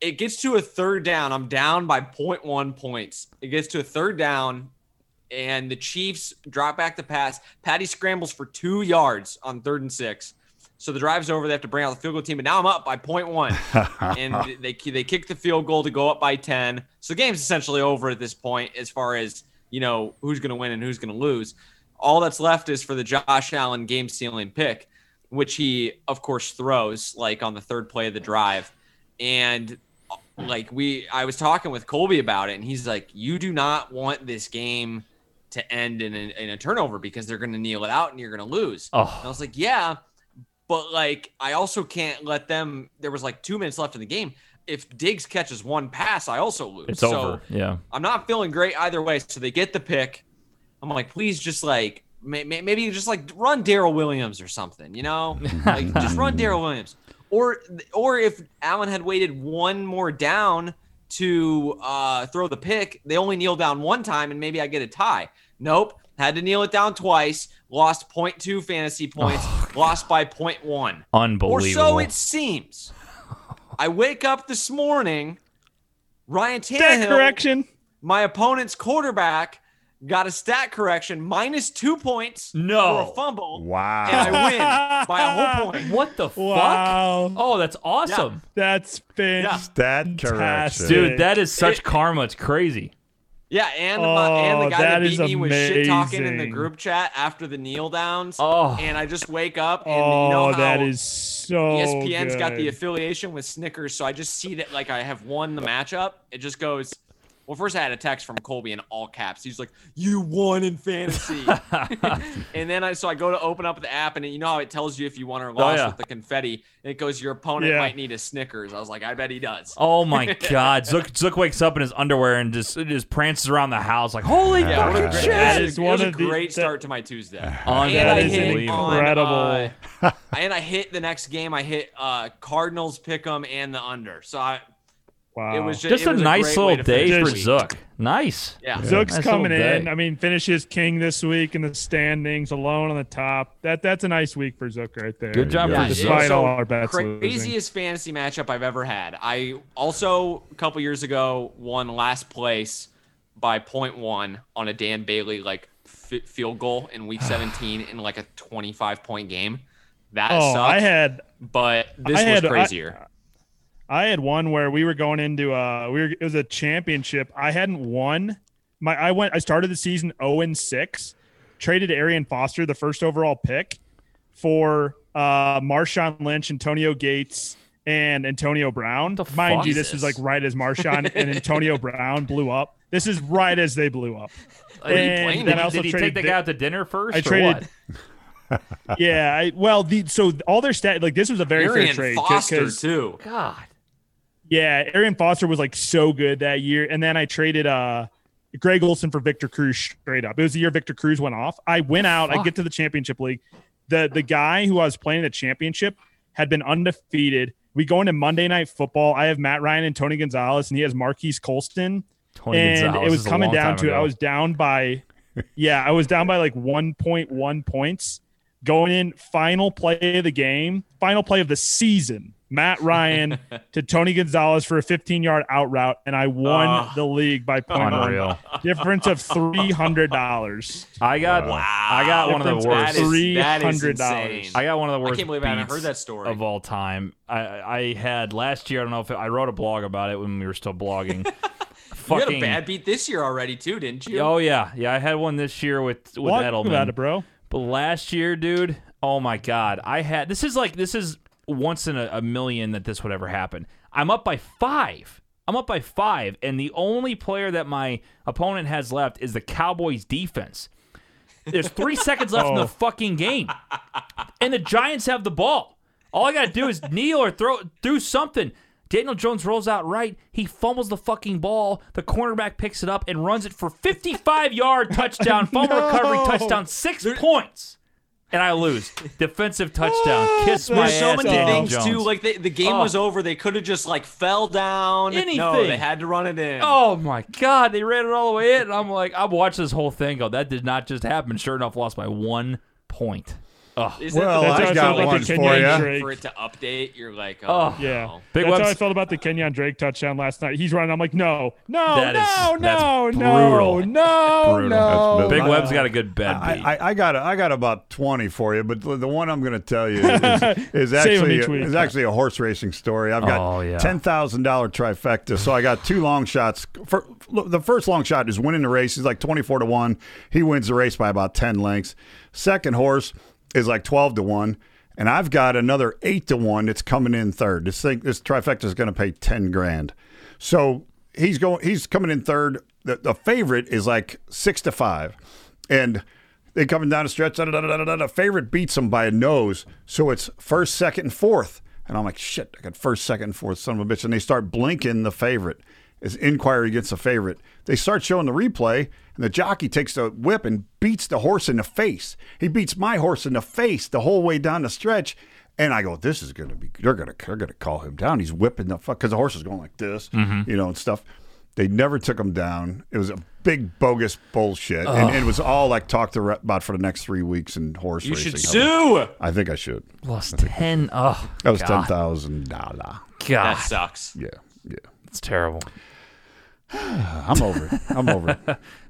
[SPEAKER 2] It gets to a third down. I'm down by 0.1 points. It gets to a third down and the Chiefs drop back the pass. Patty scrambles for two yards on third and six. So the drive's over. They have to bring out the field goal team, but now I'm up by point one, and they they kick the field goal to go up by ten. So the game's essentially over at this point, as far as you know who's going to win and who's going to lose. All that's left is for the Josh Allen game ceiling pick, which he of course throws like on the third play of the drive, and like we I was talking with Colby about it, and he's like, "You do not want this game to end in a, in a turnover because they're going to kneel it out and you're going to lose." And I
[SPEAKER 3] Oh,
[SPEAKER 2] was like, yeah, but like I also can't let them. There was like two minutes left in the game. If Diggs catches one pass, I also lose.
[SPEAKER 3] it's
[SPEAKER 2] so
[SPEAKER 3] over. Yeah.
[SPEAKER 2] I'm not feeling great either way. So they get the pick. I'm like, please, just like may, may, maybe you just like run Daryl Williams or something. You know, like just run Daryl Williams. Or or if Allen had waited one more down to uh, throw the pick, they only kneel down one time and maybe I get a tie. Nope. Had to kneel it down twice, lost 0.2 fantasy points, lost by 0.1. Or
[SPEAKER 3] Unbelievable.
[SPEAKER 2] so it seems. I wake up this morning, Ryan
[SPEAKER 5] Stat
[SPEAKER 2] Tannehill,
[SPEAKER 5] correction.
[SPEAKER 2] my opponent's quarterback, got a stat correction, minus two points
[SPEAKER 3] No.
[SPEAKER 2] for a fumble,
[SPEAKER 4] Wow.
[SPEAKER 2] and I win by a
[SPEAKER 5] (laughs)
[SPEAKER 2] whole point.
[SPEAKER 3] What the
[SPEAKER 5] Wow.
[SPEAKER 3] fuck? Oh, that's awesome.
[SPEAKER 5] That's fantastic.
[SPEAKER 4] That correction.
[SPEAKER 5] Fantastic.
[SPEAKER 3] Dude, that is
[SPEAKER 2] (laughs)
[SPEAKER 3] such karma. It's crazy.
[SPEAKER 2] Yeah, and my, and the
[SPEAKER 5] Oh,
[SPEAKER 2] guy that,
[SPEAKER 5] that
[SPEAKER 2] beat
[SPEAKER 5] is
[SPEAKER 2] me was shit talking in the
[SPEAKER 5] amazing.
[SPEAKER 2] group chat after the kneel downs.
[SPEAKER 3] Oh.
[SPEAKER 2] and I just wake up and
[SPEAKER 5] Oh,
[SPEAKER 2] you know how E
[SPEAKER 5] that is so.
[SPEAKER 2] ESPN's
[SPEAKER 5] Oh, good.
[SPEAKER 2] got the affiliation with Snickers, so I just see that like I have won the matchup. It just goes. Well, first I had a text from Colby in all caps. He's like, "You won in
[SPEAKER 5] (laughs)
[SPEAKER 2] fantasy," and then I so I go to open up the app, and you know how it tells you if you won or lost
[SPEAKER 3] yeah.
[SPEAKER 2] with the confetti. And it goes, "Your opponent
[SPEAKER 5] Oh, Yeah.
[SPEAKER 2] might need a Snickers." I was like, "I bet he does."
[SPEAKER 3] Oh my
[SPEAKER 2] (laughs)
[SPEAKER 3] God! Zook, Zook wakes up in his underwear and just just prances around the house like, "Holy
[SPEAKER 2] Yeah, what a
[SPEAKER 3] fucking
[SPEAKER 2] great,
[SPEAKER 3] shit!"
[SPEAKER 5] That
[SPEAKER 2] it
[SPEAKER 5] is
[SPEAKER 2] was
[SPEAKER 5] one
[SPEAKER 2] a
[SPEAKER 5] of the-
[SPEAKER 2] great
[SPEAKER 5] that-
[SPEAKER 2] start to my
[SPEAKER 5] (sighs)
[SPEAKER 2] Tuesday. And
[SPEAKER 5] That
[SPEAKER 2] I
[SPEAKER 5] is
[SPEAKER 2] Oh, hit
[SPEAKER 3] Unbelievable.
[SPEAKER 2] on,
[SPEAKER 5] incredible.
[SPEAKER 2] uh,
[SPEAKER 5] (laughs)
[SPEAKER 2] and I hit the next game. I hit uh, Cardinals pick 'em and the under. So I
[SPEAKER 5] Wow.
[SPEAKER 2] it
[SPEAKER 5] Oh.
[SPEAKER 2] was ju- it was
[SPEAKER 3] Just a nice
[SPEAKER 2] great
[SPEAKER 3] little
[SPEAKER 2] way to finish
[SPEAKER 3] day
[SPEAKER 2] the
[SPEAKER 3] for
[SPEAKER 5] Just-
[SPEAKER 2] week.
[SPEAKER 3] Zook. Nice.
[SPEAKER 2] Yeah.
[SPEAKER 5] Zook's
[SPEAKER 3] Nice little
[SPEAKER 5] coming in.
[SPEAKER 3] day.
[SPEAKER 5] I mean, finishes king this week in the standings, alone on the top. That that's a nice week for Zook right there.
[SPEAKER 3] Good job
[SPEAKER 2] Yeah,
[SPEAKER 3] for
[SPEAKER 2] it's
[SPEAKER 3] Zook.
[SPEAKER 5] Despite
[SPEAKER 2] also
[SPEAKER 5] all our bets losing.
[SPEAKER 2] Craziest fantasy matchup I've ever had. I also a couple years ago won last place by 0.1 on a Dan Bailey like f- field goal in
[SPEAKER 5] (sighs)
[SPEAKER 2] week 17 in like a 25 point game. That
[SPEAKER 5] Oh,
[SPEAKER 2] sucked,
[SPEAKER 5] I had
[SPEAKER 2] but this
[SPEAKER 5] I
[SPEAKER 2] was
[SPEAKER 5] had- I-
[SPEAKER 2] crazier.
[SPEAKER 5] I had one where we were going into uh we were it was a championship. I hadn't won. My I went I started the season 0 and 6, traded Arian Foster, the first overall pick, for uh Marshawn Lynch, Antonio Gates, and Antonio Brown.
[SPEAKER 3] The
[SPEAKER 5] Mind
[SPEAKER 3] fuck?
[SPEAKER 5] you, this was like right as Marshawn and Antonio Brown blew up. This is right as they blew up.
[SPEAKER 2] you
[SPEAKER 5] and
[SPEAKER 2] playing?
[SPEAKER 5] then
[SPEAKER 2] Did-
[SPEAKER 5] I
[SPEAKER 3] Did,
[SPEAKER 5] also
[SPEAKER 3] did he take
[SPEAKER 5] traded
[SPEAKER 3] the
[SPEAKER 5] Vic-
[SPEAKER 3] guy out to dinner first?
[SPEAKER 5] I
[SPEAKER 3] or
[SPEAKER 5] traded-
[SPEAKER 3] what?
[SPEAKER 5] Yeah, I, well, the so all their stat like this was a very fair
[SPEAKER 2] Arian
[SPEAKER 5] trade 'cause-
[SPEAKER 2] Foster
[SPEAKER 5] 'cause-
[SPEAKER 2] too.
[SPEAKER 3] God.
[SPEAKER 5] Yeah, Arian Foster was like so good that year, and then I traded uh Greg Olson for Victor Cruz straight up. It was the year Victor Cruz went off. I went out. I
[SPEAKER 3] Fuck.
[SPEAKER 5] get to the championship league. The the guy who I was playing in the championship had been undefeated. We go into Monday Night Football. I have Matt Ryan and Tony Gonzalez, and he has Marquise Colston.
[SPEAKER 3] Tony
[SPEAKER 5] and
[SPEAKER 3] Gonzalez
[SPEAKER 5] it
[SPEAKER 3] is
[SPEAKER 5] was
[SPEAKER 3] a
[SPEAKER 5] coming
[SPEAKER 3] long
[SPEAKER 5] down
[SPEAKER 3] time
[SPEAKER 5] to it. I
[SPEAKER 3] ago.
[SPEAKER 5] was down by, yeah, I was down by like 1.1 points going in final play of the game, final play of the season.
[SPEAKER 3] (laughs)
[SPEAKER 5] Matt Ryan to Tony Gonzalez for a 15 yard out route, and I won
[SPEAKER 2] Ah.
[SPEAKER 5] the league by point
[SPEAKER 3] (laughs)
[SPEAKER 5] one.
[SPEAKER 3] unreal.
[SPEAKER 5] Difference of three hundred dollars.
[SPEAKER 3] I got I got one of the
[SPEAKER 5] Difference
[SPEAKER 3] worst.
[SPEAKER 5] is-
[SPEAKER 2] Three hundred
[SPEAKER 5] $300.
[SPEAKER 2] dollars.
[SPEAKER 3] I got one of the
[SPEAKER 2] I
[SPEAKER 3] worst.
[SPEAKER 2] can't believe I haven't
[SPEAKER 3] beats
[SPEAKER 2] heard that story.
[SPEAKER 3] of all time. I I had last year. I don't know if it, I wrote a blog about it when we were still blogging.
[SPEAKER 2] (laughs) You had
[SPEAKER 3] Fucking
[SPEAKER 2] a bad beat this year already too, didn't you?
[SPEAKER 3] oh yeah, yeah. I had one this year with with
[SPEAKER 5] Talk
[SPEAKER 3] Edelman.
[SPEAKER 5] about it, bro.
[SPEAKER 3] But last year, dude, oh my god, I had this is like this is once in a, a million that this would ever happen. I'm up by five. I'm up by five, and the only player that my opponent has left is the Cowboys defense. There's three seconds left in
[SPEAKER 5] (laughs) Oh.
[SPEAKER 3] the fucking game, and the Giants have the ball. All I gotta do is kneel or throw do something. Daniel Jones rolls out right. He fumbles the fucking ball. The cornerback picks it up and runs it for 55 yard touchdown, fumble recovery touchdown, six points, and I lose. Defensive touchdown. Kiss my
[SPEAKER 2] There's so
[SPEAKER 3] ass,
[SPEAKER 2] many
[SPEAKER 3] Daniel
[SPEAKER 2] things
[SPEAKER 3] Jones.
[SPEAKER 2] too. Like they, the game
[SPEAKER 3] Oh.
[SPEAKER 2] was over, they could have just like fell down. No,
[SPEAKER 3] Anything.
[SPEAKER 2] they had to run it in.
[SPEAKER 3] Oh my God! They ran it all the way in, and I'm like, I watched this whole thing go. That did not just happen. Sure enough, lost by one point. Ugh.
[SPEAKER 2] Isn't that
[SPEAKER 4] Well,
[SPEAKER 2] the
[SPEAKER 5] That's how
[SPEAKER 4] I
[SPEAKER 5] I
[SPEAKER 4] got
[SPEAKER 5] felt
[SPEAKER 4] one
[SPEAKER 5] about the Kenyon
[SPEAKER 4] for
[SPEAKER 5] Drake.
[SPEAKER 2] for it to update? You're like, oh,
[SPEAKER 3] Oh.
[SPEAKER 5] Yeah,
[SPEAKER 2] no.
[SPEAKER 3] Big
[SPEAKER 5] that's how
[SPEAKER 3] Webs-
[SPEAKER 5] I felt about the Kenyon Drake touchdown last night. He's running. I'm like, no, no,
[SPEAKER 3] That is-
[SPEAKER 5] no,
[SPEAKER 3] that's
[SPEAKER 5] no,
[SPEAKER 3] brutal.
[SPEAKER 5] no, no,
[SPEAKER 4] Brutal.
[SPEAKER 5] no.
[SPEAKER 4] That's
[SPEAKER 3] Big
[SPEAKER 4] Wow.
[SPEAKER 3] Web's got a good bed.
[SPEAKER 4] I,
[SPEAKER 3] beat.
[SPEAKER 4] I, I got a, I got about twenty for you, but the, the one I'm going to tell
[SPEAKER 5] (laughs)
[SPEAKER 4] you is, is
[SPEAKER 5] Save 'em
[SPEAKER 4] actually
[SPEAKER 5] each week.
[SPEAKER 4] is actually a horse racing story. I've got
[SPEAKER 3] Oh, yeah.
[SPEAKER 4] ten thousand dollar trifecta, so I got two long shots. For, look, the first long shot is winning the race. He's like twenty four to one. He wins the race by about ten lengths. Second horse is like twelve to one, and I've got another eight to one that's coming in third. This thing, this trifecta is going to pay ten grand. So he's going. He's coming in third. The, the favorite is like six to five, and they coming down the stretch. Da, da, da, da, da, da, da. Favorite beats them by a nose. So it's first, second, and fourth. And I'm like, shit, I got first, second, and fourth, son of a bitch. And they start blinking the favorite. It's inquiry against the favorite. They start showing the replay, and the jockey takes the whip and beats the horse in the face. He beats my horse in the face the whole way down the stretch. And I go, this is gonna be. They're gonna. They're gonna call him down. He's whipping the fuck because the horse is going like this, you know, and stuff. They never took him down. It was a big bogus bullshit, and, and it was all like talked ar- about for the next three weeks in horse
[SPEAKER 2] you
[SPEAKER 4] racing.
[SPEAKER 2] should sue.
[SPEAKER 4] I think I should.
[SPEAKER 3] lost ten. Oh,
[SPEAKER 4] That was
[SPEAKER 3] God.
[SPEAKER 4] ten thousand dollar.
[SPEAKER 2] That
[SPEAKER 3] God,
[SPEAKER 2] sucks.
[SPEAKER 4] Yeah, yeah.
[SPEAKER 3] it's terrible.
[SPEAKER 4] I'm over it. I'm over
[SPEAKER 3] (laughs)
[SPEAKER 4] it.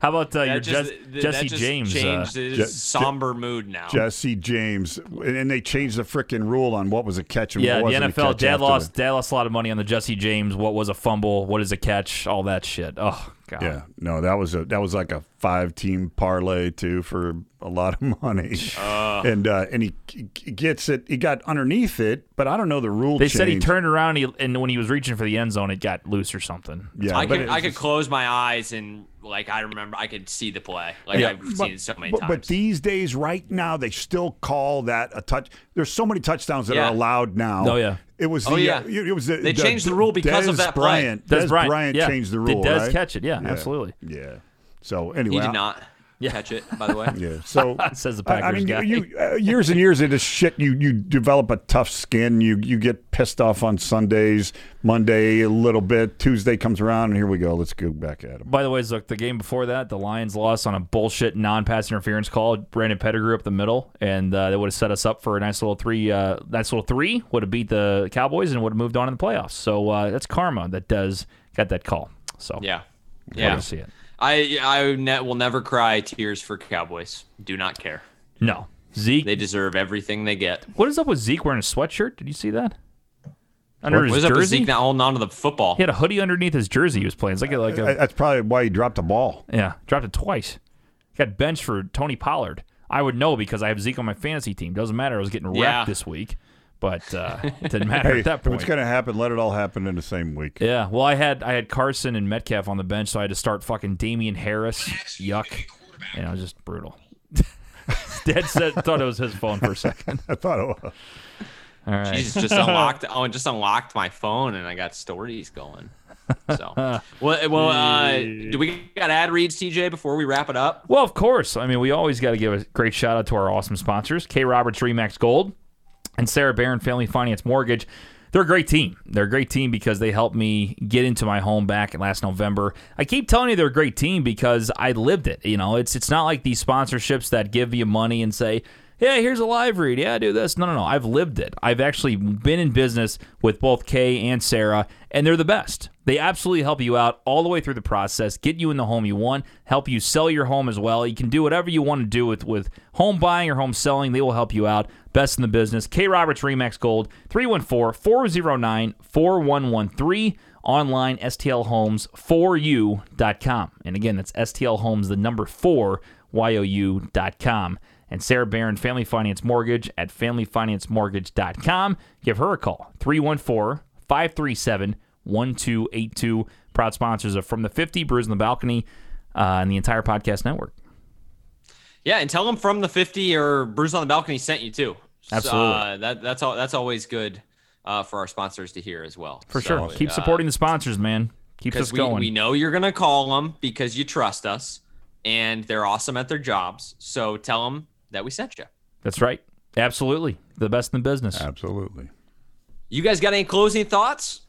[SPEAKER 3] How about uh, your
[SPEAKER 2] That just,
[SPEAKER 3] Jes-
[SPEAKER 2] th-
[SPEAKER 3] Jesse
[SPEAKER 2] that just
[SPEAKER 3] James?
[SPEAKER 2] changed
[SPEAKER 3] uh,
[SPEAKER 2] his
[SPEAKER 4] Je-
[SPEAKER 2] somber mood now.
[SPEAKER 4] Jesse James, and and they changed the freaking rule on what was a catch and
[SPEAKER 3] yeah,
[SPEAKER 4] what
[SPEAKER 3] the
[SPEAKER 4] wasn't a
[SPEAKER 3] NFL.
[SPEAKER 4] catch
[SPEAKER 3] Dad
[SPEAKER 4] after
[SPEAKER 3] lost.
[SPEAKER 4] the-
[SPEAKER 3] Dad lost a lot of money on the Jesse James. What was a fumble? What is a catch? All that shit. Oh God.
[SPEAKER 4] Yeah, no, that was a that was like a five team parlay too for a lot of money, and uh, and he, he gets it. He got underneath it, but I don't know the rule.
[SPEAKER 3] They said he
[SPEAKER 4] change.
[SPEAKER 3] turned around and, he, and when he was reaching for the end zone, it got loose or something.
[SPEAKER 4] Yeah,
[SPEAKER 2] I
[SPEAKER 4] but
[SPEAKER 2] could
[SPEAKER 4] it-
[SPEAKER 2] I could close my eyes and like I remember I could see the play. Like I've seen it so many
[SPEAKER 4] but,
[SPEAKER 2] times.
[SPEAKER 4] but these days, right now, they still call that a touch. There's so many touchdowns that
[SPEAKER 2] Yeah.
[SPEAKER 4] are allowed now.
[SPEAKER 3] Oh, yeah.
[SPEAKER 4] it was.
[SPEAKER 2] Oh,
[SPEAKER 4] the,
[SPEAKER 2] yeah.
[SPEAKER 4] uh, it was. The,
[SPEAKER 2] They changed the rule because of
[SPEAKER 4] Dez
[SPEAKER 2] that play.
[SPEAKER 4] Bryant,
[SPEAKER 3] Des
[SPEAKER 4] Dez
[SPEAKER 3] Bryant,
[SPEAKER 4] Bryant,
[SPEAKER 3] yeah.
[SPEAKER 4] changed the
[SPEAKER 3] Did
[SPEAKER 4] rule.
[SPEAKER 3] Dez
[SPEAKER 4] right?
[SPEAKER 3] catch it? Yeah, absolutely.
[SPEAKER 4] Yeah. So anyway,
[SPEAKER 2] he
[SPEAKER 4] I-
[SPEAKER 2] did not catch it, by the way.
[SPEAKER 4] Yeah. So
[SPEAKER 3] Says the
[SPEAKER 4] I- I
[SPEAKER 3] Packers
[SPEAKER 4] mean,
[SPEAKER 3] guy.
[SPEAKER 4] you uh, years and years of this shit. You you develop a tough skin. You you get pissed off on Sundays, Monday a little bit. Tuesday comes around, and here we go. Let's go back at him.
[SPEAKER 3] By the way, look, the game before that, the Lions lost on a bullshit non-pass interference call. Brandon Pettigrew up the middle, and uh, that would have set us up for a nice little three. Uh, nice little three would have beat the Cowboys and would have moved on in the playoffs. So uh, that's karma that does got that call. So
[SPEAKER 2] Yeah.
[SPEAKER 3] (laughs) yeah,
[SPEAKER 2] Yeah.
[SPEAKER 3] see it.
[SPEAKER 2] I, I I ne- will never cry tears for Cowboys. Do not care.
[SPEAKER 3] No. Zeke.
[SPEAKER 2] They deserve everything they get.
[SPEAKER 3] what is up with Zeke wearing a sweatshirt? Did you see that? Under
[SPEAKER 2] What
[SPEAKER 3] his
[SPEAKER 2] is up with
[SPEAKER 3] jersey?
[SPEAKER 2] Zeke not holding on to the football?
[SPEAKER 3] He had a hoodie underneath his jersey he was playing. It's like a, like a,
[SPEAKER 4] That's probably why he dropped the ball.
[SPEAKER 3] yeah, dropped it twice. Got benched for Tony Pollard. I would know because I have Zeke on my fantasy team. Doesn't matter. I was getting wrecked
[SPEAKER 2] Yeah.
[SPEAKER 3] this week, but uh, it didn't matter
[SPEAKER 4] Hey,
[SPEAKER 3] at that
[SPEAKER 4] if
[SPEAKER 3] point.
[SPEAKER 4] it's going to happen, let it all happen in the same week.
[SPEAKER 3] Yeah, well, I had I had Carson and Metcalf on the bench, so I had to start fucking Damian Harris. Yuck, and it was just brutal. (laughs) Dad said thought it was his phone for a second.
[SPEAKER 4] (laughs) I thought oh, it was.
[SPEAKER 3] All right,
[SPEAKER 2] Jesus,
[SPEAKER 3] (laughs)
[SPEAKER 2] just unlocked. Oh, it just unlocked my phone, and I got stories going.
[SPEAKER 3] (laughs)
[SPEAKER 2] So, well, well, uh, do we got ad reads, TJ, before we wrap it up?
[SPEAKER 3] Well, of course. I mean, we always got to give a great shout out to our awesome sponsors, K. Roberts Remax Gold and Sarah Barron Family Finance Mortgage. They're a great team. They're a great team because they helped me get into my home back last November. I keep telling you they're a great team because I lived it. You know, it's it's not like these sponsorships that give you money and say, "Yeah, here's a live read. Yeah, do this." No, no, no. I've lived it. I've actually been in business with both Kay and Sarah, and they're the best. They absolutely help you out all the way through the process, get you in the home you want, help you sell your home as well. You can do whatever you want to do with, with home buying or home selling. They will help you out. Best in the business. K Roberts Remax Gold, 314 409 4113. Online, stlhomes4u.com. And again, that's stlhomes, the number 4, you.com and Sarah Barron Family Finance Mortgage at familyfinancemortgage.com. Give her a call, 314-537-1282. Proud sponsors of From the 50, Brews on the Balcony, uh, and the entire podcast network.
[SPEAKER 2] Yeah, and tell them from the fifty or Bruce on the balcony sent you too. So,
[SPEAKER 3] Absolutely.
[SPEAKER 2] uh, that that's all. That's always good uh, for our sponsors to hear as well.
[SPEAKER 3] For sure. Keep supporting the sponsors, man. Keeps us
[SPEAKER 2] Oh because we,
[SPEAKER 3] going.
[SPEAKER 2] we know you're gonna call them because you trust us, and they're awesome at their jobs. So tell them that we sent you.
[SPEAKER 3] That's right. Absolutely. The best in the business.
[SPEAKER 4] Absolutely.
[SPEAKER 2] You guys got any closing thoughts?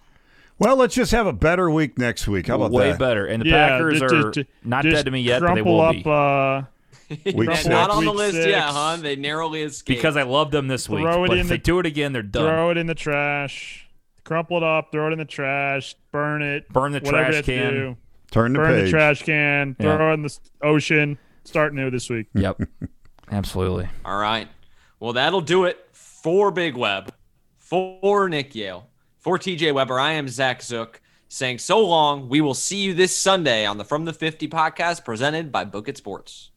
[SPEAKER 4] Well, let's just have a better week next week. How about
[SPEAKER 3] Way
[SPEAKER 4] that?
[SPEAKER 3] better. And the Packers
[SPEAKER 5] ju- ju-
[SPEAKER 3] are
[SPEAKER 5] ju-
[SPEAKER 3] not
[SPEAKER 5] just
[SPEAKER 3] dead to me yet, but they
[SPEAKER 5] crumple
[SPEAKER 3] will
[SPEAKER 5] up,
[SPEAKER 3] be. Um,
[SPEAKER 5] Uh,
[SPEAKER 4] Week
[SPEAKER 5] Crumple
[SPEAKER 4] six.
[SPEAKER 2] Not on the
[SPEAKER 5] Week
[SPEAKER 2] list
[SPEAKER 5] six.
[SPEAKER 2] yet, huh? They narrowly escaped.
[SPEAKER 3] Because I love them this week.
[SPEAKER 5] Throw it
[SPEAKER 3] But
[SPEAKER 5] in
[SPEAKER 3] if they
[SPEAKER 5] the-
[SPEAKER 3] do it again, they're done.
[SPEAKER 5] Throw it in the trash. Crumple it up. Throw it in the trash. Burn it.
[SPEAKER 3] Burn the
[SPEAKER 5] whatever
[SPEAKER 3] trash
[SPEAKER 5] you have to
[SPEAKER 3] can.
[SPEAKER 5] do.
[SPEAKER 4] Turn the
[SPEAKER 5] Burn
[SPEAKER 4] page.
[SPEAKER 5] the trash can.
[SPEAKER 3] Yeah.
[SPEAKER 5] Throw it in the s- ocean. Start new this week.
[SPEAKER 3] Yep. (laughs) Absolutely.
[SPEAKER 2] All right. Well, that'll do it for Big Web, for Nick Yale, for TJ Weber. I am Zach Zook saying so long. We will see you this Sunday on the From the 50 podcast presented by Book It Sports.